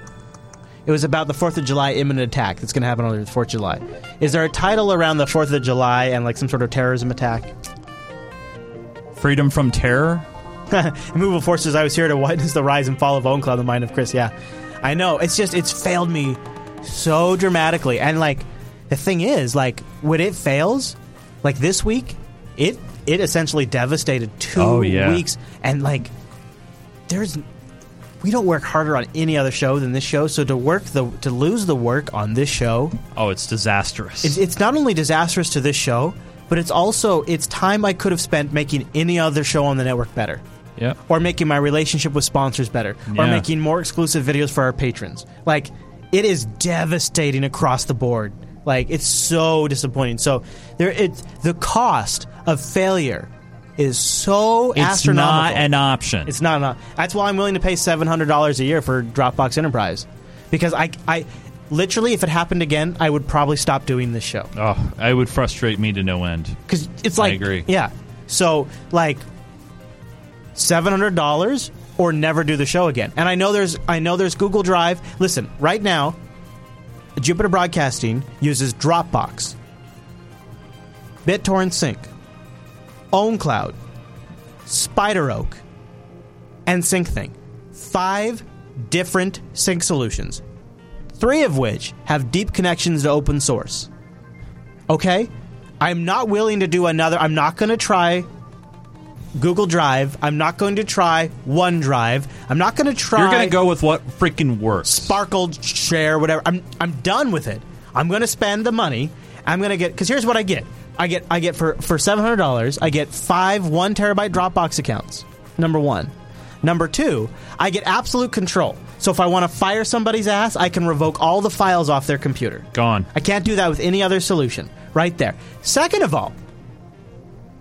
Speaker 1: It was about the Fourth of July imminent attack that's going to happen on the Fourth of July. Is there a title around the Fourth of July and like some sort of terrorism attack?
Speaker 3: Freedom from terror.
Speaker 1: Immovable forces. I was here to witness the rise and fall of OwnCloud, the mind of Chris. Yeah, I know. It's just it's failed me so dramatically. And like the thing is, like when it fails, like this week, it it essentially devastated two
Speaker 3: Oh, yeah.
Speaker 1: weeks. And like there's we don't work harder on any other show than this show. So to work the to lose the work on this show,
Speaker 3: Oh, it's disastrous.
Speaker 1: it's, it's not only disastrous to this show, but it's also it's time I could have spent making any other show on the network better
Speaker 3: yeah.
Speaker 1: or making my relationship with sponsors better, or
Speaker 3: Yeah.
Speaker 1: making more exclusive videos for our patrons. Like, it is devastating across the board. Like, it's so disappointing. So, there, it's the cost of failure is so
Speaker 3: It's not
Speaker 1: astronomical.
Speaker 3: an option.
Speaker 1: It's not enough. That's why I'm willing to pay seven hundred dollars a year for Dropbox Enterprise, because I, I, literally, if it happened again, I would probably stop doing this show.
Speaker 3: Oh, it would frustrate me to no end.
Speaker 1: Because it's
Speaker 3: I
Speaker 1: like,
Speaker 3: agree.
Speaker 1: yeah. So like seven hundred dollars or never do the show again. And I know there's I know there's Google Drive. Listen, right now, Jupiter Broadcasting uses Dropbox, BitTorrent Sync, OwnCloud, Spider Oak, and SyncThing. Five different sync solutions, three of which have deep connections to open source. Okay? I'm not willing to do another. I'm not going to try Google Drive. I'm not going to try OneDrive. I'm not going to try.
Speaker 3: You're going to go with what freaking works.
Speaker 1: Sparkled share, whatever. I'm I'm done with it. I'm going to spend the money. I'm going to get because here's what I get. I get I get for for seven hundred dollars. I get five one terabyte Dropbox accounts. Number one. Number two, I get absolute control. So if I want to fire somebody's ass, I can revoke all the files off their computer.
Speaker 3: Gone.
Speaker 1: I can't do that with any other solution. Right there. Second of all,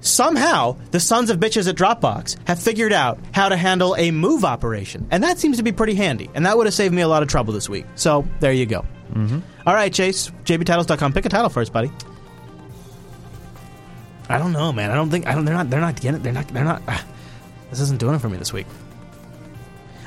Speaker 1: somehow the sons of bitches at Dropbox have figured out how to handle a move operation, and that seems to be pretty handy. And that would have saved me a lot of trouble this week. So there you go. All right, Chase. JBTitles.com. Pick a title for us, buddy. I don't know, man. I don't think I don't. They're not. They're not getting. it. They're not. They're not. ah, this isn't doing it for me this week.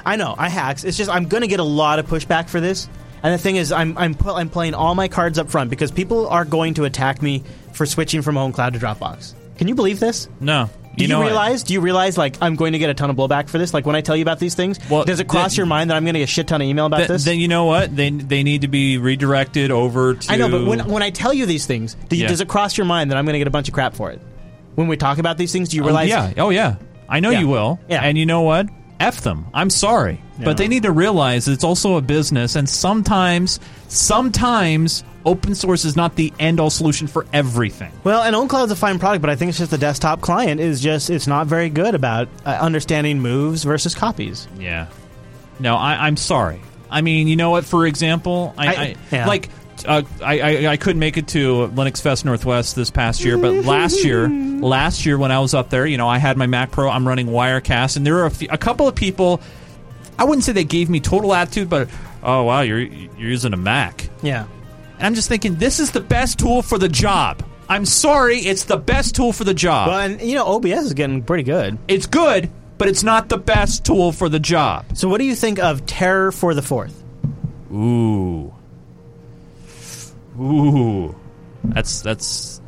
Speaker 1: I know. I hacks. It's just I'm going to get a lot of pushback for this. And the thing is, I'm I'm pu- I'm playing all my cards up front because people are going to attack me for switching from HomeCloud to Dropbox. Can you believe this?
Speaker 3: No.
Speaker 1: Do you,
Speaker 3: know what?
Speaker 1: realize? Do you realize? Like, I'm going to get a ton of blowback for this. Like, when I tell you about these things, does it cross
Speaker 3: then-
Speaker 1: your mind that I'm going to get a shit ton of email about
Speaker 3: Th-
Speaker 1: this?
Speaker 3: Then you know what? They they need to be redirected over to.
Speaker 1: I know, but when, when I tell you these things, do you,
Speaker 3: Yeah.
Speaker 1: does it cross your mind that I'm going to get a bunch of crap for it? When we talk about these things, do you
Speaker 3: Oh,
Speaker 1: realize?
Speaker 3: yeah. Oh yeah. I know
Speaker 1: Yeah.
Speaker 3: you will. Yeah. And you know what? F them. I'm sorry,
Speaker 1: Yeah.
Speaker 3: but they need to realize it's also a business, and sometimes, sometimes open source is not the end all solution for everything.
Speaker 1: Well, and OwnCloud's a fine product, but I think it's just the desktop client is just it's not very good about uh, understanding moves versus copies.
Speaker 3: Yeah. No, I, I'm sorry. I mean, you know what? For example, I,
Speaker 1: I-
Speaker 3: I,
Speaker 1: yeah.
Speaker 3: like uh, I, I I couldn't make it to Linux Fest Northwest this past year, but last year, last year when I was up there, you know, I had my Mac Pro. I'm running Wirecast, and there were a, few, a couple of people. I wouldn't say they gave me total attitude, but oh wow, you're you're using a Mac.
Speaker 1: Yeah.
Speaker 3: And I'm just thinking, this is the best tool for the job. I'm sorry, it's the best tool for the job.
Speaker 1: Well, and you know, OBS is getting pretty good.
Speaker 3: It's good, but it's not the best tool for the job.
Speaker 1: So, what do you think of Terror for the Fourth?
Speaker 3: Ooh. Ooh. That's that's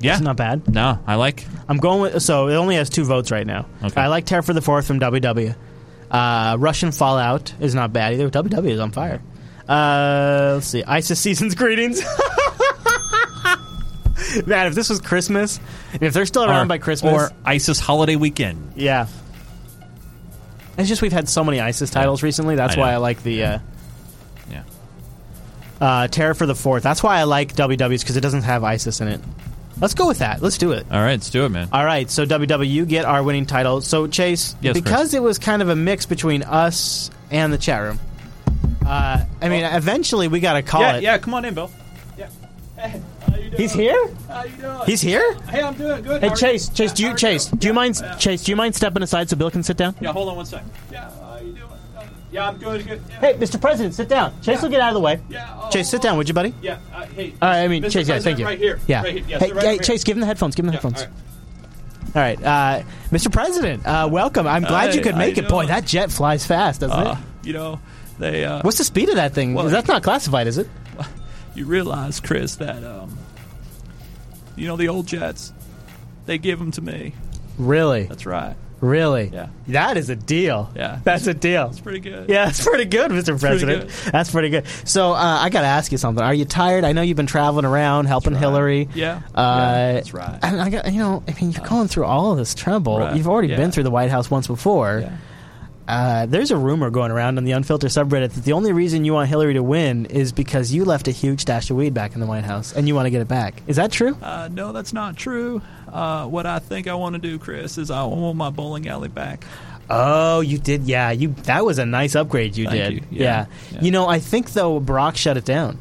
Speaker 3: Yeah.
Speaker 1: It's not bad.
Speaker 3: No, I like.
Speaker 1: I'm going with so it only has two votes right now.
Speaker 3: Okay.
Speaker 1: I like Terror for the Fourth from WW. Uh, Russian Fallout is not bad either. WW is on fire. Uh, let's see. ISIS season's greetings. Man, if this was Christmas, if they're still around
Speaker 3: Or-
Speaker 1: by Christmas,
Speaker 3: or ISIS holiday weekend.
Speaker 1: yeah. It's just we've had so many ISIS titles recently. That's
Speaker 3: I
Speaker 1: why
Speaker 3: know.
Speaker 1: I like the. Uh,
Speaker 3: Yeah.
Speaker 1: Uh, Terror for the Fourth. That's why I like WW's because it doesn't have ISIS in it. Let's go with that. Let's do it.
Speaker 3: All right, let's do it, man.
Speaker 1: All right, so WW, you get our winning title. So Chase,
Speaker 3: Yes,
Speaker 1: because it was kind of a mix between us and the chat room. Uh, I mean, eventually we got to call
Speaker 3: yeah,
Speaker 1: it.
Speaker 3: yeah, come on in, Bill.
Speaker 1: He's here.
Speaker 3: How you doing?
Speaker 1: He's here.
Speaker 3: Hey, I'm doing good.
Speaker 1: Hey, Chase, Chase, do you Chase, do you mind Chase, do you mind stepping aside so Bill can sit down?
Speaker 3: Yeah, hold on one sec. Yeah, how you doing? Yeah, I'm doing good.
Speaker 1: Hey, Mr. President, sit down. Chase will get out of the way. Chase, sit down, would you, buddy?
Speaker 3: oh. Yeah, uh, hey.
Speaker 1: All right, I mean,
Speaker 3: Mr.
Speaker 1: Chase, yeah,
Speaker 3: President,
Speaker 1: thank you.
Speaker 3: right here.
Speaker 1: Yeah.
Speaker 3: Right here. Yeah,
Speaker 1: hey,
Speaker 3: sit right
Speaker 1: hey,
Speaker 3: over here.
Speaker 1: Chase, give him the headphones. Give him the headphones.
Speaker 3: all
Speaker 1: All right, uh, Mr. President, uh, welcome. I'm glad
Speaker 3: Hey,
Speaker 1: you could
Speaker 3: how
Speaker 1: make
Speaker 3: you
Speaker 1: it. Boy,
Speaker 3: doing?
Speaker 1: that jet flies fast, doesn't
Speaker 3: Uh,
Speaker 1: it?
Speaker 3: you know, they uh
Speaker 1: What's the speed of that thing?
Speaker 3: well,
Speaker 1: That's not classified, is it?
Speaker 3: you realize, Chris, that um you know the old jets they give them to me.
Speaker 1: Really?
Speaker 3: That's right.
Speaker 1: Really?
Speaker 3: Yeah.
Speaker 1: That is a deal.
Speaker 3: Yeah.
Speaker 1: That's a deal. That's
Speaker 3: pretty good.
Speaker 1: Yeah, that's pretty good, Mr. President. That's pretty good. So uh, I got to ask you something. Are you tired? I know you've been traveling around helping Hillary.
Speaker 3: Yeah.
Speaker 1: Uh,
Speaker 3: Yeah, that's right.
Speaker 1: And I got you know, I mean, you're going through all of this trouble. You've already
Speaker 3: yeah.
Speaker 1: been through the White House once before. Uh, there's a rumor going around on the unfiltered subreddit that the only reason you want Hillary to win is because you left a huge stash of weed back in the White House and you want to get it back. Is that true?
Speaker 3: Uh, no, that's not true. Uh, what I think I want to do, Chris, is I want my bowling alley back.
Speaker 1: Oh, you did. Yeah, you. That was a nice upgrade you
Speaker 3: Thank
Speaker 1: did.
Speaker 3: you.
Speaker 1: Yeah.
Speaker 3: Yeah.
Speaker 1: You know, I think though Brock shut it down.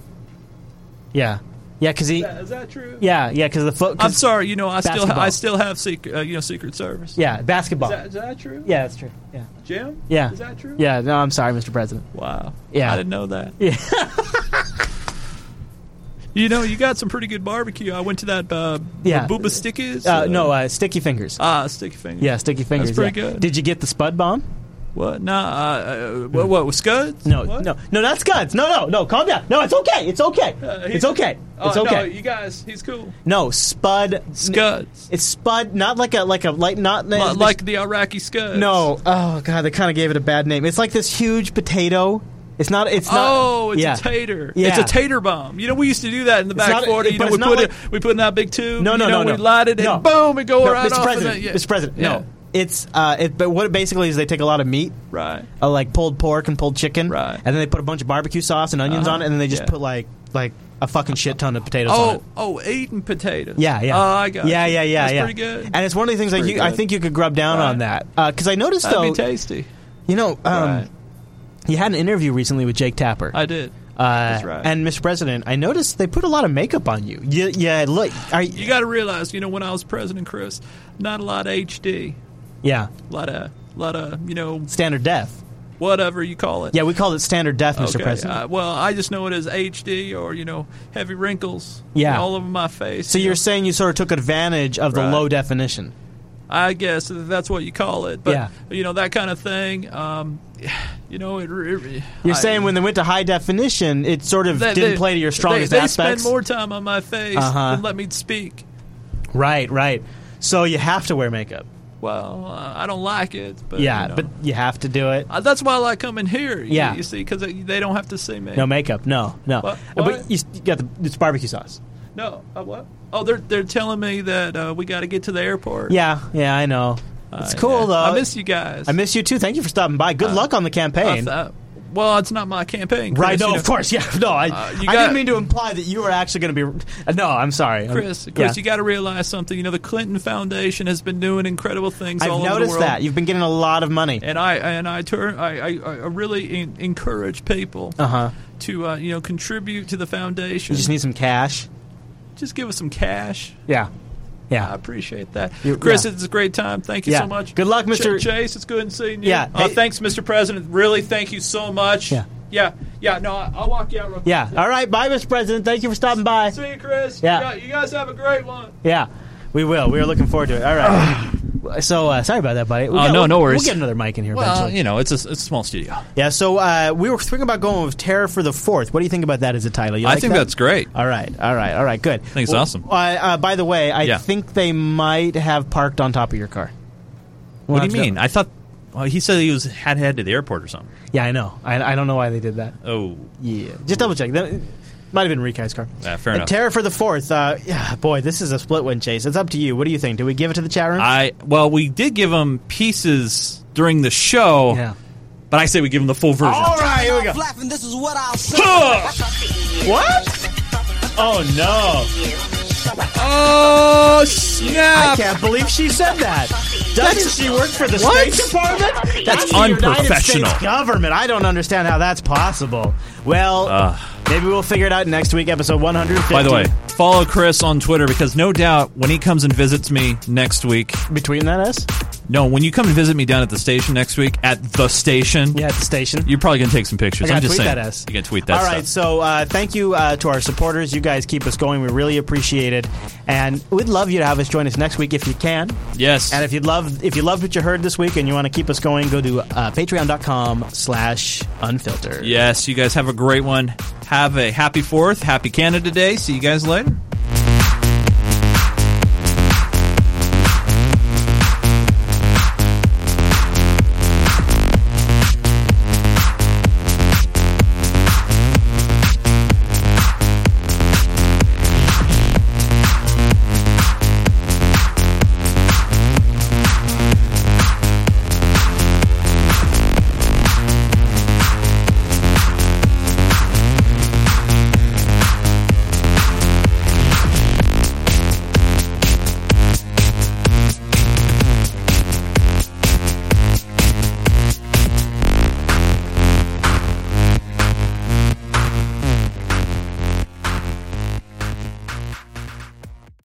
Speaker 1: Yeah. Yeah, because he.
Speaker 3: Is that true?
Speaker 1: Yeah, yeah, because the foot.
Speaker 3: I'm sorry. You know, I still
Speaker 1: Basketball.
Speaker 3: I still have secret, uh, you know, Secret Service.
Speaker 1: Yeah, basketball.
Speaker 3: Is that, is that true?
Speaker 1: Yeah, that's true. Yeah.
Speaker 3: Jim.
Speaker 1: Yeah.
Speaker 3: Is that true?
Speaker 1: Yeah. No, I'm sorry, Mr. President.
Speaker 3: Wow.
Speaker 1: Yeah.
Speaker 3: I didn't know that.
Speaker 1: Yeah.
Speaker 3: You know, you got some pretty good barbecue. I went to that. Uh,
Speaker 1: Yeah.
Speaker 3: Booba Stickers.
Speaker 1: Uh, no, uh, sticky fingers.
Speaker 3: Ah, sticky fingers.
Speaker 1: Yeah, sticky fingers.
Speaker 3: That's pretty
Speaker 1: yeah.
Speaker 3: good.
Speaker 1: Did you get the spud bomb?
Speaker 3: What? Nah. Uh, uh, what? What? with Scuds?
Speaker 1: No, no, no, not scuds. No, no, no. Calm down. No, it's okay. It's okay. it's okay. It's okay.
Speaker 3: Uh, Oh, No, you guys, he's cool.
Speaker 1: No, spud. Scuds. It's spud, not like a like a like not
Speaker 3: Li- like the Iraqi Scuds.
Speaker 1: No. Oh god, they kind of gave it a bad name. It's like this huge potato. It's not. It's not.
Speaker 3: oh, it's
Speaker 1: yeah.
Speaker 3: a tater.
Speaker 1: Yeah.
Speaker 3: It's a tater bomb. You know, we used to do that in the
Speaker 1: It's
Speaker 3: back
Speaker 1: not-
Speaker 3: forty.
Speaker 1: it-
Speaker 3: You
Speaker 1: but
Speaker 3: know,
Speaker 1: it's
Speaker 3: we
Speaker 1: not
Speaker 3: put
Speaker 1: like-
Speaker 3: it, we put in that big tube.
Speaker 1: No, no,
Speaker 3: you know,
Speaker 1: no, no.
Speaker 3: We light it,
Speaker 1: No.
Speaker 3: and boom, it go
Speaker 1: No,
Speaker 3: right
Speaker 1: Mr.
Speaker 3: off.
Speaker 1: President,
Speaker 3: and that- yeah.
Speaker 1: Mr. President,
Speaker 3: Yeah.
Speaker 1: no. It's uh, it, but what it basically is, they take a lot of meat,
Speaker 3: right?
Speaker 1: Uh, like pulled pork and pulled chicken, right? And then they put a bunch of barbecue sauce and onions
Speaker 3: Uh-huh.
Speaker 1: on it, and then they just
Speaker 3: Yeah.
Speaker 1: put like like a fucking shit ton of potatoes on it.
Speaker 3: Oh, oh, eating potatoes.
Speaker 1: Yeah, yeah.
Speaker 3: Oh, I got.
Speaker 1: Yeah,
Speaker 3: you.
Speaker 1: yeah, yeah,
Speaker 3: That's
Speaker 1: yeah.
Speaker 3: Pretty good.
Speaker 1: And it's one of the things
Speaker 3: That's
Speaker 1: that
Speaker 3: pretty
Speaker 1: you, I
Speaker 3: good.
Speaker 1: think you could grub down on that because I noticed
Speaker 3: That'd be
Speaker 1: though
Speaker 3: tasty.
Speaker 1: You know, um,
Speaker 3: Right.
Speaker 1: you had an interview recently with Jake Tapper.
Speaker 3: I did.
Speaker 1: Uh,
Speaker 3: That's right.
Speaker 1: And Mr. President, I noticed they put a lot of makeup on you. Yeah, yeah look, are,
Speaker 3: You got to realize, you know, when I was president, Chris, not a lot of HD,
Speaker 1: yeah,
Speaker 3: a lot of, lot of, you know,
Speaker 1: standard death.
Speaker 3: whatever you call it.
Speaker 1: Yeah, we call it standard death, Mr.
Speaker 3: Okay,
Speaker 1: President.
Speaker 3: uh, well, I just know it as HD or you know heavy wrinkles.
Speaker 1: Yeah.
Speaker 3: all over my face.
Speaker 1: so
Speaker 3: you
Speaker 1: you're
Speaker 3: know.
Speaker 1: saying you sort of took advantage of the
Speaker 3: Right.
Speaker 1: low definition.
Speaker 3: I guess that's what you call it. But
Speaker 1: Yeah.
Speaker 3: you know that kind of thing. Um, you know it. re-
Speaker 1: You're
Speaker 3: I-
Speaker 1: saying when they went to high definition, it sort of
Speaker 3: they-
Speaker 1: didn't
Speaker 3: they-
Speaker 1: play to your strongest
Speaker 3: they, they
Speaker 1: aspects.
Speaker 3: spend more time on my face
Speaker 1: Uh-huh.
Speaker 3: than let me speak.
Speaker 1: Right, right. So you have to wear makeup.
Speaker 3: Well, uh, I don't like it. But,
Speaker 1: yeah,
Speaker 3: you know.
Speaker 1: but you have to do it.
Speaker 3: Uh, that's why I like coming here. you-
Speaker 1: Yeah.
Speaker 3: you see, because they, they don't have to see me.
Speaker 1: No makeup. No, no.
Speaker 3: What-
Speaker 1: But you, you got the it's barbecue sauce.
Speaker 3: No, uh, what? Oh, they're they're telling me that uh, we got to get to the airport.
Speaker 1: Yeah, yeah, I know. It's
Speaker 3: Uh,
Speaker 1: cool
Speaker 3: yeah.
Speaker 1: though.
Speaker 3: I miss you guys.
Speaker 1: I miss you too. Thank you for stopping by. Good
Speaker 3: Uh,
Speaker 1: luck on the campaign.
Speaker 3: I th- well, it's not my campaign. Chris,
Speaker 1: right? No,
Speaker 3: you know.
Speaker 1: of course. Yeah. No, I,
Speaker 3: Uh, you
Speaker 1: I
Speaker 3: got-
Speaker 1: didn't mean to imply that you were actually going to be. uh, No, I'm sorry, I'm-
Speaker 3: Chris, Chris,
Speaker 1: yeah.
Speaker 3: you got to realize something. You know, the Clinton Foundation has been doing incredible things. all
Speaker 1: I've
Speaker 3: over the
Speaker 1: noticed
Speaker 3: world.
Speaker 1: that you've been getting a lot of money.
Speaker 3: and I and I turn I, I, I really en- encourage people
Speaker 1: Uh-huh.
Speaker 3: to uh, you know contribute to the foundation.
Speaker 1: You just need some cash.
Speaker 3: Just give us some cash.
Speaker 1: Yeah. Yeah.
Speaker 3: I appreciate that,
Speaker 1: You-
Speaker 3: Chris.
Speaker 1: yeah.
Speaker 3: It's a great time. Thank you
Speaker 1: Yeah.
Speaker 3: so much.
Speaker 1: Good luck,
Speaker 3: Ch-
Speaker 1: Mr.
Speaker 3: Chase. It's good seeing you.
Speaker 1: Yeah.
Speaker 3: Uh,
Speaker 1: Hey-
Speaker 3: thanks, Mr. President. Really, thank you so much.
Speaker 1: Yeah.
Speaker 3: Yeah. Yeah. No, I- I'll walk you out. Real quick.
Speaker 1: Yeah. All right. Bye, Mr. President. Thank you for stopping by.
Speaker 3: See you, Chris.
Speaker 1: Yeah.
Speaker 3: You gu- You guys have a great one.
Speaker 1: Yeah, we will. We are looking forward to it. All right. so uh, sorry about that, buddy. We
Speaker 3: Oh,
Speaker 1: got-
Speaker 3: no, no
Speaker 1: we'll-
Speaker 3: worries.
Speaker 1: We'll get another mic in here
Speaker 3: Well,
Speaker 1: eventually.
Speaker 3: you know, it's a, it's a small studio.
Speaker 1: Yeah. So uh, we were thinking about going with Terror for the Fourth. What do you think about that as a title? You
Speaker 3: I
Speaker 1: like
Speaker 3: think
Speaker 1: that?
Speaker 3: that's great.
Speaker 1: All right. All right. All right. Good. I
Speaker 3: think it's awesome.
Speaker 1: Uh, uh, by the way, I
Speaker 3: Yeah.
Speaker 1: think they might have parked on top of your car. We'll
Speaker 3: what do
Speaker 1: have
Speaker 3: you
Speaker 1: to-
Speaker 3: mean? I thought well, he said he was had head to the airport or something.
Speaker 1: Yeah, I know. I, I don't know why they did that.
Speaker 3: Oh,
Speaker 1: Yeah. Just double check. That might have been Rikai's car.
Speaker 3: yeah, fair
Speaker 1: Uh,
Speaker 3: enough.
Speaker 1: Terror for the Fourth. Uh, yeah, boy, this is a split one, Chase. It's up to you. What do you think? Do we give it to the chat room?
Speaker 3: I well, we did give him pieces during the show,
Speaker 1: Yeah.
Speaker 3: but I say we give him the full version.
Speaker 4: All right, here we go. this is what I'll say. what?
Speaker 3: Oh no! Oh snap!
Speaker 1: I can't believe she said that. Doesn't she work for the
Speaker 4: What?
Speaker 1: State Department?
Speaker 4: That's
Speaker 1: the United
Speaker 3: unprofessional.
Speaker 1: States government. I don't understand how that's possible. Well,
Speaker 3: Ugh.
Speaker 1: maybe we'll figure it out next week, episode 150.
Speaker 3: Uh, By the way, follow Chris on Twitter because no doubt when he comes and visits me next week,
Speaker 1: between that us,
Speaker 3: no, when you come and visit me down at the station next week at the station,
Speaker 1: yeah, at the station.
Speaker 3: you're probably gonna take some
Speaker 1: I
Speaker 3: pictures.
Speaker 1: gotta
Speaker 3: I'm just
Speaker 1: tweet
Speaker 3: saying,
Speaker 1: that us.
Speaker 3: you can tweet that.
Speaker 1: All right,
Speaker 3: stuff.
Speaker 1: so uh, thank you uh, to our supporters. You guys keep us going. We really appreciate it, and we'd love you to have us join us next week if you can.
Speaker 3: Yes.
Speaker 1: And if you love if you loved what you heard this week and you want to keep us going, go to uh, Patreon.com/slash Unfiltered.
Speaker 3: Yes, you guys have a great one. Have a happy Fourth, happy Canada Day. See you guys later.